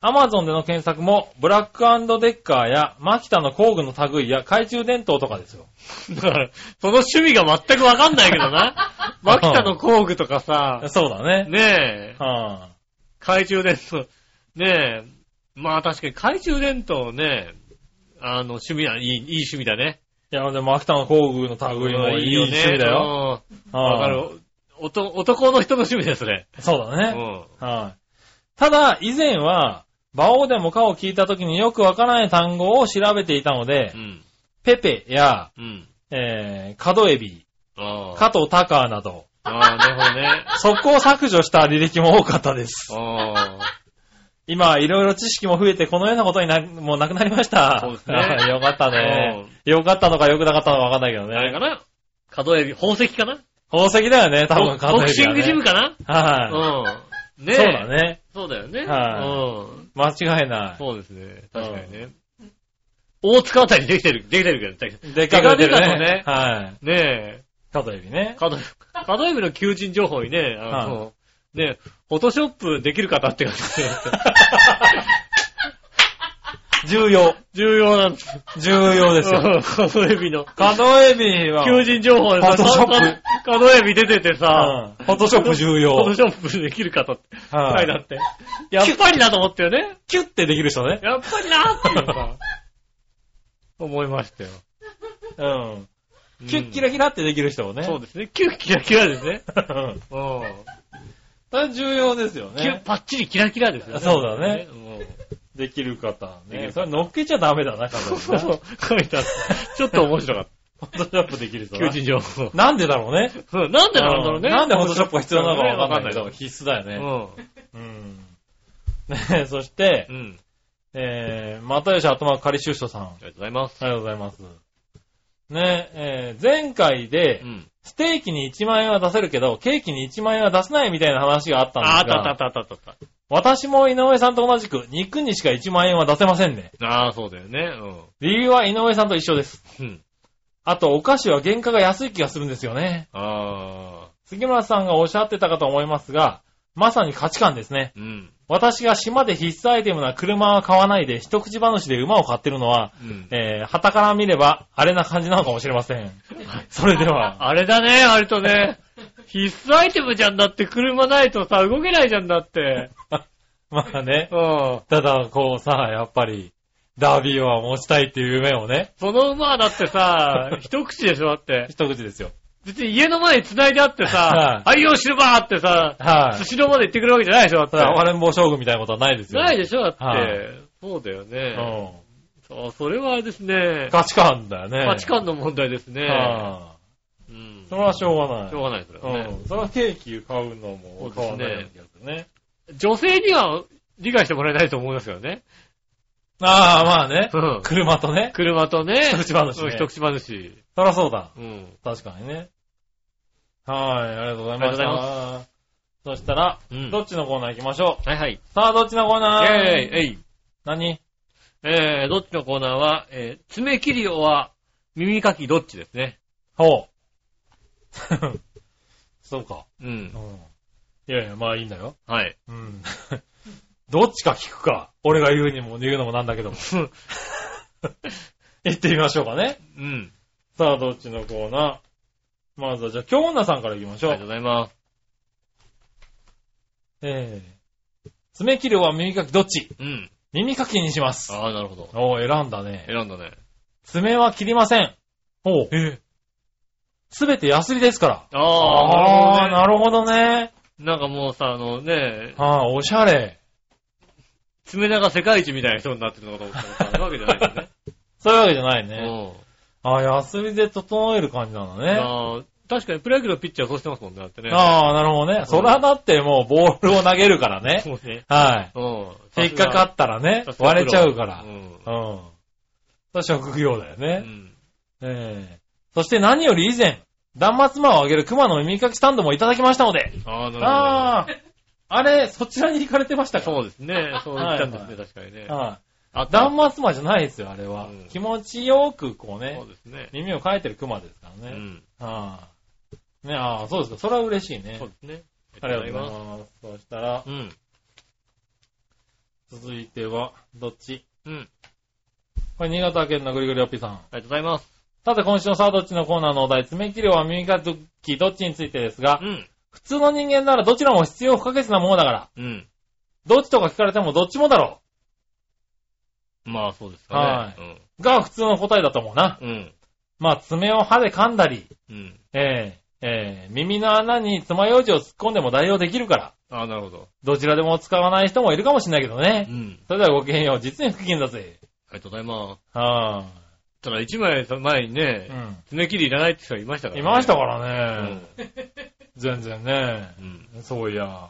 Speaker 3: アマゾンでの検索も、ブラックデッカーや、マキタの工具の類や懐中電灯とかですよ。
Speaker 2: だから、その趣味が全くわかんないけど な。マキタの工具とかさ、
Speaker 3: そうだね。
Speaker 2: ねえ、
Speaker 3: は
Speaker 2: 懐中電灯、ねえ、まあ確かに懐中電灯ね、あの、趣味だ、いい、いい趣味だね。
Speaker 3: いや、でも、マキタの工具の類もいい趣味だよ。
Speaker 2: よ。うん
Speaker 3: は
Speaker 2: わ
Speaker 3: い
Speaker 2: かる。おと男の人の趣味ですね。
Speaker 3: そうだ
Speaker 2: う
Speaker 3: ね。
Speaker 2: ん。
Speaker 3: はい。ただ、以前は、馬王でもかを聞いた時によくわからない単語を調べていたので
Speaker 2: う、ん。
Speaker 3: ペペや、
Speaker 2: うん。
Speaker 3: えー、カドエビ、
Speaker 2: ああ。
Speaker 3: 加藤タカーなど、
Speaker 2: ああ、なるほどね。
Speaker 3: 速攻削除した履歴も多かったです。
Speaker 2: ああ。
Speaker 3: 今、いろいろ知識も増えて、このようなことにな、もうなくなりました。
Speaker 2: そうですね
Speaker 3: よかったね。よかったのかよくなかったのかわかんないけど
Speaker 2: あれか
Speaker 3: ね。
Speaker 2: な角エビ、宝石かな
Speaker 3: 宝石だよね、多分カド
Speaker 2: ボ
Speaker 3: エビは、ね。
Speaker 2: クシングジムかな
Speaker 3: は
Speaker 2: う
Speaker 3: い、
Speaker 2: ん。ねえ。
Speaker 3: そうだ。ね。
Speaker 2: そうだよね。
Speaker 3: は
Speaker 2: うん。
Speaker 3: 間違いない。
Speaker 2: そうですね。確かにね。大塚あたりできてる、できてるけど、
Speaker 3: でっかく出て
Speaker 2: で
Speaker 3: る
Speaker 2: かく出
Speaker 3: ね
Speaker 2: た。
Speaker 3: はい。
Speaker 2: ね
Speaker 3: カドエビね
Speaker 2: え、。角、角エビの求人情報にね、あの、ねえ、フォトショップできる方って感じで
Speaker 3: 重要。
Speaker 2: 重要なんです。
Speaker 3: 重要 ですよ。
Speaker 2: 角エビの。
Speaker 3: カドエビは、
Speaker 2: 求人情報でさ、
Speaker 3: フォトショップ
Speaker 2: 角エビ出ててさ、
Speaker 3: うんフォトショップ重要
Speaker 2: フォ。トショップできる方って書
Speaker 3: はい
Speaker 2: いてあって。やっぱりなと思ったよね。
Speaker 3: キュッてできる人ね。
Speaker 2: やっぱりなっていう さ、思いましたよ。
Speaker 3: うん。キュッキ
Speaker 2: キ
Speaker 3: ラキラってできる人もね。
Speaker 2: そうですね。キュッキラキラですね。
Speaker 3: うん
Speaker 2: うん。
Speaker 3: それ重要ですよね。
Speaker 2: キュッパッチリキラキラですよね。
Speaker 3: そうだね
Speaker 2: うん。
Speaker 3: できる方
Speaker 2: でき
Speaker 3: ね。
Speaker 2: る方
Speaker 3: それ乗っけちゃダメだな、カ
Speaker 2: そ
Speaker 3: ド
Speaker 2: う
Speaker 3: エビ
Speaker 2: そ
Speaker 3: な。
Speaker 2: う。書いてあった。 ちょっと面白かっ
Speaker 3: フォトショップできる人
Speaker 2: た。
Speaker 3: な
Speaker 2: 求人情報。
Speaker 3: なんでだろうね。
Speaker 2: そうなんでなんだろうね。
Speaker 3: なんでフォトショップが必要なのかわかんないけど、
Speaker 2: わ
Speaker 3: 必須だよ
Speaker 2: かん
Speaker 3: ね。
Speaker 2: ないけど
Speaker 3: うん。ね そして
Speaker 2: う、ん。うん。
Speaker 3: えー、またよし、あとま仮出所さん。あ
Speaker 2: ありがとうございます。
Speaker 3: りがとうございます。ねえー、前回で
Speaker 2: う、ん。
Speaker 3: ステーキに1万円は出せるけど、ケーキに1万円は出せないみたいな話があったんです
Speaker 2: あ、あっ
Speaker 3: が、
Speaker 2: たあったあったあったあっ
Speaker 3: 私も井上さんと同じく、肉にしか1万円は出せませんね。
Speaker 2: た。ああ、そうだよね。
Speaker 3: 理由は井上さんと一緒です。
Speaker 2: うん。うん。
Speaker 3: あと、お菓子は原価が安い気がするんですよね。
Speaker 2: ああ。
Speaker 3: 杉村さんがおっしゃってたかと思いますが、まさに価値観ですね。
Speaker 2: うん。
Speaker 3: 私が島で必須アイテムな車は買わないで一口話で馬を買ってるのは、
Speaker 2: うん。
Speaker 3: えー、旗から見れば、あれな感じなのかもしれません。それでは、
Speaker 2: あれだね、あれと ね。必須アイテムじゃんだって、車ないとさ、動けないじゃんだって。
Speaker 3: まあね、
Speaker 2: うん。
Speaker 3: ただ、こうさ、やっぱり、ダービーは持ちたいっていう夢をね、
Speaker 2: その馬はだってさ、一口でしょ、だって。
Speaker 3: 一口ですよ。
Speaker 2: 別に家の前に繋いであって
Speaker 3: は
Speaker 2: さ、愛用シルバーってさ、
Speaker 3: はい
Speaker 2: ス。シローまで行ってくるわけじゃないでしょ、
Speaker 3: ただ、
Speaker 2: だっ
Speaker 3: 暴れん坊将軍みたいなことはないです
Speaker 2: て。
Speaker 3: よ。
Speaker 2: ないでしょ、だって
Speaker 3: はい。
Speaker 2: そうだよ
Speaker 3: う
Speaker 2: ね。
Speaker 3: ん。
Speaker 2: そう、それはあれですね。
Speaker 3: 価値観だよね。
Speaker 2: 価値観の問題ですね。
Speaker 3: は
Speaker 2: うん
Speaker 3: い。それはしょうがない。
Speaker 2: しょうがない、それはね
Speaker 3: うん。それはケーキ買うのも買わないわけですね。
Speaker 2: 女性には理解してもらえないと思いますよね。
Speaker 3: ああ、まあね
Speaker 2: う。ん。
Speaker 3: 車とね。
Speaker 2: 車とね。
Speaker 3: 一口話ね
Speaker 2: うん一口話。
Speaker 3: そりゃそうだ。
Speaker 2: うん。
Speaker 3: 確かにね。はい、ありがとうございまし
Speaker 2: ありがとうご
Speaker 3: た。そしたら、
Speaker 2: うん
Speaker 3: どっちのコーナー行きましょ
Speaker 2: はいはい。
Speaker 3: う。さあ、どっちのコー
Speaker 2: イ
Speaker 3: ナー
Speaker 2: ェーイ、えい。
Speaker 3: 何
Speaker 2: えー、どっちのコーナーは、えー、爪切りは耳かきどっちですね。
Speaker 3: ほう。 そうか。
Speaker 2: うん
Speaker 3: うん。。いやいや、まあいいんだよ。
Speaker 2: はい。
Speaker 3: うん。 どっちか聞くか。俺が言うにも言うのもなんだけども。 行ってみましょうかね。
Speaker 2: うん。
Speaker 3: さあ、どっちのコーナーまずは、じゃあ、京女さんから行きまし
Speaker 2: あり
Speaker 3: ょ
Speaker 2: がとう
Speaker 3: う。
Speaker 2: ございます。
Speaker 3: えー爪切るは耳かきどっち
Speaker 2: うん。
Speaker 3: 耳かきにします。
Speaker 2: ああ、なるほど。
Speaker 3: おー、選んだね。
Speaker 2: 選んだね。
Speaker 3: 爪は切りません。おう。えすべてヤスリですから。
Speaker 2: ああ、なるほど、ね。
Speaker 3: な
Speaker 2: なん
Speaker 3: るほどね。
Speaker 2: かもうさ、あのね、
Speaker 3: ああ、おしゃれ。
Speaker 2: 爪長世界一みたいな人になってるのかと思ったらそういうわけじゃないよね。
Speaker 3: そういうわけじゃない ね。
Speaker 2: うん
Speaker 3: ああ、ヤスリで整える感じなんだね。
Speaker 2: あー確かにプロ野球のピッチャーはそうしてますもんね、だってね。
Speaker 3: ああ、なるほどね。そらだってもうボールを投げるからね。
Speaker 2: そうね。
Speaker 3: は
Speaker 2: うん。
Speaker 3: い。引っかかったらね
Speaker 2: さ、すがプロ
Speaker 3: 割れちゃうから
Speaker 2: う。ん。
Speaker 3: うん。それ職業だよ
Speaker 2: う
Speaker 3: ね。
Speaker 2: ん
Speaker 3: ええそして何より以前、断末魔をあげる熊の耳かきスタンドもいただきましたので。
Speaker 2: ああ、なるほど。
Speaker 3: ああ、あれ、そちらに行かれてましたか
Speaker 2: そうですね。そう言ったんですね、
Speaker 3: はい
Speaker 2: 確かにね。
Speaker 3: は
Speaker 2: あ
Speaker 3: い。断末魔じゃないですよ、あれは。
Speaker 2: うん
Speaker 3: 気持ちよくこ
Speaker 2: そ
Speaker 3: うね
Speaker 2: う、ですね。
Speaker 3: 耳をかいてる熊ですか
Speaker 2: う
Speaker 3: らね。
Speaker 2: ん。
Speaker 3: ああ。ね、ああ、そうですか。それは嬉しいね
Speaker 2: そう。ですね。
Speaker 3: ありがとうございます。そしたら、
Speaker 2: りがとうございます。
Speaker 3: 続いては、どっち
Speaker 2: うん。うん。
Speaker 3: これ、新潟県のぐりぐりおっぴさん。
Speaker 2: ありがとうございます。
Speaker 3: さて、今週のさあどっちのコーナーのお題、爪切りは耳かきどっちについてですが
Speaker 2: う、ん。
Speaker 3: 普通の人間ならどちらも必要不可欠なものだから、
Speaker 2: うん。
Speaker 3: どっちとか聞かれてもどっちもだろ
Speaker 2: まあ、そうですかね。
Speaker 3: う。が普通の答えだと思うな。
Speaker 2: うん。うん。
Speaker 3: まあ、爪を歯で噛んだり、
Speaker 2: うん。
Speaker 3: ええええ耳の穴に爪楊枝を突っ込んでも代用できるから、
Speaker 2: ああ、なるほど。
Speaker 3: どちらでも使わない人もいるかもしれないけど
Speaker 2: う
Speaker 3: ね。
Speaker 2: ん。
Speaker 3: それではごきげんよう、実に不機嫌だぜ。
Speaker 2: ありがとうございます。
Speaker 3: は
Speaker 2: ただ、一枚前に
Speaker 3: い、
Speaker 2: ね、爪切りいらないって人がいました
Speaker 3: う
Speaker 2: か
Speaker 3: ん。
Speaker 2: ら
Speaker 3: い
Speaker 2: ね。
Speaker 3: ました
Speaker 2: か
Speaker 3: からね。全然ね。
Speaker 2: うん。
Speaker 3: そういや。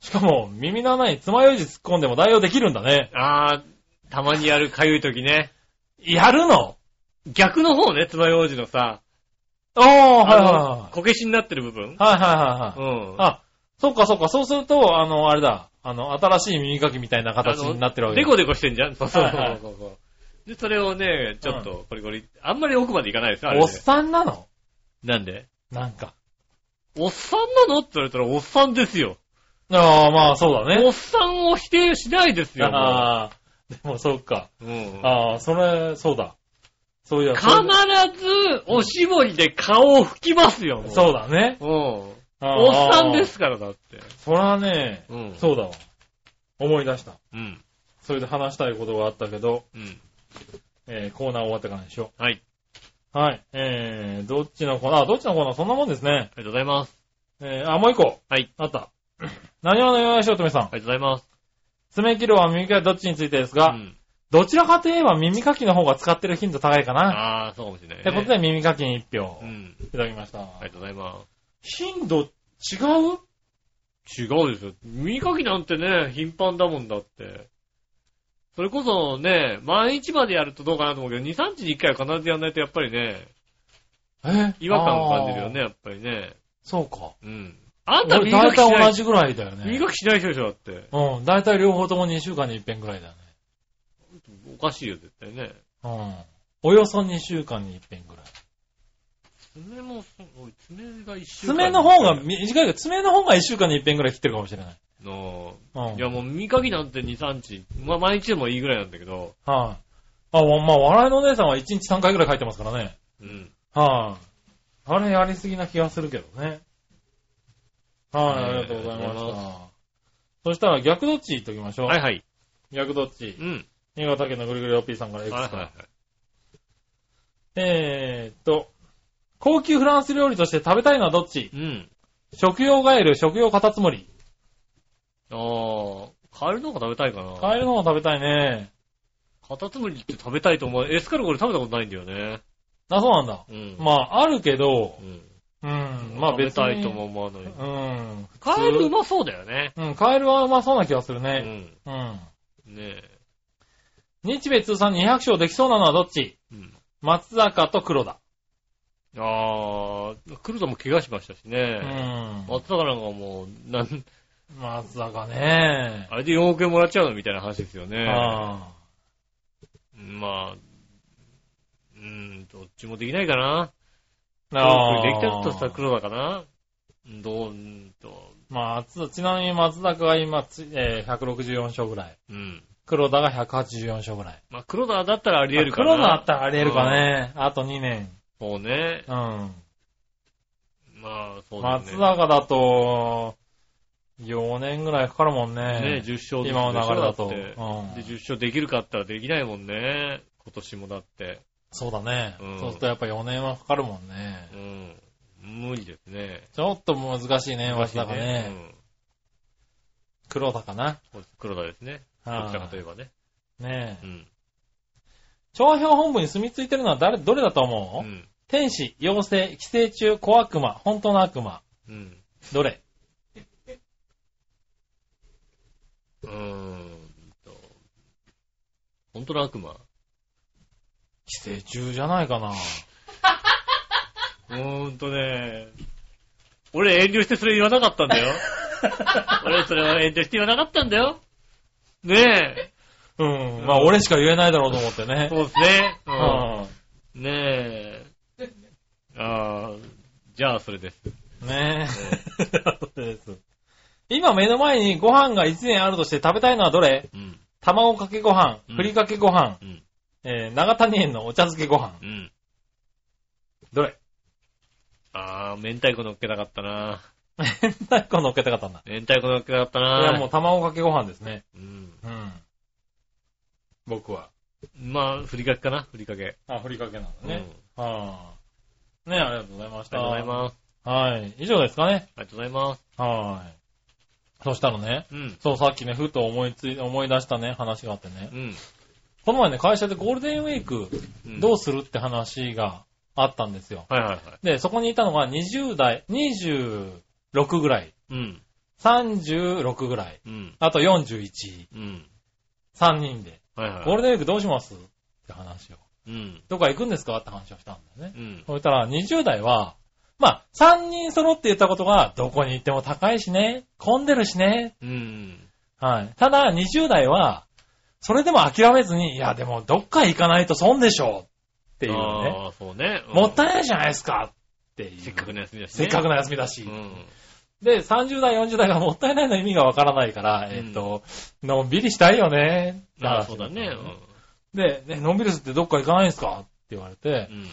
Speaker 3: しかも、耳の穴に爪楊枝突っ込んでも代用できるんだね。
Speaker 2: ああ、たまにやるかゆい時ね。
Speaker 3: やるの
Speaker 2: 逆の方ね、爪楊枝のさ、
Speaker 3: おー、は
Speaker 2: あ
Speaker 3: い
Speaker 2: の
Speaker 3: は
Speaker 2: こけしになってる部分
Speaker 3: い。はい。はいはいはい。
Speaker 2: うん。
Speaker 3: あ、そっかそっか、そうすると、あの、あれだ、あの、新しい耳かきみたいな形になってるわけ
Speaker 2: デコデコしてんじゃんそうそう
Speaker 3: はいはい
Speaker 2: そうそう。 で、それをね、ちょっと、これこれ、あんまり奥までいかないですよ、あれ
Speaker 3: お
Speaker 2: ね
Speaker 3: っさんなの
Speaker 2: なんで
Speaker 3: なんか。
Speaker 2: おっさんなのって言われたら、おっさんですよ。
Speaker 3: ああ、まあそうだ
Speaker 2: お
Speaker 3: ね。
Speaker 2: っさんを否定しないですよ。も
Speaker 3: ああ、でもそっか。
Speaker 2: ううん
Speaker 3: ああ、それ、そうだ。そういや、
Speaker 2: 必ず、おしぼりで顔を拭きますよ、も
Speaker 3: そうだね。
Speaker 2: う。うん。
Speaker 3: あ
Speaker 2: おっ
Speaker 3: あ
Speaker 2: さんで。すから、だって。
Speaker 3: それはね、
Speaker 2: うん。
Speaker 3: そうだわ。思い出した。
Speaker 2: うん。
Speaker 3: それで話したいことがあったけど、
Speaker 2: うん。
Speaker 3: えー、コーナー終わってからにしよ
Speaker 2: はい。
Speaker 3: う。はい。えー、どっちのコーナーあどっちのコーナーそんなもんですね。
Speaker 2: ありがとうございます。
Speaker 3: えー、あ、もう一個。
Speaker 2: はい。
Speaker 3: あった。何話のよやしおとめさん
Speaker 2: あ。りがとうございます。
Speaker 3: 爪切るは耳かきどっちについてですが、
Speaker 2: うん
Speaker 3: どちらかといえば耳かきの方が使ってる頻度高いかな。
Speaker 2: ああ、そうかもしれないね。
Speaker 3: ってことで耳かきに1票
Speaker 2: うん。
Speaker 3: いただきました。
Speaker 2: ありがとうございま
Speaker 3: 頻度違う
Speaker 2: す。違うですよ。耳かきなんてね、頻繁だもんだって。それこそね、毎日までやるとどうかなと思うけど、2、3日に1回は必ずやんないとやっぱりね、
Speaker 3: え
Speaker 2: 違和感を感じるよね、。やっぱりね。
Speaker 3: あーそうか。
Speaker 2: うん。あんた
Speaker 3: 俺
Speaker 2: 耳か
Speaker 3: 大
Speaker 2: きし
Speaker 3: 体
Speaker 2: な
Speaker 3: 同
Speaker 2: い、
Speaker 3: じぐらいだよね。
Speaker 2: 耳かきしない人でしょ、だって。
Speaker 3: うん、大体両方とも2週間に1遍ぐらいだよね。
Speaker 2: おかしいよ、絶対ね。
Speaker 3: うん。およそ2週間に1遍ぐらい。
Speaker 2: 爪も、そうおい爪が一週間
Speaker 3: 爪の方が、短いけど、爪の方が1週間に1遍ぐらい切ってるかもしれない。
Speaker 2: の、
Speaker 3: うん。
Speaker 2: いやもう耳かきなんて2、3日、まあ毎日でもいいぐらいなんだけど、
Speaker 3: はい、あ。わまあ、笑いのお姉さんは1日3回ぐらい書いてますからね。
Speaker 2: うん。
Speaker 3: はい、あ。れやりすぎな気がするけどね。はい、
Speaker 2: ねえ
Speaker 3: ありがとうござい
Speaker 2: ありがとう
Speaker 3: ま
Speaker 2: ござい
Speaker 3: した。そしたら逆どっち行っときましょう。
Speaker 2: はいはい。
Speaker 3: 逆どっち
Speaker 2: う。ん。
Speaker 3: 新潟県のぐるぐる OP さんからいくつ
Speaker 2: はい
Speaker 3: か。
Speaker 2: はいはい。
Speaker 3: えーっと、高級フランス料理として食べたいのはどっち
Speaker 2: うん。
Speaker 3: 食用ガエル、食用カタツムリ。
Speaker 2: あー、カエルの方が食べたいかな。
Speaker 3: カエルの方食べたいね。
Speaker 2: カタツムリって食べたいと思う。エスカルゴで食べたことないんだよね。
Speaker 3: あ、そうなんだ。
Speaker 2: うん。
Speaker 3: まあ、あるけど
Speaker 2: う、ん。
Speaker 3: うん、まあ
Speaker 2: 食べ
Speaker 3: 別に。
Speaker 2: たいとも思わない。
Speaker 3: うん。
Speaker 2: カエルうまそうだよね。
Speaker 3: うん、カエルはうまそうな気がする
Speaker 2: う
Speaker 3: ね。
Speaker 2: ん。
Speaker 3: うん。
Speaker 2: ねえ。
Speaker 3: 日米通算200勝できそうなのはどっち
Speaker 2: うん。
Speaker 3: 松坂と黒田。
Speaker 2: あー、クルトも怪我しましたし
Speaker 3: う
Speaker 2: ね。
Speaker 3: ん。
Speaker 2: 松坂なんかもう、なん、
Speaker 3: 松坂ね。
Speaker 2: あれで4億円もらっちゃうのみたいな話ですよね。
Speaker 3: あ
Speaker 2: まあ、うん、どっちもできないかな。
Speaker 3: あ。
Speaker 2: あ
Speaker 3: あ
Speaker 2: あ。
Speaker 3: あ。
Speaker 2: できたとしたら黒だかな。どう、うんと、
Speaker 3: まあ、つちなみに松坂が今つ、えー164勝ぐらい。
Speaker 2: うん。
Speaker 3: 黒田が184勝ぐらい。
Speaker 2: まあ、黒田だったらあり得るかな。
Speaker 3: 黒田あったらあり得るかね。あと2年。
Speaker 2: そうね。
Speaker 3: うん。
Speaker 2: まあ、そうだね。
Speaker 3: 松坂だと、4年ぐらいかかるもん
Speaker 2: ね
Speaker 3: ね。
Speaker 2: 10勝ずつでしょ
Speaker 3: 今の流れだと。
Speaker 2: って
Speaker 3: うん
Speaker 2: で、10勝できるかって言ったらできないもんね。今年もだって。
Speaker 3: そうだね。
Speaker 2: うん
Speaker 3: そうするとやっぱ4年はかかるもんね。
Speaker 2: うん。無理ですね。
Speaker 3: ちょっと難しいね、松坂
Speaker 2: う
Speaker 3: ね。
Speaker 2: ん
Speaker 3: 黒田かな。
Speaker 2: これ黒田ですね。ど
Speaker 3: は
Speaker 2: ちらかといえ
Speaker 3: い
Speaker 2: ばね。
Speaker 3: ね
Speaker 2: う
Speaker 3: え。
Speaker 2: ん。
Speaker 3: 長編本部に住み着いてるのは誰、どれだと
Speaker 2: う
Speaker 3: 思う、
Speaker 2: ん。
Speaker 3: 天使、妖精、寄生虫、小悪魔、本当の悪魔。
Speaker 2: うん。
Speaker 3: どれ
Speaker 2: うーんと。本当の悪魔。
Speaker 3: 寄生虫じゃないかな。
Speaker 2: うーんとね、俺遠慮してそれ言わなかったんだ よ。俺それは遠慮して言わなかったんだよ。ね
Speaker 3: うん。まあ俺しか言えないだろうと思って
Speaker 2: え。
Speaker 3: ね。
Speaker 2: そうですね。う
Speaker 3: うん
Speaker 2: ねえ。ああ、じゃあそれです。
Speaker 3: ね え。です。今目の前にご飯が1年あるとして食べたいのはどれ
Speaker 2: うん、
Speaker 3: 卵かけご飯
Speaker 2: う、ん
Speaker 3: ふりかけご飯、
Speaker 2: うん、
Speaker 3: えー、長谷園のお茶漬けご飯。
Speaker 2: うん。
Speaker 3: どれ
Speaker 2: ああ、明太子乗っけたかったな。
Speaker 3: 明太子乗っけたかったんだ。
Speaker 2: 明太子乗っけたかった
Speaker 3: い
Speaker 2: な。
Speaker 3: や、もう卵かけご飯ですね。
Speaker 2: うん。
Speaker 3: うん。僕は。
Speaker 2: まあ、ふりかけかな、ふりかけ。
Speaker 3: あ、ふりかけなんだ
Speaker 2: うん
Speaker 3: ね。はあ。ねありがとうございまし
Speaker 2: あり
Speaker 3: た。
Speaker 2: がとうございます。
Speaker 3: す。はい。以上ですかね。
Speaker 2: ありがとうございます。
Speaker 3: はい。そしたらね、
Speaker 2: うん。
Speaker 3: そう、さっきね、ふと思いつい、思い出したね、話があってね。
Speaker 2: うん。
Speaker 3: この前ね、会社でゴールデンウィーク
Speaker 2: うん
Speaker 3: どうするって話があったんですよ。
Speaker 2: はいはいは
Speaker 3: で、そこにいたのが20代、26ぐらい、
Speaker 2: い。うん。
Speaker 3: 36ぐらい、
Speaker 2: うん。
Speaker 3: あと41、
Speaker 2: うん。
Speaker 3: 3人で、
Speaker 2: はいはい。
Speaker 3: ゴールデンウィークどうしますって話を。
Speaker 2: うん。
Speaker 3: どこか行くんですかって話をしたんだよね。
Speaker 2: うん。
Speaker 3: そうしたら20代は、まあ、3人揃って言ったことが、どこに行っても高いしね、混んでるしね、
Speaker 2: うん。
Speaker 3: はい。ただ20代は、それでも諦めずに、いや、でもどっか行かないと損でしょうっていうね。
Speaker 2: ああ、そうね。うん
Speaker 3: もったいないじゃないですかっていう。
Speaker 2: せっかくの休みだしね。
Speaker 3: せっかく
Speaker 2: の。
Speaker 3: の休みだし。
Speaker 2: うん。
Speaker 3: で、30代、40代がもったいないの意味がわからないから、
Speaker 2: うん
Speaker 3: えっ、と、のんびりしたいよね。
Speaker 2: ああ、そうだね。
Speaker 3: で、ね、のんびりするってどっか行かないんですかって言われて
Speaker 2: う、ん。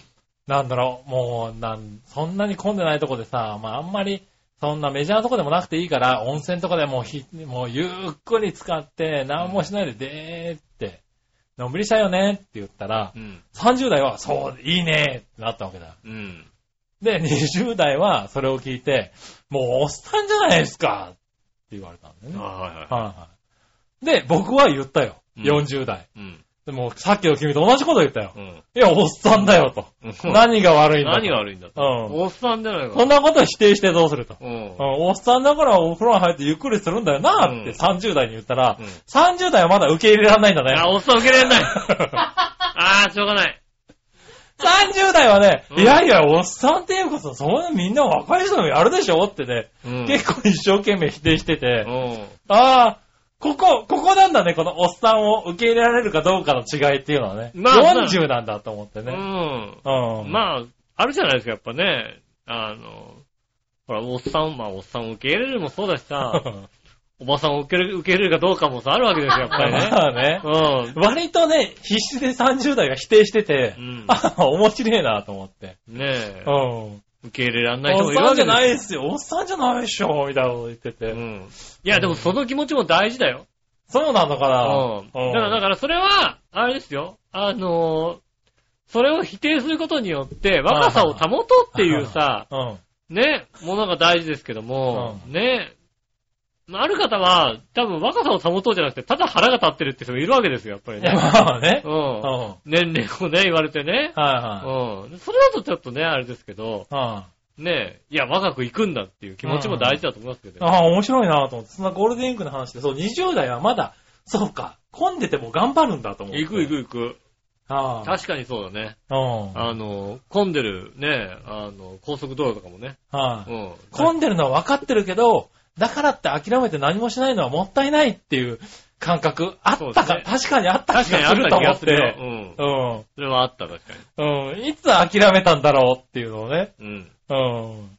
Speaker 3: なんだろう、もう、なん、そんなに混んでないとこでさ、まああんまり、そんなメジャーなとこでもなくていいから、温泉とかでもうひ、もうゆっくり使って、何もしないででーって、のんびりしたいよねって言ったら
Speaker 2: う、ん。
Speaker 3: 30代は、そう、いいねってなったわけだ。
Speaker 2: うん。
Speaker 3: で、20代はそれを聞いて、もうおっさんじゃないですかって言われたんだよ
Speaker 2: ああ
Speaker 3: ね。は
Speaker 2: はい
Speaker 3: い
Speaker 2: は
Speaker 3: はい。で、僕は言ったよ。
Speaker 2: うん
Speaker 3: 40代。
Speaker 2: い。うん。
Speaker 3: でもうさっきの君と同じこと言ったよ。
Speaker 2: うん。
Speaker 3: いや、おっさんだよと。
Speaker 2: うん
Speaker 3: 何が悪いんだと
Speaker 2: 何が悪いんだって。
Speaker 3: うん。
Speaker 2: おっさんじゃない
Speaker 3: そ
Speaker 2: か。
Speaker 3: んなこと否定してどうすると。
Speaker 2: う
Speaker 3: うん
Speaker 2: ん。
Speaker 3: おっさんだからお風呂に入ってゆっくりするんだよなっ
Speaker 2: うん
Speaker 3: て30代に言ったら、
Speaker 2: うん
Speaker 3: 30代はまだ受け入れられないんだ
Speaker 2: あ、
Speaker 3: ね。
Speaker 2: おっさん受け入れん ない。ああ、しょうがない。
Speaker 3: 30代はね、
Speaker 2: うん
Speaker 3: いやいや、おっさんっていうかさ、そんなみんな若い人もやるでしょってね、
Speaker 2: うん。
Speaker 3: 結構一生懸命否定してて、
Speaker 2: うん。
Speaker 3: ああ、ここ、ここなんだね、このおっさんを受け入れられるかどうかの違いっていうのはね。
Speaker 2: まあまあ
Speaker 3: 40なんだと思って
Speaker 2: う
Speaker 3: ね。
Speaker 2: ん。
Speaker 3: うん。あ、
Speaker 2: まあ、あるじゃないですか、やっぱ ね。あの、ほら、おっさん、まあ、おっさんを受け入れるのもそうだしさ、おばさんを受ける、受け入れるかどうかもさ、あるわけですよ、やっぱり ね。
Speaker 3: まあね
Speaker 2: う。ん。
Speaker 3: 割とね、必死で30代が否定してて、
Speaker 2: うん
Speaker 3: あ面白いなと思って。
Speaker 2: ねえ
Speaker 3: う。ん。
Speaker 2: 受け入れらんない人
Speaker 3: お
Speaker 2: も
Speaker 3: っ
Speaker 2: いる
Speaker 3: さ
Speaker 2: わ
Speaker 3: んじ
Speaker 2: け
Speaker 3: ゃない
Speaker 2: で
Speaker 3: っすよ。おっさんじゃないっしょ。みたいなこと言ってて。
Speaker 2: すよ。うん。いや、でもその気持ちも大事だよ。
Speaker 3: そうなのかな
Speaker 2: うん。だから、だからそれは、あれですよ。あのーそれを否定することによって、若さを保とうっていうさ、
Speaker 3: ら、うん。
Speaker 2: ね、ものが大事ですけども、ね。まあある方は、多分若さを保とうじゃなくて、ただ腹が立ってるって人もいるわけですよ、やっぱり
Speaker 3: いや、
Speaker 2: ね。
Speaker 3: まあね。
Speaker 2: う
Speaker 3: うんん。。は
Speaker 2: 年齢をね、言われてね
Speaker 3: い。は
Speaker 2: うん。それだとちょっとね、あれですけど、
Speaker 3: い。うん。あ
Speaker 2: ねえ、いや、若く行くんだっていう気持ちも大事だと思いますけどね。
Speaker 3: あ、面白いなと思って。そんなゴールデンウィークの話で、そう、20代はまだ、そうか、混んでても頑張るんだと思って。
Speaker 2: 行く行く。行く。
Speaker 3: ああ。
Speaker 2: 確かにそうだね。
Speaker 3: うん。
Speaker 2: あの、混んでるね、あの、高速道路とかもね。
Speaker 3: は
Speaker 2: う
Speaker 3: い。
Speaker 2: ん。
Speaker 3: 混んでるのは分かってるけど、だからって諦めて何もしないのはもったいないっていう感覚、あ
Speaker 2: そう
Speaker 3: っ
Speaker 2: で
Speaker 3: た
Speaker 2: す
Speaker 3: か、
Speaker 2: ね
Speaker 3: 確かにあった
Speaker 2: 確
Speaker 3: 気
Speaker 2: かに
Speaker 3: が
Speaker 2: あ
Speaker 3: す
Speaker 2: っ
Speaker 3: ると
Speaker 2: た気
Speaker 3: 思
Speaker 2: が
Speaker 3: っ
Speaker 2: するよ。
Speaker 3: て。
Speaker 2: うん。
Speaker 3: うん。
Speaker 2: それはあった、確か
Speaker 3: うん。いつ諦めたんだろうっていうのをね。
Speaker 2: に。うん。
Speaker 3: うん。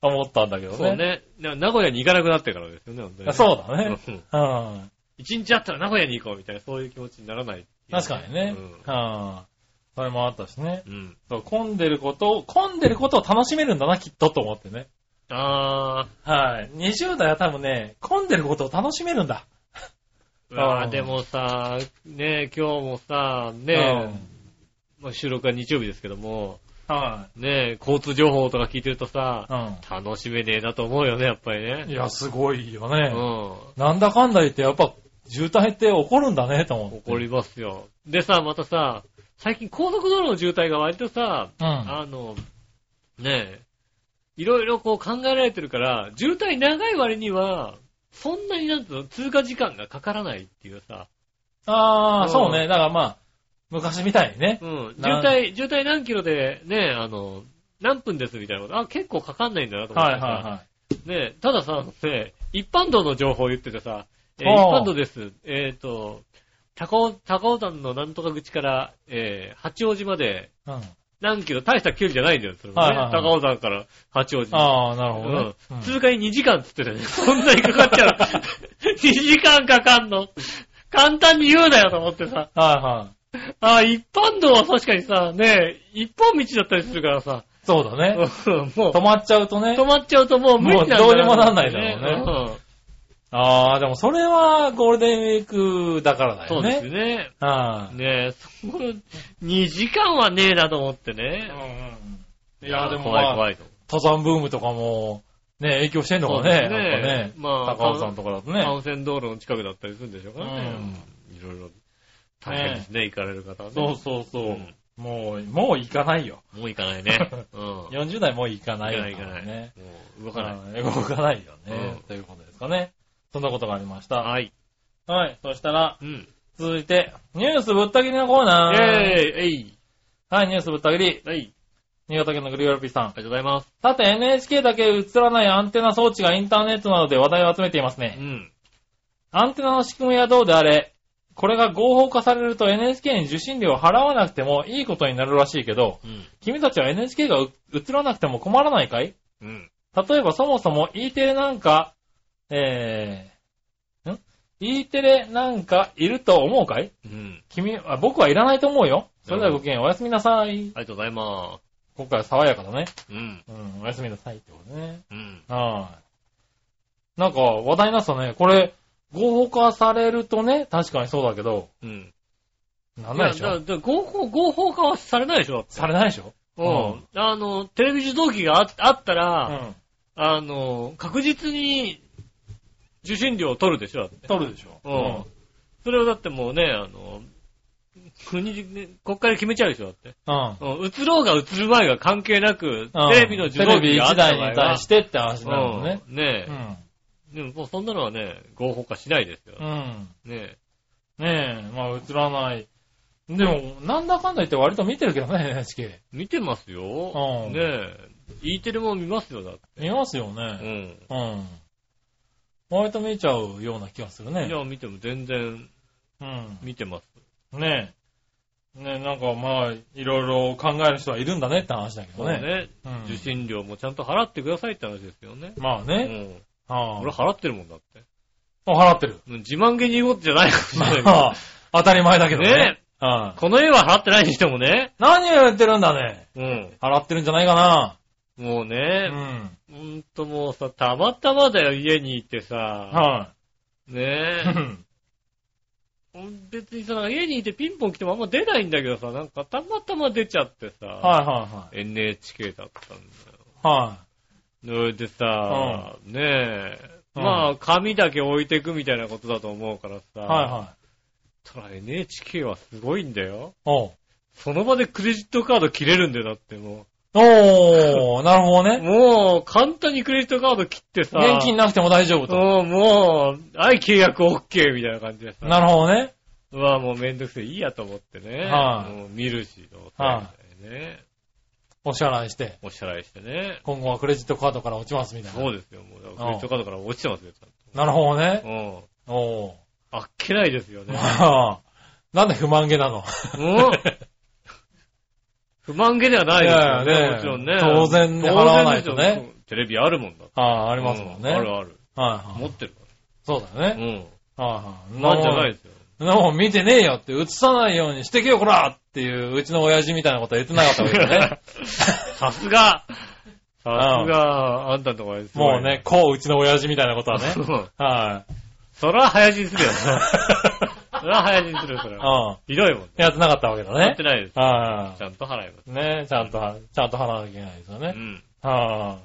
Speaker 3: 思ったんだけどね。
Speaker 2: そう。ね。な名古屋に行かなくなってからですよね、本当にね。
Speaker 3: そうだね。
Speaker 2: うん
Speaker 3: うん。
Speaker 2: 一日あったら名古屋に行こうみたいな、そういう気持ちにならない。
Speaker 3: 確かにね。うん。それもあったしね。
Speaker 2: うん。うん。
Speaker 3: そう混んでることを、混んでることを楽しめるんだな、きっとと思ってね。
Speaker 2: あー。
Speaker 3: はい。20代は多分ね、混んでることを楽しめるんだ。
Speaker 2: うわ
Speaker 3: う
Speaker 2: ー
Speaker 3: ん
Speaker 2: でもさ、ね今日もさ、ねまあ収録は日曜日ですけども、
Speaker 3: うん。は
Speaker 2: ね交通情報とか聞いてるとさ
Speaker 3: い。、うん。
Speaker 2: 楽しめねえなと思うよね、やっぱり
Speaker 3: い
Speaker 2: ね。
Speaker 3: や、すごいよ
Speaker 2: う
Speaker 3: ね。
Speaker 2: ん。
Speaker 3: なんだかんだ言って、やっぱ、渋滞って起こるんだね、と思って。
Speaker 2: 怒りますよ。でさ、またさ、最近高速道路の渋滞が割とさ、
Speaker 3: うん。
Speaker 2: あの、ねえ、いろいろこう考えられてるから、渋滞長い割には、そんなになんつうの、通過時間がかからないっていうさ、
Speaker 3: あ
Speaker 2: う
Speaker 3: あ、
Speaker 2: ん
Speaker 3: そうね。だからまあ、昔みたいにね
Speaker 2: う。ん、渋
Speaker 3: なん
Speaker 2: 滞、渋滞何キロで、ねえ、あの、何分ですみたいなこと、あ、結構かかんないんだなと思っ
Speaker 3: は
Speaker 2: て
Speaker 3: い
Speaker 2: さ、
Speaker 3: は
Speaker 2: ねえ、たださ、ね一般道の情報を言っててさ、えー一
Speaker 3: ああ
Speaker 2: 般道です。えっ、と、高尾、高尾山のなんとか口から、えー八王子まで、
Speaker 3: いはい。うん。
Speaker 2: 何キロ、大した距離じゃないんだよ、それもね
Speaker 3: はいはいはい
Speaker 2: 高尾山から八王子。
Speaker 3: ああ、なる
Speaker 2: う
Speaker 3: ほどね
Speaker 2: ん。
Speaker 3: うん
Speaker 2: 通過に2時間っつってたよね。そんなにかかっちゃう。2時 間かかんの。簡単に言うなよと思ってさ。
Speaker 3: はいはい。
Speaker 2: ああ、一般道は確かにさ、ねえ、一本道だったりするからさ、
Speaker 3: そうだね。
Speaker 2: うんもう
Speaker 3: 止、まっちゃうとね
Speaker 2: 止。まっちゃうともう無理なんだ
Speaker 3: もうどうにもなんないだろうね
Speaker 2: うん
Speaker 3: ああ、でもそれはゴールデンウィークだからだ
Speaker 2: そ
Speaker 3: よ
Speaker 2: う
Speaker 3: ね。
Speaker 2: ですね。
Speaker 3: は
Speaker 2: ねえ、そこ、2時間はねえなと思って
Speaker 3: い。
Speaker 2: ね。
Speaker 3: うん。いや、でも
Speaker 2: 怖い
Speaker 3: まあ、
Speaker 2: 怖いと。
Speaker 3: 登山ブームとかも、ね、影響してんのかね。
Speaker 2: そうですね
Speaker 3: なんかね。
Speaker 2: まあ
Speaker 3: 高尾山とかだとね。
Speaker 2: 幹線道路の近くだったりするんでしょうからね。いろいろ大変ですね、行かれる方はね。
Speaker 3: そうそうそう。
Speaker 2: うん
Speaker 3: もう、もう行かないよ。
Speaker 2: もう行かない ね。うん。行
Speaker 3: 40代もう行か
Speaker 2: か
Speaker 3: ないよ、
Speaker 2: ない行かない。
Speaker 3: ね。
Speaker 2: もう動かない。
Speaker 3: うん動かないよね、
Speaker 2: うん
Speaker 3: ということですかね。そんなことがありました。はい。
Speaker 2: はい。
Speaker 3: そしたら、
Speaker 2: うん。
Speaker 3: 続いて、ニュースぶった切りのコ
Speaker 2: イ
Speaker 3: ー
Speaker 2: ェ
Speaker 3: ナ
Speaker 2: ー
Speaker 3: ー。
Speaker 2: イえい
Speaker 3: はい、ニュースぶった切り。
Speaker 2: はい。あり
Speaker 3: 新潟県のグリガルピーさん。
Speaker 2: がとうございます。
Speaker 3: さて、NHK だけ映らないアンテナ装置がインターネットなどで話題を集めていますね。
Speaker 2: うん。
Speaker 3: アンテナの仕組みはどうであれ、これが合法化されると NHK に受信料を払わなくてもいいことになるらしいけど、
Speaker 2: うん。
Speaker 3: 君たちは NHK がう映らなくても困らないかい
Speaker 2: うん。
Speaker 3: 例えばそもそも E テレなんか、えー、ん ?E テレなんかいると思うかい
Speaker 2: うん。
Speaker 3: 君あ、僕はいらないと思うよ。それではごきげんようおやすみなさ
Speaker 2: あ
Speaker 3: い。
Speaker 2: りがとうございま
Speaker 3: 今回は爽やかだね。
Speaker 2: す。うん。
Speaker 3: うん、おやすみなさいってことね。
Speaker 2: うん。
Speaker 3: はい。なんか話題になってたね。これ、合法化されるとね、確かにそうだけど、
Speaker 2: うん。
Speaker 3: なんないでし
Speaker 2: や
Speaker 3: ょ
Speaker 2: だだ合法、合法化はされないでしょ
Speaker 3: されないでしょ
Speaker 2: うん。あの、テレビ受動機がああった
Speaker 3: う
Speaker 2: ら、
Speaker 3: ん。
Speaker 2: あの、確実に受信料を取るでしょだって
Speaker 3: 取るでしょ
Speaker 2: うん。それをだってもうね、あの、国で、ね、国会で決めちゃうでしょだって。
Speaker 3: うん。
Speaker 2: うん、映ろうが映る前が関係なく、
Speaker 3: うん。
Speaker 2: テレビの受
Speaker 3: テレ
Speaker 2: 動
Speaker 3: ビ
Speaker 2: 機があ
Speaker 3: 一
Speaker 2: った
Speaker 3: 台
Speaker 2: 場合
Speaker 3: に
Speaker 2: は
Speaker 3: 対してって話になるのね。
Speaker 2: うんねえ。
Speaker 3: うん。
Speaker 2: でももうそんなのはね、合法化しないですよ。
Speaker 3: うん。
Speaker 2: ね
Speaker 3: ねえ、まあ映らない。でも、なんだかんだ言って割と見てるけどね、NHK。
Speaker 2: 見てますよ。
Speaker 3: うん
Speaker 2: ねえ。E テレも見ますよ、だって。
Speaker 3: 見ますよ
Speaker 2: う
Speaker 3: ね。
Speaker 2: ん。
Speaker 3: うん。割と見ちゃうような気がする
Speaker 2: い
Speaker 3: ね。
Speaker 2: や、見ても全然
Speaker 3: うん。
Speaker 2: 見てます。
Speaker 3: ねえ。ねえ、なんかまあ、いろいろ考える人はいるんだねって話だけ
Speaker 2: そ
Speaker 3: ど
Speaker 2: う
Speaker 3: ね。
Speaker 2: ね。
Speaker 3: うん
Speaker 2: 受信料もちゃんと払ってくださいって話ですよね。
Speaker 3: まあ
Speaker 2: う
Speaker 3: ね。
Speaker 2: ん。
Speaker 3: は
Speaker 2: 俺払ってるもんだって。
Speaker 3: もう払ってる。
Speaker 2: 自慢げに言うことじゃないかもしれ
Speaker 3: ま
Speaker 2: ないけど。
Speaker 3: あ、 当たり前だけどね。
Speaker 2: ね
Speaker 3: うん。
Speaker 2: この絵は払ってないにしてもね。
Speaker 3: 何を言ってるんだね。
Speaker 2: うん。
Speaker 3: 払ってるんじゃないかな。
Speaker 2: もう
Speaker 3: う
Speaker 2: ね、
Speaker 3: ん。
Speaker 2: ほんともうさ、たまたまだよ、家に行ってさ。
Speaker 3: は
Speaker 2: ね
Speaker 3: い。 うん
Speaker 2: え。別にさ、家にいてピンポン来てもあんま出ないんだけどさ、なんかたまたま出ちゃってさ。
Speaker 3: はいは
Speaker 2: NHK だったんだよ。
Speaker 3: いはい。はい。
Speaker 2: それでさ、ねえ、
Speaker 3: うん
Speaker 2: まあ、紙だけ置いていくみたいなことだと思うからさ、
Speaker 3: はいはい。
Speaker 2: ただ NHK はすごいんだよ。
Speaker 3: おう
Speaker 2: その場でクレジットカード切れるんだよ、だっても
Speaker 3: おー、なる
Speaker 2: う。
Speaker 3: ほどね。
Speaker 2: もう、簡単にクレジットカード切ってさ、
Speaker 3: 現金なくても大丈夫と。
Speaker 2: うんもう、はい、契約 OK みたいな感じでさ、
Speaker 3: なるほどね。
Speaker 2: うわ、もうめんどくせえ、いいやと思ってね、
Speaker 3: はい
Speaker 2: もう見るし、どうせ
Speaker 3: は
Speaker 2: みたいなね、
Speaker 3: お支払いして、
Speaker 2: お支払いしてね。
Speaker 3: 今後はクレジットカードから落ちますみたい
Speaker 2: そ
Speaker 3: な。
Speaker 2: うですよ、もう、だからクレジットカードから落ちてますよ、ち
Speaker 3: なるほど
Speaker 2: ゃんと。
Speaker 3: ね。
Speaker 2: うん。
Speaker 3: おー。
Speaker 2: あっけないですよね。
Speaker 3: まあ、なんで不満げなの
Speaker 2: うん不満げではないですよね。
Speaker 3: いやいやね
Speaker 2: もちろんね。
Speaker 3: 当然ね払わないと
Speaker 2: 当
Speaker 3: ね
Speaker 2: 然ですよ。テレビあるもんだって。
Speaker 3: ああ、あ
Speaker 2: あ
Speaker 3: りますもんね。
Speaker 2: あ
Speaker 3: はい
Speaker 2: るある。
Speaker 3: は
Speaker 2: 持っ
Speaker 3: い。
Speaker 2: てるか
Speaker 3: そうだ
Speaker 2: ら。
Speaker 3: よ
Speaker 2: う
Speaker 3: ね。
Speaker 2: ん。
Speaker 3: はいはい。
Speaker 2: なんじゃないですよ。
Speaker 3: そんなもん見てねえよって、映さないようにしてけよ、こらっていう、うちの親父みたいなことは言ってなかったわけ だ ね。
Speaker 2: さすがさすが、あんたのとこはすごい
Speaker 3: もうね、。こう、うちの親父みたいなことはね。
Speaker 2: うん
Speaker 3: はい。
Speaker 2: そら早死にす るよ。そら早死にするよ、それは。
Speaker 3: うん。
Speaker 2: ひどいもんね。
Speaker 3: やってなかったわけだ
Speaker 2: やっ
Speaker 3: ね
Speaker 2: て。ないです。
Speaker 3: は
Speaker 2: ちゃんと払えば。
Speaker 3: い。ねちゃんとは、ちゃんと払わなきゃいけないですよ
Speaker 2: う
Speaker 3: ね。
Speaker 2: ん。
Speaker 3: は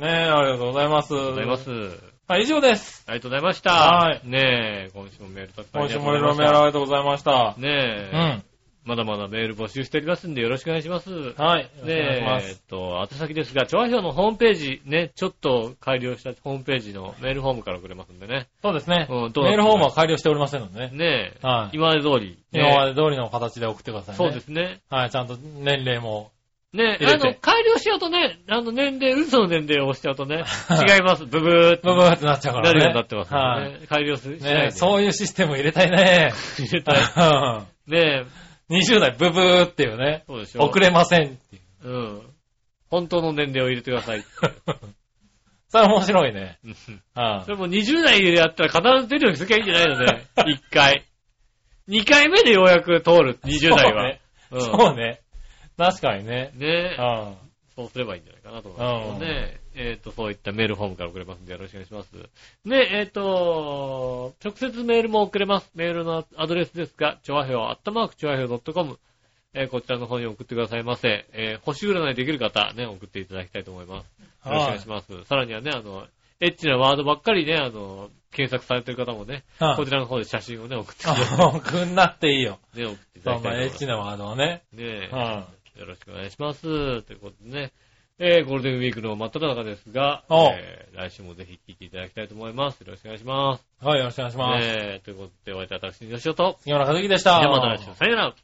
Speaker 3: い。ねありがとうございます。ありが
Speaker 2: ありがとうございます。
Speaker 3: はい、以上です。
Speaker 2: ありがとうございました。
Speaker 3: はい
Speaker 2: ねえ、今週もメールたくさんあ
Speaker 3: 今
Speaker 2: り
Speaker 3: 週
Speaker 2: がとうご
Speaker 3: も
Speaker 2: ざいまし
Speaker 3: いろいろメ
Speaker 2: た。
Speaker 3: ールありがとうございました。
Speaker 2: ねえ。
Speaker 3: うん。
Speaker 2: まだまだメール募集しておりますんでよろしくお願いします。
Speaker 3: はい。
Speaker 2: ね
Speaker 3: お願いしま
Speaker 2: え、えっ
Speaker 3: す。
Speaker 2: と、宛先ですが、調和票のホームページ、ね、ちょっと改良したホームページのメールフォームから送れますんでね。
Speaker 3: そうですね。
Speaker 2: うんどうぞ
Speaker 3: メールフォームは改良しておりませんのでね。
Speaker 2: ねえ、
Speaker 3: はい
Speaker 2: 今まで通り、ね
Speaker 3: 今まで通りの形で送ってくださいね。
Speaker 2: そうですね。
Speaker 3: はい、ちゃんと年齢も。
Speaker 2: ねえ、あ
Speaker 3: 入れて
Speaker 2: の、改良しちゃうとね、あの、年齢、嘘の年齢を押しちゃうと ね、違います、ブブーって
Speaker 3: ブブーってなっちゃうか
Speaker 2: な
Speaker 3: らね。
Speaker 2: るようになってますから
Speaker 3: はい。
Speaker 2: ね。改良すしない
Speaker 3: ね
Speaker 2: で
Speaker 3: そういうシステム入れたいね。
Speaker 2: 入れたい。
Speaker 3: 20
Speaker 2: ねえ、
Speaker 3: 代ブブーっていうね。
Speaker 2: そうでしょ。
Speaker 3: 遅れませんっていう。
Speaker 2: うん。本当の年齢を入れてくださ い。
Speaker 3: それ面白いね。
Speaker 2: うん
Speaker 3: は
Speaker 2: それ
Speaker 3: い
Speaker 2: も20代でやったら必ず出るようにすりゃいいんじゃないのね。1回。2回目でようやく通る、20代は。うん
Speaker 3: そうね。確かにね。
Speaker 2: ね
Speaker 3: う
Speaker 2: え、
Speaker 3: ん。
Speaker 2: そうすればいいんじゃないかなと思いますけどね。えっ、と、そういったメールフォームから送れますんでよろしくお願いします。ねえ、っ、と、直接メールも送れます。メールのアドレスですが、ちょわひょう、アットマークちょわひょう .com。えーこちらの方に送ってくださいませ。えー星占いできる方、ね、送っていただきたいと思います。よろしくお願いします。さらにはね、あの、エッチなワードばっかりね、あの、検索されてる方もね、
Speaker 3: はい
Speaker 2: こちらの方で写真をね、送ってくださ
Speaker 3: あ送んなってい いよ。
Speaker 2: い。ね、送っていただ
Speaker 3: そん
Speaker 2: きたいと思い
Speaker 3: なエ
Speaker 2: ま
Speaker 3: ッ
Speaker 2: す。
Speaker 3: チなワードをね。
Speaker 2: ね
Speaker 3: うん。
Speaker 2: よろしくお願いします。ということでね、えー、ゴールデンウィークの真っ只中ですが、
Speaker 3: おう
Speaker 2: えー来週もぜひ聞いていただきたいと思います。よろしくお願いします。
Speaker 3: はい、よろしくお願いします。
Speaker 2: ねということで、お会いいたい私、吉尾と、
Speaker 3: 杉村和樹でした。
Speaker 2: じゃあまた来週、さよなら。